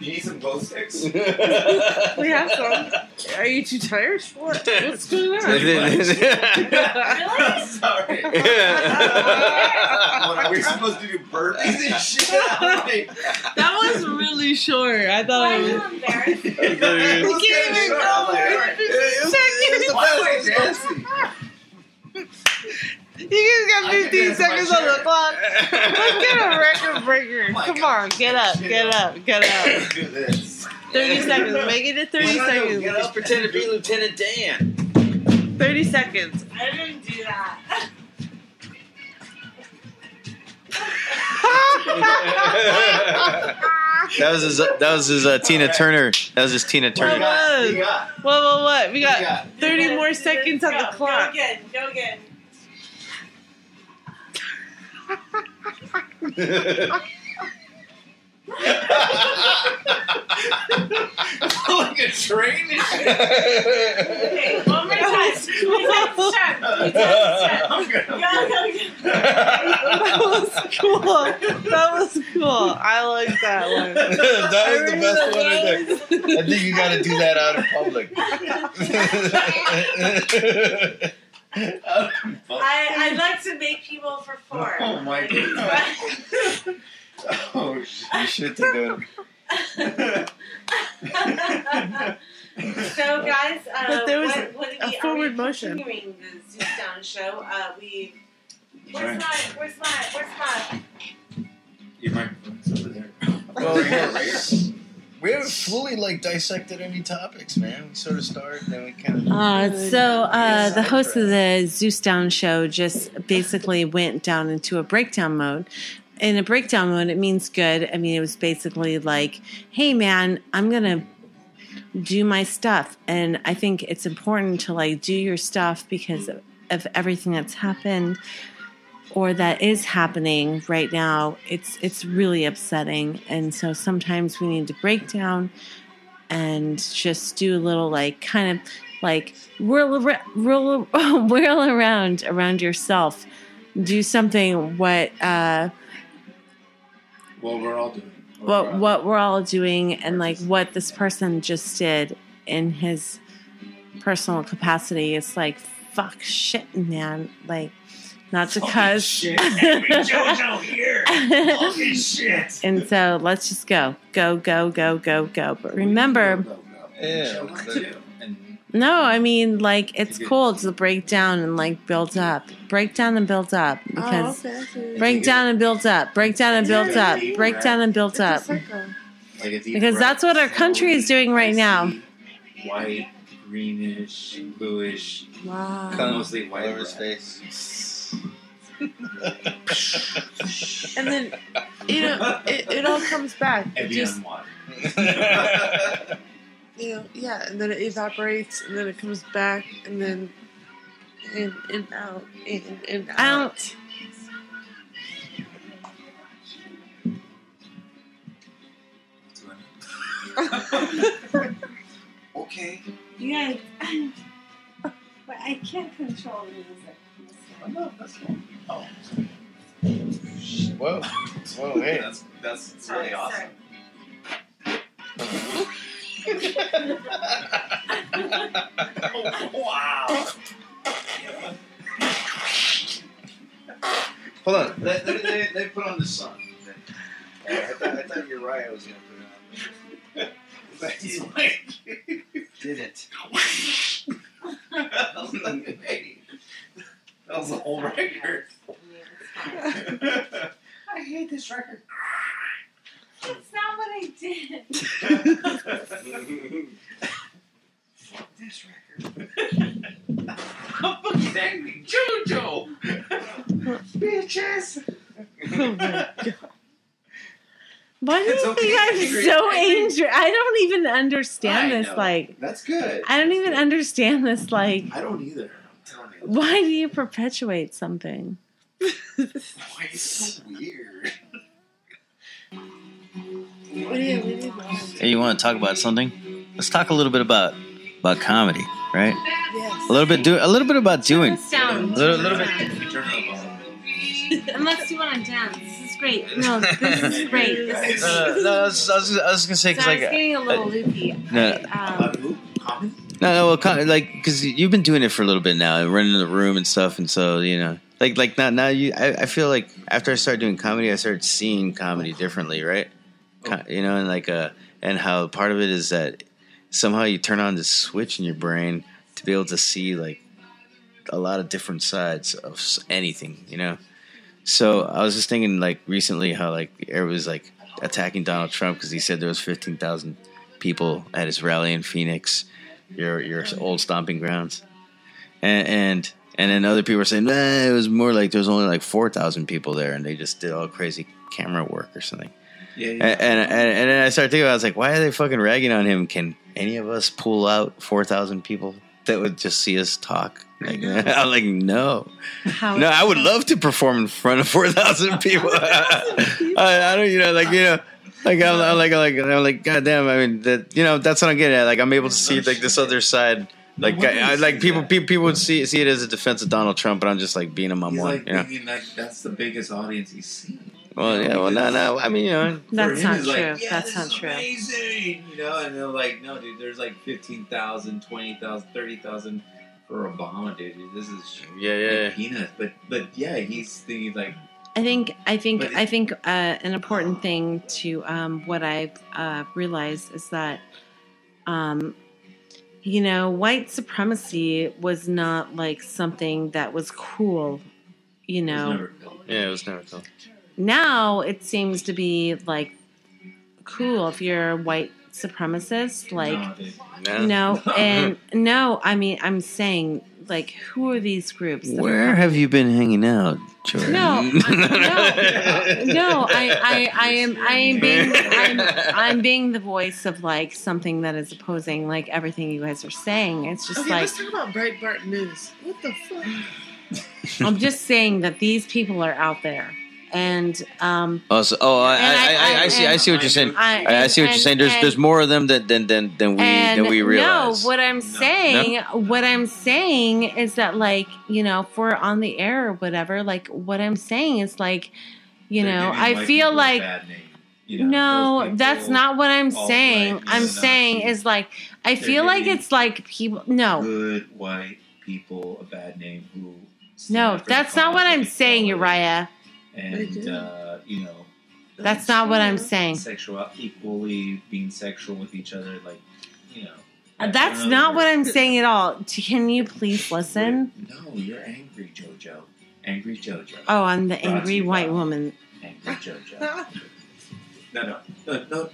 You need some glow sticks? We have some. Are you too tired for it? What's going on? Really? Sorry. What, we're supposed to do burpees and shit. I'm like, That was really short. I thought it was. embarrassed? Let's can't get it even short. go I'm over like, all right. Why It's am I dancing? You guys I got can 15 dance in my seconds on the chair. Oh clock. Let's get a record breaker. my Come God. on, get up, Shit. get up, get up. Let's do this. 30 seconds. Make it to 30 Get up, seconds. get up. pretend to be Lieutenant Dan. 30 seconds. I didn't do that. That was his. That was his uh, Tina Turner. That was his Tina What Turner. do you What, got? what, what, what? We What do you got got? 30 more seconds on the clock. again. Go again. like a train and shit. Okay, one more time. I'm gonna. That was cool. That was cool. I like that one. that was the I best one. I really think. I think you got to do that out in public. I, I like to make people perform. Oh my god. Oh shit. you should think of it. so, guys, uh, But there was what, what did a we, forward are we motion. Continuing the Zeus Down show, uh, we. Where's my? Where's my? Where's my? Your microphone's over there. Well, Bring it yeah. over here. We haven't fully like dissected any topics, man. We sort of started, then we kind of. Uh, so uh, Yeah, the host sidetrack. of the Zeus Down show just basically went down into a breakdown mode. In a breakdown mode, it means good. I mean, it was basically like, "Hey, man, I'm gonna do my stuff," and I think it's important to like do your stuff because of everything that's happened or that is happening right now. It's it's really upsetting, and so sometimes we need to break down and just do a little like kind of like whirl ar- whirl whirl around around yourself do something what uh Well, we're all doing. it. what We're all- what we're all doing and like what this person just did in his personal capacity it's like fuck shit man like not to Holy cuz shit. Angry JoJo here. Holy shit. and so let's just go go go go go go but remember Yeah. And No, I mean like it's You get- cool to break down and like build up. Break down and build up because oh, okay. break down and build up. Break down and build up. Yeah. Break down and build up. like it's Because that's what our country is doing right now. White, greenish, bluish, Wow. mostly white. Whatever bread. space. And then, you know, it, it all comes back. It Evian just, water. you know, yeah, and then it evaporates, and then it comes back, and then in and out, in and out. I don't okay. You guys But I can't control the music. I'm not, that's fine. Oh, Whoa. Whoa, hey. that's, that's it's really awesome. wow. Hold on. They, they, they, they put on the sun. I, thought, I thought Uriah was going to put it on. He's like, Did it. I was like, hey, That was the whole record. I hate this record. That's not what I did. Fuck this record. I'm fucking angry. Jojo! Bitches! Why do It's you think okay to I'm be angry. so angry? I don't even understand I this. know. Like, That's good. I don't even understand this. Like, I don't either. I'm telling you. why do you perpetuate something? Why is it so weird? Hey, you want to talk about something? Let's talk a little bit about about comedy, right? Yes. A little bit do a little bit about doing. Turn this down. A little, little bit. Unless you want to dance. This is great. No, this is great. This is No, uh, no, no, I was, I was, I was gonna say So because I like uh, was getting a little loopy. no. Um, no, no, well, kind of, like because you've been doing it for a little bit now, running the room and stuff, and so you know, like like now now you, I, I feel like after I started doing comedy, I started seeing comedy differently, right? Ki- You know, and like uh, and how part of it is that somehow you turn on this switch in your brain to be able to see like a lot of different sides of s- anything, you know. So I was just thinking like recently how like air was like attacking Donald Trump because he said there was fifteen thousand people at his rally in Phoenix, your your Oh, old stomping grounds, and and and then other people were saying nah, it was more like there was only like four thousand people there and they just did all crazy camera work or something. Yeah, And, and and and then I started thinking, I was like, why are they fucking ragging on him? Can any of us pull out four thousand people that would just see us talk? Like, I'm like, no. How? No, I would love to perform in front of four thousand people. I, I don't, you know, like you know, like I'm, I'm like, I'm like, I'm like, goddamn. I mean, that you know, that's what I'm getting at. Like, I'm able to see like this other side. Like, wonder I, I- you like say people, that. people, people would see see it as a defense of Donald Trump, but I'm just like being a mom He's one. like you know? thinking like that's the biggest audience he's seen. Well, yeah, well, no, no. I mean, you know, That's For him, not he's true. Like, yeah, That's this not is true. Amazing, you know. And they're like, no, dude. There's like 15,000, 20,000, 30,000 for Obama, dude. This is yeah, yeah. peanuts. But but yeah, he's thinking like, I think I think But it- I think uh, an important thing to um, what I've uh, realized is that um, you know white supremacy was not like something that was cool. You there's know, never no Yeah, it was never cool. now it seems to be like cool if you're a white supremacist. Like no, dude. No. no, and no. I mean, I'm saying like who are these groups? that are Where have you been hanging out, Jordan? No, I- no, I, I, I am, I am being, I'm, I'm being the voice of like something that is opposing like everything you guys are saying. It's just Okay, like let's talk about Breitbart News. What the fuck? I'm just saying that these people are out there, and um, Oh, so, oh, I, And I, I- I, I, see, I see what you're saying. I, I, I see what and- you're saying. There's, and- there's more of them than than than, than we and than we realize. No, what I'm saying, what I'm saying is that like you know, if we're on the air or whatever, like what I'm saying is like, you They're know, giving I white feel people a like bad name, you know, No, those people- that's not what I'm alt-right saying. I'm neo-Nazis. saying is like I They're feel like giving it's like people. No, good white people a bad name who. stand no, for that's not what I'm equality saying, Uriah. They And do. uh, you know, That's not what I'm saying. sexual equally being sexual with each other, like you know. That's Um, not what I'm saying at all. T- Can you please listen? No, you're angry, JoJo. Angry JoJo. Oh, I'm the Brought to angry you white by- woman. Angry JoJo. no, no, no, no,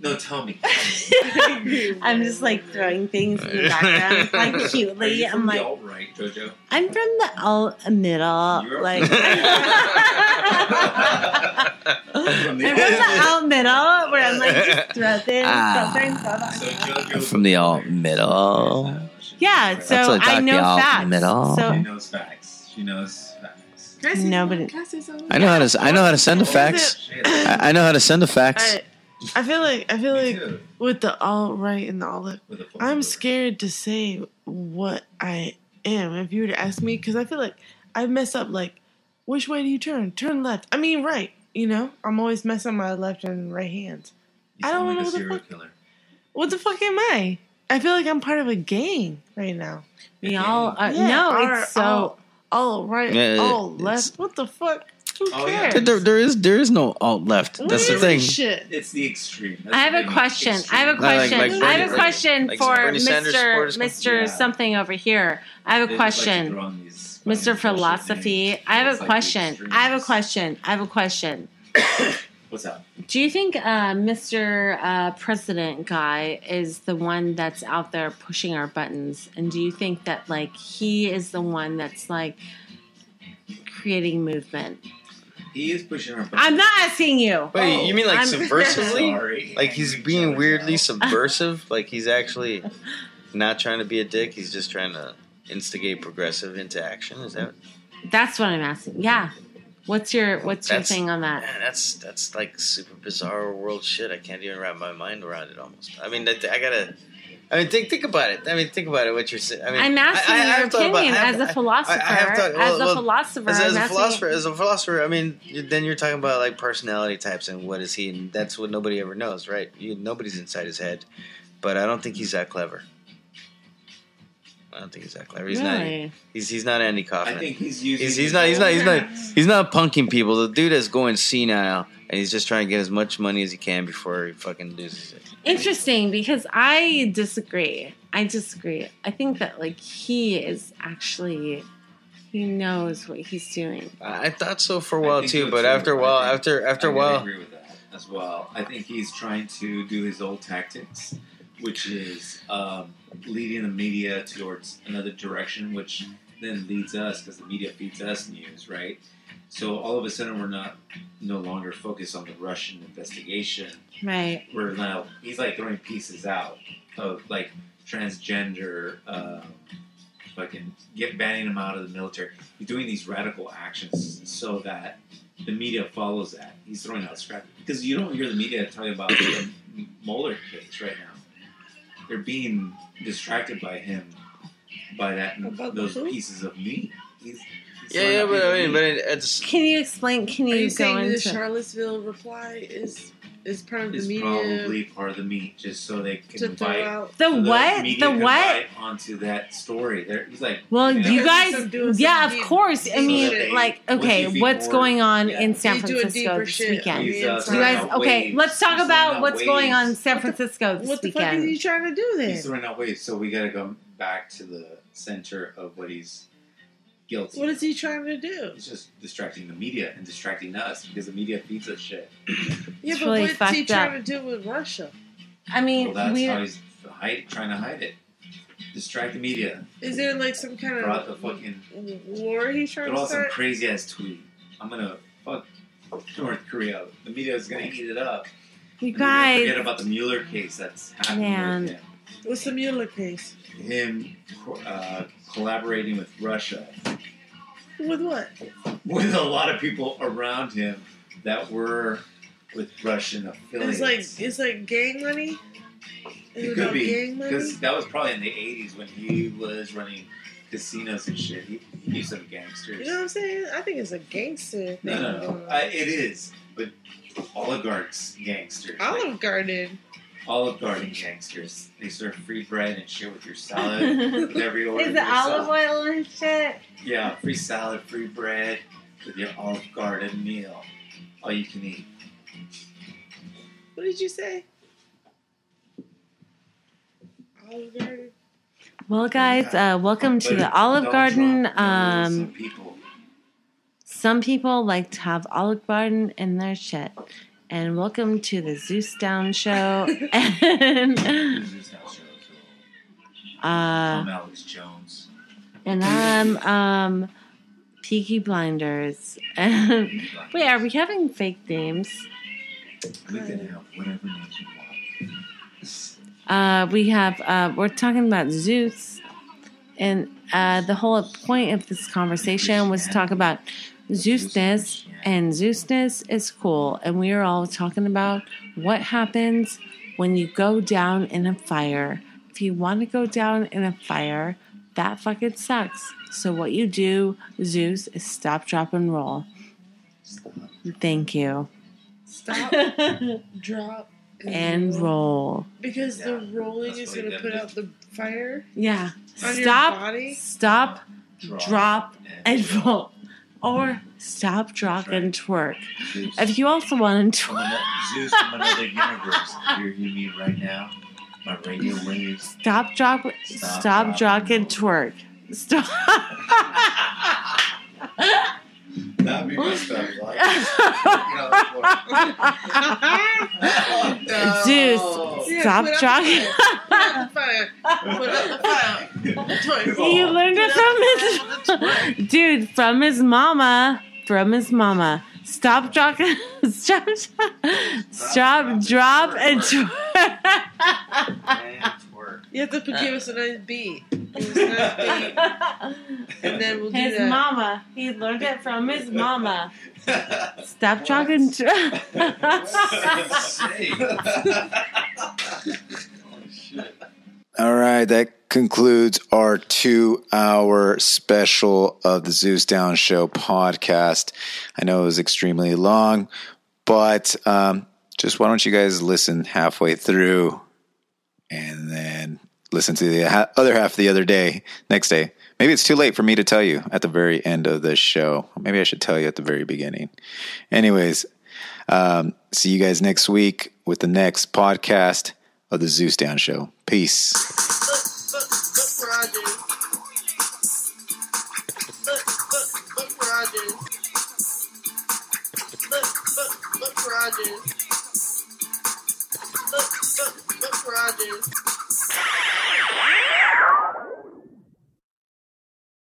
no. Tell me. Tell me. I'm just like throwing things in the background, like Are cutely. you I'm from the like, alt right, JoJo? I'm from the all middle, You're- like. I'm From from the out middle, where I'm like just throw things, Ah. throw things, throw things. so JoJo From the alt middle. Yeah, so That's what I know Dr. facts. Altman- She So knows facts. She knows facts. Can I say No, something? but- Can I say something? I know how to. s- I know how to send the facts. She knows- I, I know how to send the facts. I, I feel like I feel Me like too, with the alt right and the all left, with a phone I'm number. scared to say what I am. If you were to ask me, because I feel like I mess up. Like, which way do you turn? Turn left. I mean, right. You know, I'm always messing up my left and right hands. You I don't sound like know a the serial fuck- killer. What the fuck am I? I feel like I'm part of a gang right now. we all are. Yeah, no, our- it's so. all, all right, Yeah, all it's- left. What the fuck? Who Oh, yeah. cares? There- there- there is there is no alt left. What That's the is thing. this Shit. It's the extreme. That's I the have a thing, question. I have a Like- question. like I Bernie- have a like- question like for Bernie Sanders supporters Mr. come- Mr. Yeah. Something over here. I have a They just like to question. throw on these Mr. Philosophy. I have a question. I have a question. I have a question. What's up? Do you think uh, Mr. Uh, President guy is the one that's out there pushing our buttons? And do you think that like he is the one that's like creating movement? He is pushing our I'm not asking you. Wait, you mean like I'm- subversively? like he's being weirdly subversive? like he's actually not trying to be a dick. He's just trying to instigate progressive into action. Is that? that's what I'm asking. Yeah. What's your What's your That's- thing on that? Man, that's that's like super bizarre world shit. I can't even wrap my mind around it. Almost. I mean, that, I gotta. I mean, think think about it. I mean, think about it. What you're saying. I mean, I'm asking I- I- I your have thought about- opinion I have- as a I- philosopher. I have thought- well, as a well, philosopher, As, as I'm a asking- philosopher, as a philosopher, I mean, you- then you're talking about like personality types and what is he, and that's what nobody ever knows, right? You, nobody's inside his head, but I don't think he's that clever. I don't think he's that clever. He's Really? not. He's he's not Andy Kaufman. I think he's using. He's, he's not. He's not. He's not. He's not punking people. The dude is going senile, and he's just trying to get as much money as he can before he fucking loses it. Interesting, because I disagree. I disagree. I think that like he is actually he knows what he's doing. I I thought so for a I while think too, so, but too. after a I while, think- after after I a really while, agree with that as well. I think he's trying to do his old tactics, which is um, leading the media towards another direction, which then leads us because the media feeds us news, right? So all of a sudden, we're not no longer focused on the Russian investigation. Right. We're now he's like throwing pieces out of like transgender, um, fucking get banning them out of the military. He's doing these radical actions so that the media follows that. He's throwing out scrap because you don't hear the media talking about the Mueller case right now. They're being distracted by him, by that About those who? pieces of meat. He's, he's yeah, throwing yeah, out but pieces I of mean, meat. but it, it's Can you explain can Are you, you go saying the into Charlottesville reply is is part of the is media? probably part of the meat, just so they can to throw invite out. the so what? media The can what? bite onto that story. There, he's like, Well, you know, you Because guys it's doing Yeah, some of deep- course. I deep mean, shit. like, Once you okay, feed what's more- going on yeah. in San They do a Francisco deeper this shit. weekend? he's, You uh, You throwing guys, out okay, waves. let's talk He's throwing about out what's going on in waves. San What the- Francisco this What the fuck weekend. is he trying to do He's then? throwing out waves, so we got to go back to the center of what he's guilty. What is he trying to do? He's just distracting the media and distracting us because the media feeds us shit. Yeah, It's but really what's he fucked trying to do with Russia? I mean, Well, that's we how he's hide, trying to hide it. Distract the media. Is there like some kind Brought the of fucking war he's trying throw to out some start? crazy ass tweet. I'm gonna fuck North Korea. The media is gonna eat it up. you And they're gonna guys forget about the Mueller case that's happening. Man. With him. What's the Mueller case? him co- uh, collaborating with Russia, With what? with a lot of people around him that were with Russian affiliates. It's like it's like gang money. Is it, it about could be gang money? because that was probably in the '80s when he was running casinos and shit. He, he knew some gangsters. You know what I'm saying? I think it's a gangster Uh, No, thing. no, going no. on. I, it is, but oligarchs, gangsters, like, Olive Garden. Olive Garden gangsters. They serve free bread and shit with your salad. with every order is of the your salad. olive oil and shit. Yeah, free salad, free bread with your Olive Garden meal. All you can eat. What did you say? Olive Garden. Well, guys, uh, welcome to But the Olive don't Garden. drop some Um, people. some people like to have Olive Garden in their shit. And welcome to the Zeus Down Show. and, This is how shows uh, I'm Alex Jones. and I'm um, Peaky Blinders. Wait, are we having fake names? We can have whatever names you want. Uh, we have, uh, we're talking about Zeus. And uh, the whole point of this conversation was to talk about Zeusness. And Zeusness is cool. And we are all talking about what happens when you go down in a fire. If you want to go down in a fire, that fucking sucks. So what you do, Zeus, is stop, drop, and roll. Thank you. Stop. drop. And roll. Because the Yeah, rolling that's is what he going to did. put out the fire. Yeah. On your Stop. body? Stop. Drop and drop. roll. Or stop, drop, Right. and twerk. Zeus. If you also want to from twerk, another, Zeus from another universe. You're hearing me right now. My radio waves. stop, drop, stop, Stop, drop, drop, and and twerk. Stop. That'd be my stuff. Dude, Yeah, stop put up jogging. the fire. Put up the fire. Put up the He fire. learned it from his dude from his mama. From his mama. Stop, drop, stop, stop, drop, and You have to give us a nice beat. Give us a nice beat, and then we'll do his that. mama. He learned it from his mama. Stop, drop, and All right, that concludes our two hour special of the Zeus Down Show podcast. I know it was extremely long, but um, just why don't you guys listen halfway through and then listen to the ha- other half the other day, next day. Maybe it's too late for me to tell you at the very end of the show. Maybe I should tell you at the very beginning. Anyways, um, see you guys next week with the next podcast of the Zeus Down Show. Peace. Look, look, look, Rogers. Look, look, look, Rogers.